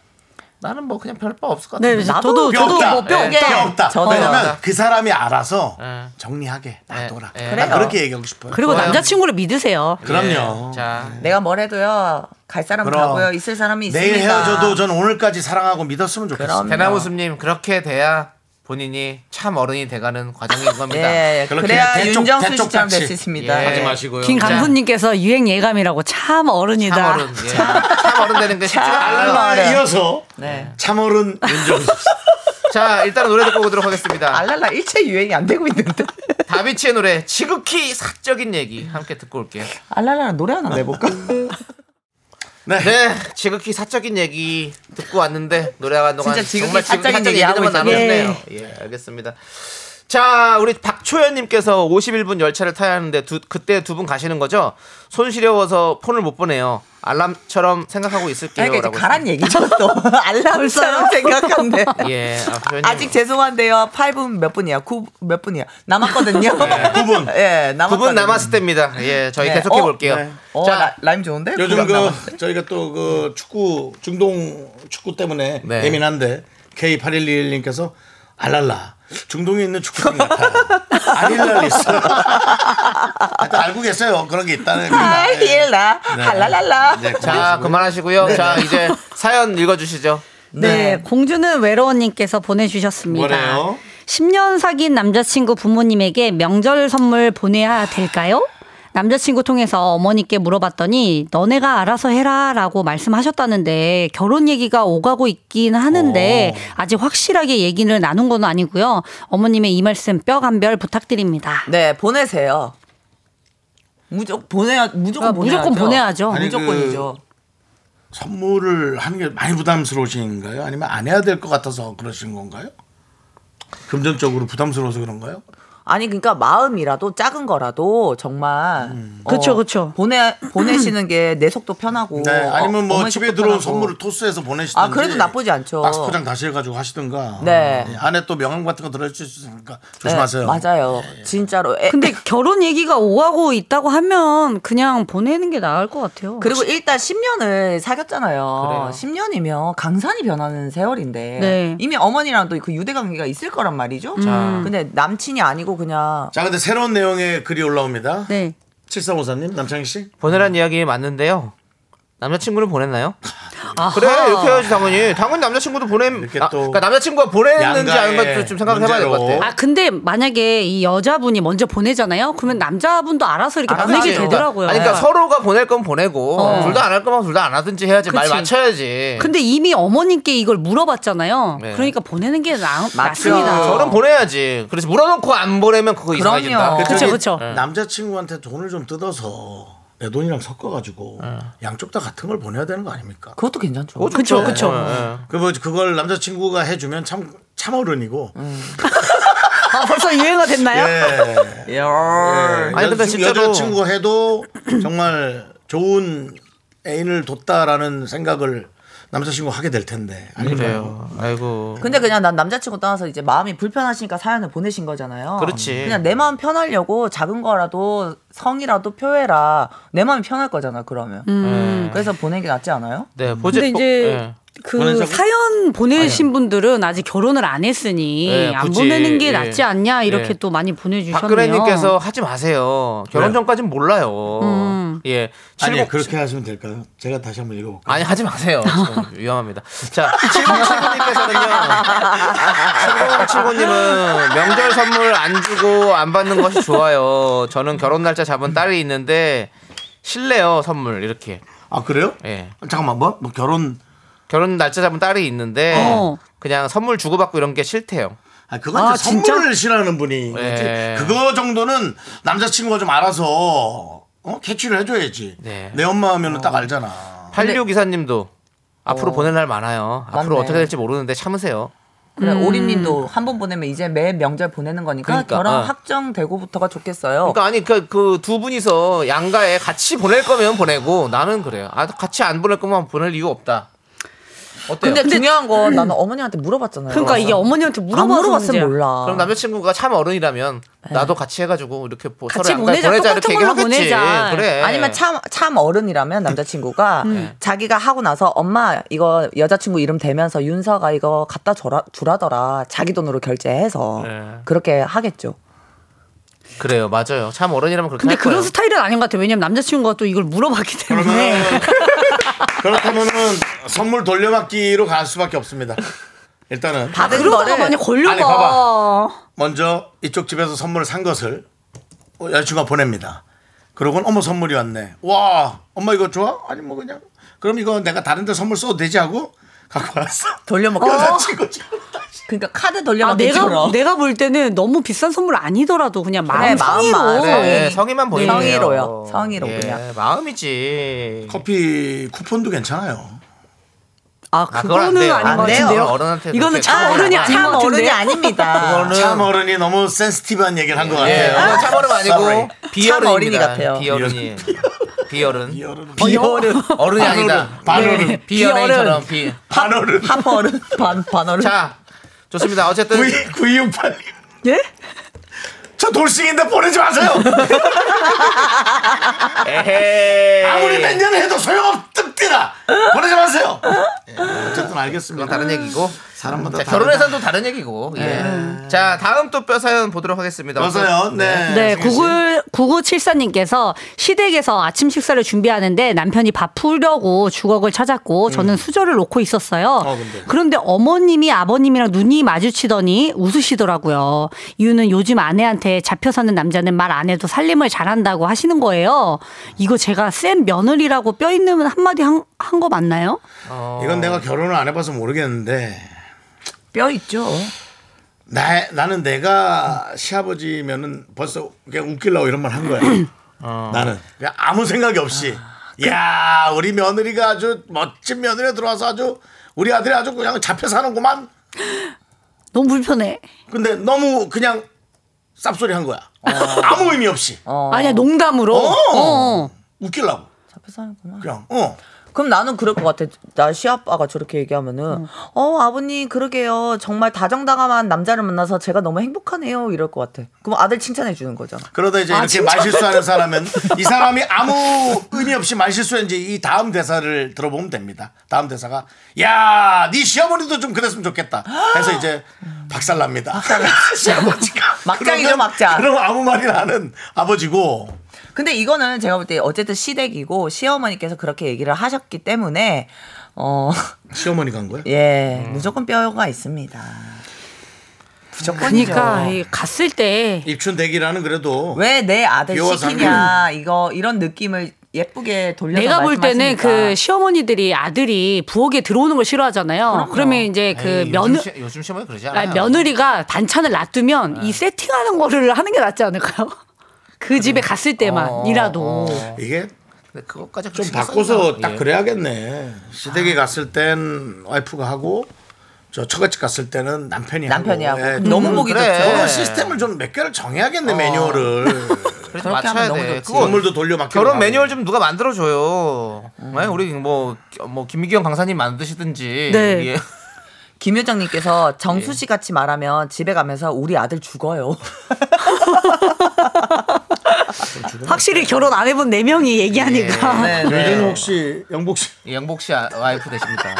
[SPEAKER 2] 나는 뭐 그냥 별 바 없을 것 같아요.
[SPEAKER 8] 네, 저도
[SPEAKER 7] 나도
[SPEAKER 1] 뼈
[SPEAKER 8] 저도
[SPEAKER 1] 없다.
[SPEAKER 8] 뭐 뼈
[SPEAKER 2] 예.
[SPEAKER 8] 없다.
[SPEAKER 1] 뼈 없다.
[SPEAKER 7] 저도
[SPEAKER 1] 왜냐면
[SPEAKER 2] 없다.
[SPEAKER 1] 그 사람이 알아서
[SPEAKER 2] 예.
[SPEAKER 1] 정리하게 놔둬라.
[SPEAKER 2] 예.
[SPEAKER 1] 난
[SPEAKER 7] 그래요.
[SPEAKER 1] 그렇게 얘기하고 싶어요.
[SPEAKER 8] 그리고
[SPEAKER 2] 좋아요.
[SPEAKER 8] 남자친구를 믿으세요.
[SPEAKER 1] 그럼요.
[SPEAKER 2] 네.
[SPEAKER 1] 네.
[SPEAKER 2] 자,
[SPEAKER 7] 내가 뭘 해도요. 갈 사람은
[SPEAKER 1] 그럼.
[SPEAKER 7] 가고요. 있을 사람이 있으니까.
[SPEAKER 1] 내일 헤어져도 전 오늘까지 사랑하고 믿었으면 좋겠어요.
[SPEAKER 7] 그럼.
[SPEAKER 2] 대나무숲님 그렇게 돼야 본인이 참 어른이 돼가는 과정인 겁니다.
[SPEAKER 7] 예, 예.
[SPEAKER 1] 그렇게
[SPEAKER 7] 그래야
[SPEAKER 1] 대쪽-
[SPEAKER 7] 윤정수
[SPEAKER 1] 대쪽
[SPEAKER 7] 씨처럼 될
[SPEAKER 1] 같이.
[SPEAKER 7] 수 있습니다.
[SPEAKER 2] 예.
[SPEAKER 7] 예.
[SPEAKER 2] 하지 마시-
[SPEAKER 1] 마시고요.
[SPEAKER 8] 김강수님께서 유행 예감이라고 참 어른이다.
[SPEAKER 2] 참 어른, 예. 참 어른 되는 게 쉽지가 않아요.
[SPEAKER 1] 알라라에
[SPEAKER 7] 알아요.
[SPEAKER 1] 이어서
[SPEAKER 7] 네.
[SPEAKER 1] 참어른 윤정수 씨.
[SPEAKER 2] 자, 일단 노래 듣고 오도록 하겠습니다.
[SPEAKER 7] 알랄라 일체 유행이 안 되고 있는데.
[SPEAKER 2] 다비치의 노래 지극히 사적인 얘기 함께 듣고 올게요.
[SPEAKER 7] 알랄라 노래 하나 내볼까?
[SPEAKER 2] 음,
[SPEAKER 1] 네.
[SPEAKER 2] 네, 지극히 사적인 얘기 듣고 왔는데 노래하는 동안
[SPEAKER 7] 진짜 지극히
[SPEAKER 2] 정말 지극히
[SPEAKER 7] 사적인
[SPEAKER 2] 사적인
[SPEAKER 7] 얘기 하고
[SPEAKER 2] 얘기들만 나눴네요. 예, 알겠습니다. 자, 우리 박초연님께서 51분 열차를 타야 하는데 두- 그때 두 분 가시는 거죠? 손 시려워서 폰을 못 보내요. 알람처럼 생각하고 있을게요.
[SPEAKER 7] 그러니까 이제
[SPEAKER 2] 라고
[SPEAKER 7] 가란 얘기죠 또. 알람처럼 생각한데.
[SPEAKER 2] 했습니다. 예, 아, 표현이
[SPEAKER 7] 아직 죄송한데요. 8분 몇 분이야? 9몇 분이야? 남았거든요.
[SPEAKER 1] 구 분.
[SPEAKER 7] 예, 남았.
[SPEAKER 2] 두분 남았을 때입니다. 예, 저희
[SPEAKER 7] 네.
[SPEAKER 2] 계속해
[SPEAKER 7] 어,
[SPEAKER 2] 볼게요.
[SPEAKER 1] 네.
[SPEAKER 7] 어,
[SPEAKER 2] 자,
[SPEAKER 7] 라, 라임 좋은데?
[SPEAKER 1] 요즘
[SPEAKER 7] 구간
[SPEAKER 1] 그
[SPEAKER 7] 남았어.
[SPEAKER 1] 저희가 또 그 축구 중동 축구 때문에
[SPEAKER 2] 네.
[SPEAKER 1] 예민한데 K8121님께서 알랄라 중동에 있는 축구팀 같아요. 아릴랄리스. 하여튼 알고 계세요. 그런 게 있다는 거.
[SPEAKER 7] 아, 예. 알릴라
[SPEAKER 1] 네.
[SPEAKER 7] 할랄랄라.
[SPEAKER 1] 네,
[SPEAKER 2] 자, 그만하시고요. 자, 이제 사연 읽어주시죠.
[SPEAKER 8] 네, 공주는 외로워님께서 보내주셨습니다.
[SPEAKER 1] 뭐래요?
[SPEAKER 8] 10년 사귄 남자친구 부모님에게 명절 선물 보내야 될까요? 남자친구 통해서 어머니께 물어봤더니 너네가 알아서 해라라고 말씀하셨다는데 결혼 얘기가 오가고 있긴 하는데 아직 확실하게 얘기를 나눈 건 아니고요. 어머님의 이 말씀 뼈간별 부탁드립니다.
[SPEAKER 7] 네, 보내세요. 무조건 보내야 무조건
[SPEAKER 8] 아,
[SPEAKER 7] 보내야죠.
[SPEAKER 8] 무조건 보내야죠.
[SPEAKER 1] 아니, 그
[SPEAKER 7] 무조건이죠.
[SPEAKER 1] 선물을 하는 게 많이 부담스러우신가요? 아니면 안 해야 될 것 같아서 그러신 건가요? 금전적으로 부담스러워서 그런가요?
[SPEAKER 7] 아니 그러니까 마음이라도 작은 거라도 정말
[SPEAKER 1] 음.
[SPEAKER 7] 어,
[SPEAKER 8] 그쵸, 그쵸.
[SPEAKER 7] 보내 보내시는 게 내 속도 편하고
[SPEAKER 1] 네, 아니면
[SPEAKER 7] 어,
[SPEAKER 1] 뭐
[SPEAKER 7] 어머니
[SPEAKER 1] 집에
[SPEAKER 7] 속도
[SPEAKER 1] 들어온
[SPEAKER 7] 편하고.
[SPEAKER 1] 선물을 토스해서 보내시든지
[SPEAKER 7] 아, 그래도 나쁘지 않죠.
[SPEAKER 1] 박스 포장 다시 해가지고 하시든가.
[SPEAKER 7] 네.
[SPEAKER 1] 예, 안에 또 명함 같은 거 들어있을 수 있으니까
[SPEAKER 7] 네,
[SPEAKER 1] 조심하세요. 예,
[SPEAKER 7] 맞아요. 진짜로. 에,
[SPEAKER 8] 근데 결혼 얘기가 오가고 있다고 하면 그냥 보내는 게 나을 것 같아요.
[SPEAKER 7] 그리고 일단 10년을 사귀었잖아요.
[SPEAKER 2] 그래요.
[SPEAKER 7] 10년이면 강산이 변하는 세월인데
[SPEAKER 8] 네. 음.
[SPEAKER 7] 이미 어머니랑도 그 유대 관계가 있을 거란 말이죠.
[SPEAKER 2] 자.
[SPEAKER 7] 근데 남친이 아니고 그냥
[SPEAKER 1] 자, 근데 새로운 내용의 글이 올라옵니다.
[SPEAKER 8] 네.
[SPEAKER 1] 7354님, 남창희 씨.
[SPEAKER 2] 보내란 이야기 맞는데요. 남자친구는 보냈나요?
[SPEAKER 8] 아하.
[SPEAKER 2] 그래 이렇게 해야지 당연히 당연히 남자친구도 보냄
[SPEAKER 1] 이렇게
[SPEAKER 2] 아,
[SPEAKER 1] 또
[SPEAKER 2] 그러니까 남자친구가 보냈는지
[SPEAKER 1] 양가의
[SPEAKER 2] 아닌 것도 좀 생각을 해봐야 될 것
[SPEAKER 1] 문제로.
[SPEAKER 2] 같아.
[SPEAKER 8] 아 근데 만약에 이 여자분이 먼저 보내잖아요. 그러면 남자분도 알아서 이렇게
[SPEAKER 7] 알아서
[SPEAKER 8] 보내게
[SPEAKER 7] 하죠.
[SPEAKER 8] 되더라고요. 네.
[SPEAKER 2] 아니, 그러니까 서로가 보낼 건 보내고
[SPEAKER 8] 어.
[SPEAKER 2] 둘 다 안 할 거면 둘 다 안 하든지 해야지 말
[SPEAKER 8] 그치.
[SPEAKER 2] 맞춰야지.
[SPEAKER 8] 네. 근데 이미 어머님께 이걸 물어봤잖아요.
[SPEAKER 2] 네.
[SPEAKER 8] 그러니까 보내는 게 나, 낫습니다.
[SPEAKER 2] 저는 보내야지. 그래서 물어놓고 안 보내면 그거 이상해진다.
[SPEAKER 7] 그럼요.
[SPEAKER 8] 그쵸,
[SPEAKER 1] 저기
[SPEAKER 8] 그쵸.
[SPEAKER 1] 남자친구한테 돈을 좀 뜯어서 내 돈이랑 섞어가지고 양쪽 다 같은 걸 보내야 되는 거 아닙니까?
[SPEAKER 7] 그것도 괜찮죠.
[SPEAKER 8] 그쵸 그쵸.
[SPEAKER 1] 그 뭐 그걸 남자친구가 해주면 참 참어른이고.
[SPEAKER 8] 아, 벌써 유행어 됐나요?
[SPEAKER 1] 예.
[SPEAKER 7] 열.
[SPEAKER 2] 아니, 근데
[SPEAKER 1] 여자친구-
[SPEAKER 2] 진짜로-
[SPEAKER 1] 여자친구 해도 정말 좋은 애인을 뒀다라는 생각을 남자친구 가 하게 될 텐데 아니래요.
[SPEAKER 2] 그래요. 아이고.
[SPEAKER 7] 근데 그냥 난 남자친구 떠나서 이제 마음이 불편하시니까 사연을 보내신 거잖아요.
[SPEAKER 2] 그렇지.
[SPEAKER 7] 그냥 내 마음 편하려고 작은 거라도 성이라도
[SPEAKER 8] 음.
[SPEAKER 2] 음.
[SPEAKER 7] 표해라. 내 마음이 편할 거잖아 그러면. 그래서 보낸 게 낫지 않아요?
[SPEAKER 2] 네, 보지.
[SPEAKER 8] 근데 이제
[SPEAKER 2] 어, 예.
[SPEAKER 8] 그
[SPEAKER 1] 보내자고?
[SPEAKER 8] 사연 보내신 분들은 아직 결혼을 안 했으니
[SPEAKER 2] 예,
[SPEAKER 8] 안
[SPEAKER 2] 굳이,
[SPEAKER 8] 보내는 게
[SPEAKER 2] 예.
[SPEAKER 8] 낫지 않냐 이렇게
[SPEAKER 2] 예.
[SPEAKER 8] 또 많이 보내주셨네요.
[SPEAKER 2] 박근혜님께서 하지 마세요. 결혼 전까진 몰라요.
[SPEAKER 8] 음.
[SPEAKER 2] 예.
[SPEAKER 1] 네. 아니
[SPEAKER 2] 칠곡-
[SPEAKER 1] 그렇게 하시면 될까요? 제가 다시 한번 읽어볼까요?
[SPEAKER 2] 아니 하지 마세요. 좀 위험합니다. 자, 7079님께서는요. 7079님은 아, 명절 선물 안 주고 안 받는 것이 좋아요. 저는 결혼 날짜 잡은 딸이 있는데 실례요 선물 이렇게.
[SPEAKER 1] 아 그래요?
[SPEAKER 2] 예.
[SPEAKER 1] 잠깐만 뭐? 뭐 결혼
[SPEAKER 2] 결혼 날짜 잡은 딸이 있는데
[SPEAKER 8] 어.
[SPEAKER 2] 그냥 선물 주고받고 이런 게 싫대요.
[SPEAKER 1] 아 그건
[SPEAKER 8] 아,
[SPEAKER 1] 이제 선물을 싫어하는 분이
[SPEAKER 2] 예.
[SPEAKER 1] 거지. 그거 정도는 남자친구가 좀 알아서 어? 캐치를 해줘야지.
[SPEAKER 2] 네.
[SPEAKER 1] 내 엄마 하면은 딱 알잖아.
[SPEAKER 2] 86 기사님도 앞으로 보낼 날 많아요. 앞으로
[SPEAKER 7] 어. 맞네.
[SPEAKER 2] 어떻게 될지 모르는데 참으세요.
[SPEAKER 7] 그래
[SPEAKER 8] 음.
[SPEAKER 7] 오리님도 한 번 보내면 이제 매 명절 보내는 거니까
[SPEAKER 2] 그러니까,
[SPEAKER 7] 결혼
[SPEAKER 2] 어.
[SPEAKER 7] 확정되고부터가 좋겠어요.
[SPEAKER 2] 그러니까 아니 그 그 두 분이서 양가에 같이 보낼 거면 보내고 나는 그래요. 아 같이 안 보낼 거면 보낼 이유 없다. 어때요?
[SPEAKER 7] 근데, 중요한 건 나는 어머니한테 물어봤잖아요.
[SPEAKER 8] 음. 그러니까 이게 어머니한테
[SPEAKER 7] 안
[SPEAKER 8] 물어봐서
[SPEAKER 7] 물어봤으면
[SPEAKER 8] 문제야.
[SPEAKER 7] 몰라.
[SPEAKER 2] 그럼 남자친구가 참 어른이라면 나도 같이 해가지고 이렇게 보-
[SPEAKER 8] 같이
[SPEAKER 2] 서로 양가에
[SPEAKER 8] 보내자, 똑같은 걸로
[SPEAKER 2] 얘기하겠지.
[SPEAKER 8] 보내자.
[SPEAKER 2] 그래.
[SPEAKER 7] 아니면 참, 참 어른이라면 남자친구가 자기가 하고 나서 엄마 이거 여자친구 이름 대면서 윤서가 이거 갖다 줘라, 주라더라 자기 돈으로 결제해서
[SPEAKER 2] 네.
[SPEAKER 7] 그렇게 하겠죠.
[SPEAKER 2] 그래요 맞아요. 참 어른이라면 그렇게
[SPEAKER 8] 근데
[SPEAKER 2] 할 거예요.
[SPEAKER 8] 그런 스타일은 아닌 것 같아요. 왜냐면 남자친구가 또 이걸 물어봤기 때문에.
[SPEAKER 1] 그렇다면은 선물 돌려받기로 갈 수밖에 없습니다. 일단은
[SPEAKER 7] 받은
[SPEAKER 8] 그러다가
[SPEAKER 7] 거를
[SPEAKER 8] 만약 걸려봐.
[SPEAKER 1] 아니, 봐봐. 먼저 이쪽 집에서 선물을 산 것을 어, 여자친구가 보냅니다. 그러고는 어머 선물이 왔네. 와 엄마 이거 좋아? 아니 뭐 그냥 그럼 이거 내가 다른데 선물 써도 되지 하고 갖고 왔어.
[SPEAKER 7] 돌려먹고
[SPEAKER 1] 여자친구 집.
[SPEAKER 7] 그러니까 카드
[SPEAKER 8] 아, 내가,
[SPEAKER 7] 돌려먹기처럼
[SPEAKER 8] 내가 볼 때는 너무 비싼 선물 아니더라도 그냥 마음
[SPEAKER 7] 그래, 마음만.
[SPEAKER 8] 상의로.
[SPEAKER 2] 네, 성의만 보이네요.
[SPEAKER 7] 성의로요. 성의로
[SPEAKER 2] 예,
[SPEAKER 7] 그냥.
[SPEAKER 2] 마음이지.
[SPEAKER 1] 커피 쿠폰도 괜찮아요.
[SPEAKER 8] 아,
[SPEAKER 2] 아, 그건 안
[SPEAKER 8] 그거는
[SPEAKER 2] 돼요.
[SPEAKER 8] 아닌
[SPEAKER 7] 안
[SPEAKER 8] 것
[SPEAKER 7] 돼요.
[SPEAKER 8] 같은데요.
[SPEAKER 2] 어른한테
[SPEAKER 8] 이거는
[SPEAKER 2] 그렇게
[SPEAKER 8] 참 어른이
[SPEAKER 2] 아,
[SPEAKER 8] 아닌
[SPEAKER 7] 참
[SPEAKER 8] 것 같은데.
[SPEAKER 7] 어른이 아닙니다.
[SPEAKER 2] 그거는
[SPEAKER 1] 참 어른이 너무 센스티브한 얘기를 한 것
[SPEAKER 2] 예,
[SPEAKER 1] 같아요.
[SPEAKER 2] 그건 참 어른
[SPEAKER 1] Sorry.
[SPEAKER 2] 아니고
[SPEAKER 7] 참 어린이
[SPEAKER 2] 비어른입니다.
[SPEAKER 7] 같아요.
[SPEAKER 2] 비어른이.
[SPEAKER 1] 이
[SPEAKER 2] 비어른.
[SPEAKER 1] 어른은
[SPEAKER 7] 비어른
[SPEAKER 2] 어른이 네. 아니다.
[SPEAKER 1] 반어른
[SPEAKER 2] 비어른처럼 비.
[SPEAKER 1] 반어른
[SPEAKER 7] 하퍼른 반 반어른
[SPEAKER 2] 자, 좋습니다. 어쨌든
[SPEAKER 1] 뭐 9268.
[SPEAKER 8] 예?
[SPEAKER 1] 저 돌싱인데 보내지 마세요.
[SPEAKER 2] 에헤이.
[SPEAKER 1] 아무리 몇 년 해도 소용없뜩디라 보내지 마세요. 예, 어쨌든 알겠습니다.
[SPEAKER 2] 네, 그건 다른 얘기고.
[SPEAKER 1] 사람마다
[SPEAKER 2] 자,
[SPEAKER 1] 다르다.
[SPEAKER 2] 결혼해서도 다른 얘기고. 예. 자, 다음 또 뼈 사연 보도록 하겠습니다.
[SPEAKER 1] 그래서요. 네.
[SPEAKER 8] 네,
[SPEAKER 1] 승희 씨.
[SPEAKER 8] 구글 9974님께서 시댁에서 아침 식사를 준비하는데 남편이 밥 풀려고 주걱을 찾았고 저는 수저를 놓고 있었어요.
[SPEAKER 1] 근데.
[SPEAKER 8] 그런데 어머님이 아버님이랑 눈이 마주치더니 웃으시더라고요. 이유는 요즘 아내한테 잡혀 사는 남자는 말 안 해도 살림을 잘한다고 하시는 거예요. 이거 제가 센 며느리라고 뼈 있는 한마디 한 거 맞나요?
[SPEAKER 1] 이건 내가 결혼을 안 해봐서 모르겠는데
[SPEAKER 7] 뼈 있죠.
[SPEAKER 1] 나 나는 내가 시아버지면은 벌써 그냥 웃기려고 이런 말 한 거야.
[SPEAKER 2] 어.
[SPEAKER 1] 나는 그냥 아무 생각이 없이 야
[SPEAKER 2] 그
[SPEAKER 1] 우리 며느리가 아주 멋진 며느리가 들어와서 아주 우리 아들이 아주 그냥 잡혀 사는구만.
[SPEAKER 8] 너무 불편해.
[SPEAKER 1] 근데 너무 그냥 쌉소리 한 거야.
[SPEAKER 2] 어.
[SPEAKER 1] 아무 의미 없이
[SPEAKER 8] 아니야 농담으로.
[SPEAKER 1] 어.
[SPEAKER 8] 어.
[SPEAKER 1] 웃기려고
[SPEAKER 7] 잡혀 사는구나.
[SPEAKER 1] 그냥 어.
[SPEAKER 7] 그럼 나는 그럴 것 같아. 나 시아빠가 저렇게 얘기하면은 어 아버님 그러게요. 정말 다정다감한 남자를 만나서 제가 너무 행복하네요. 이럴 것 같아. 그럼 아들 칭찬해 주는 거잖아.
[SPEAKER 1] 그러다 이제 이렇게 말실수하는 사람은 이 사람이 아무 의미 없이 말실수했는지 이 다음 대사를 들어보면 됩니다. 다음 대사가 야, 네 시어머니도 좀 그랬으면 좋겠다. 해서 이제 박살납니다. 시아버지가
[SPEAKER 7] 막장이죠,
[SPEAKER 1] 그러면-
[SPEAKER 7] 막장.
[SPEAKER 1] 그럼 아무 말이나 하는 아버지고
[SPEAKER 7] 근데 이거는 제가 볼 때 어쨌든 시댁이고 시어머니께서 그렇게 얘기를 하셨기 때문에 어예 예,
[SPEAKER 1] 시어머니가 한 거야?
[SPEAKER 7] 무조건 뼈가 있습니다. 음. 무조건이죠.
[SPEAKER 8] 그러니까 이 갔을 때
[SPEAKER 1] 입춘 대기라는 그래도
[SPEAKER 7] 왜 내 아들
[SPEAKER 1] 묘한
[SPEAKER 7] 시키냐 이거 이런 느낌을 예쁘게 돌려서
[SPEAKER 8] 내가 볼 때는 그 시어머니들이 아들이 부엌에 들어오는 걸 싫어하잖아요. 그러면 이제 그
[SPEAKER 2] 에이,
[SPEAKER 8] 며느
[SPEAKER 2] 요즘, 시- 요즘 시어머니 그러지
[SPEAKER 8] 아니,
[SPEAKER 2] 않아요.
[SPEAKER 8] 며느리가 반찬을 놔두면 이 세팅하는 거를 하는 게 낫지 않을까요? 그 집에 갔을 때만이라도
[SPEAKER 1] 이게
[SPEAKER 2] 근데 그것까지
[SPEAKER 1] 좀
[SPEAKER 2] 신경
[SPEAKER 1] 바꿔서
[SPEAKER 2] 썼나?
[SPEAKER 1] 딱
[SPEAKER 2] 예. 아.
[SPEAKER 1] 그래야겠네. 시댁에 갔을 땐 와이프가 하고 저 처갓집 갔을 때는 남편이
[SPEAKER 7] 남편이 하고.
[SPEAKER 1] 예,
[SPEAKER 7] 너무 보기
[SPEAKER 2] 음, 그래.
[SPEAKER 7] 좋죠.
[SPEAKER 1] 결혼 시스템을 좀 몇 개를 정해야겠네 매뉴얼을
[SPEAKER 2] 그래서
[SPEAKER 7] 그렇게 하면
[SPEAKER 2] 맞춰야
[SPEAKER 7] 너무
[SPEAKER 2] 돼.
[SPEAKER 7] 좋지.
[SPEAKER 2] 그거
[SPEAKER 1] 선물도 돌려받기
[SPEAKER 2] 결혼 매뉴얼 좀 누가 만들어 줘요.
[SPEAKER 7] 음.
[SPEAKER 2] 우리 뭐 뭐 김미경 강사님 만드시든지.
[SPEAKER 8] 네.
[SPEAKER 2] 예.
[SPEAKER 7] 김효정님께서 정수 씨 같이 말하면 집에 가면서 우리 아들 죽어요.
[SPEAKER 8] 확실히 결혼 안 해본 네 명이 얘기하니까
[SPEAKER 1] 네.
[SPEAKER 2] 예.
[SPEAKER 1] 요즘 혹시 영복 씨
[SPEAKER 2] 영복 씨 아- 와이프 되십니다.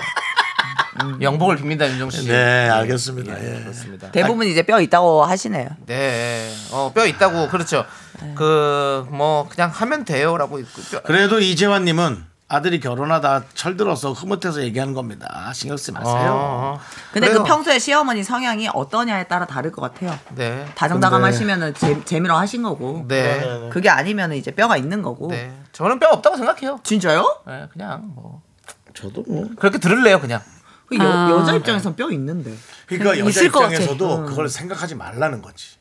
[SPEAKER 7] 음.
[SPEAKER 2] 영복을 빕니다, 윤정 씨.
[SPEAKER 1] 네, 알겠습니다. 예.
[SPEAKER 2] 그렇습니다.
[SPEAKER 7] 대부분 이제 뼈 있다고 하시네요.
[SPEAKER 2] 네, 어, 뼈 있다고 그렇죠.
[SPEAKER 7] 네.
[SPEAKER 2] 그 뭐 그냥 하면 돼요라고 있고 뼈,
[SPEAKER 1] 그래도 이재환님은 아들이 결혼하다 철들어서 흐뭇해서 얘기하는 겁니다. 신경 쓰지 마세요.
[SPEAKER 2] 어, 어.
[SPEAKER 7] 근데 그
[SPEAKER 2] 그래서-
[SPEAKER 7] 평소에 시어머니 성향이 어떠냐에 따라 다를 것 같아요.
[SPEAKER 2] 네,
[SPEAKER 7] 다정다감
[SPEAKER 1] 근데-
[SPEAKER 7] 하시면은 재, 재미로 하신 거고.
[SPEAKER 2] 네,
[SPEAKER 7] 그게 아니면은 이제 뼈가 있는 거고.
[SPEAKER 2] 네. 저는 뼈 없다고 생각해요.
[SPEAKER 7] 진짜요?
[SPEAKER 2] 네, 그냥 뭐
[SPEAKER 1] 저도 뭐.
[SPEAKER 2] 그렇게 들을래요, 그냥.
[SPEAKER 7] 그 여,
[SPEAKER 8] 아.
[SPEAKER 7] 여자 입장에선 뼈 있는데.
[SPEAKER 1] 그러니까
[SPEAKER 2] 음,
[SPEAKER 1] 여자
[SPEAKER 8] 있을 것 같아.
[SPEAKER 1] 입장에서도 그걸 생각하지 말라는 거지.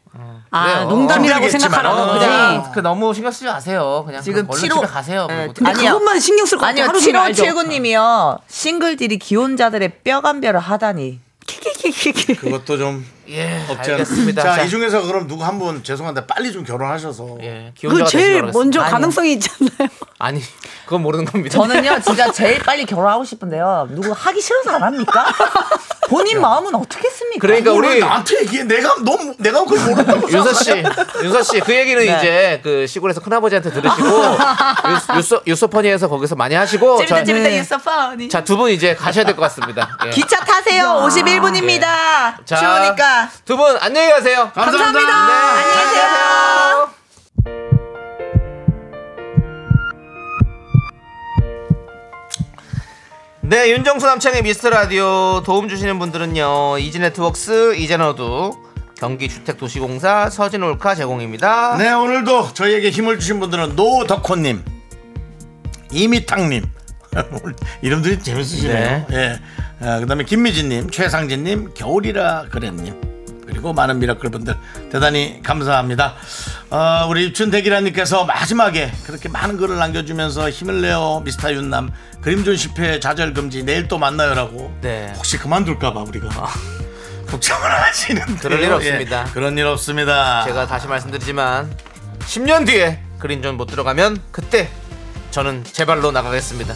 [SPEAKER 8] 아
[SPEAKER 2] 그래요.
[SPEAKER 8] 농담이라고
[SPEAKER 1] 모르겠지만,
[SPEAKER 8] 생각하라는
[SPEAKER 1] 어,
[SPEAKER 8] 거지.
[SPEAKER 2] 그냥 그 너무 신경 쓰지 마세요. 그냥
[SPEAKER 7] 아. 지금
[SPEAKER 2] 지금 얼른
[SPEAKER 7] 치료-
[SPEAKER 2] 집에 가세요.
[SPEAKER 7] 네,
[SPEAKER 2] 그리고
[SPEAKER 8] 근데
[SPEAKER 7] 아니요.
[SPEAKER 8] 그것만 신경 쓸 것 같아.
[SPEAKER 7] 아니요,
[SPEAKER 8] 하루 종일
[SPEAKER 7] 7호
[SPEAKER 8] 알죠.
[SPEAKER 7] 79님이요. 싱글들이 기혼자들의 뼈간별을 하다니.
[SPEAKER 8] 키키키키키.
[SPEAKER 1] 그것도 좀
[SPEAKER 2] 예,
[SPEAKER 1] 없지 않-
[SPEAKER 2] 알겠습니다.
[SPEAKER 1] 자, 이 중에서 그럼 누구 한 분 죄송한데 빨리 좀 결혼하셔서
[SPEAKER 2] 예, 기혼자가
[SPEAKER 8] 그 제일
[SPEAKER 2] 되시라고
[SPEAKER 8] 먼저
[SPEAKER 2] 그랬어요.
[SPEAKER 8] 가능성이 있잖아요.
[SPEAKER 2] 아니, 그건 모르는 겁니다.
[SPEAKER 7] 저는요, 진짜 제일 빨리 결혼하고 싶은데요. 누구 하기 싫어서 안 합니까? 본인 마음은 어떻게 씁니까?
[SPEAKER 2] 그러니까
[SPEAKER 1] 뭘
[SPEAKER 2] 우리
[SPEAKER 1] 나한테 얘기해. 내가 너무 내가 그걸 모른다고
[SPEAKER 2] 윤서
[SPEAKER 1] 생각하냐?
[SPEAKER 2] 씨, 윤서 씨, 그 얘기는
[SPEAKER 7] 네.
[SPEAKER 2] 이제 그 시골에서 큰아버지한테 들으시고 유- 유소 유소퍼니에서 거기서 많이 하시고
[SPEAKER 7] 재밌다, 재밌다,
[SPEAKER 8] 네.
[SPEAKER 7] you're so funny.
[SPEAKER 2] 자두 분 이제 가셔야 될 것 같습니다. 예.
[SPEAKER 7] 기차 타세요. 51분입니다.
[SPEAKER 2] 네. 자,
[SPEAKER 7] 추우니까.
[SPEAKER 2] 두 분 안녕히 가세요.
[SPEAKER 1] 감사합니다.
[SPEAKER 2] 네,
[SPEAKER 7] 안녕히 계세요.
[SPEAKER 2] 네, 윤정수 남창의 미스터 라디오 도움 주시는 분들은요. 이지네트웍스, 이젠어두, 경기주택도시공사, 서진올카 제공입니다.
[SPEAKER 1] 네 오늘도 저희에게 힘을 주신 분들은 노덕호님 이미탕님 오늘 이름들이 재밌으시네요 예. 어, 그다음에 김미진님 최상진님 겨울이라 그랬님 그리고 많은 미라클 분들 대단히 감사합니다 어, 우리 입춘대기라님께서 마지막에 그렇게 많은 글을 남겨주면서 힘을 내요 미스터 윤남 그림존 10회 좌절금지 내일 또 만나요라고
[SPEAKER 2] 네. 아.
[SPEAKER 1] 혹시 그만둘까봐 우리가 걱정을 하시는
[SPEAKER 2] 그럴 일 없습니다.
[SPEAKER 1] 그런 일 없습니다
[SPEAKER 2] 제가 다시 말씀드리지만 10년 뒤에 그린존 못 들어가면 그때 저는 제 발로 나가겠습니다.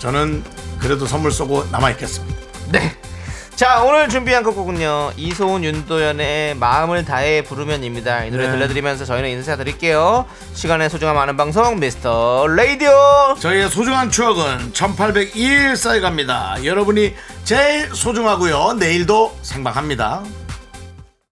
[SPEAKER 1] 저는 그래도 선물 쏘고 남아있겠습니다.
[SPEAKER 2] 네. 자 오늘 준비한 곡은요 이소은 윤도현의 마음을 다해 부르면입니다 이 노래
[SPEAKER 1] 네.
[SPEAKER 2] 들려드리면서 저희는 인사드릴게요 시간의 소중함 아는 방송 미스터 라디오
[SPEAKER 1] 저희의 소중한 추억은 1802일 쌓여갑니다. 여러분이 제일 소중하고요. 내일도 생방합니다.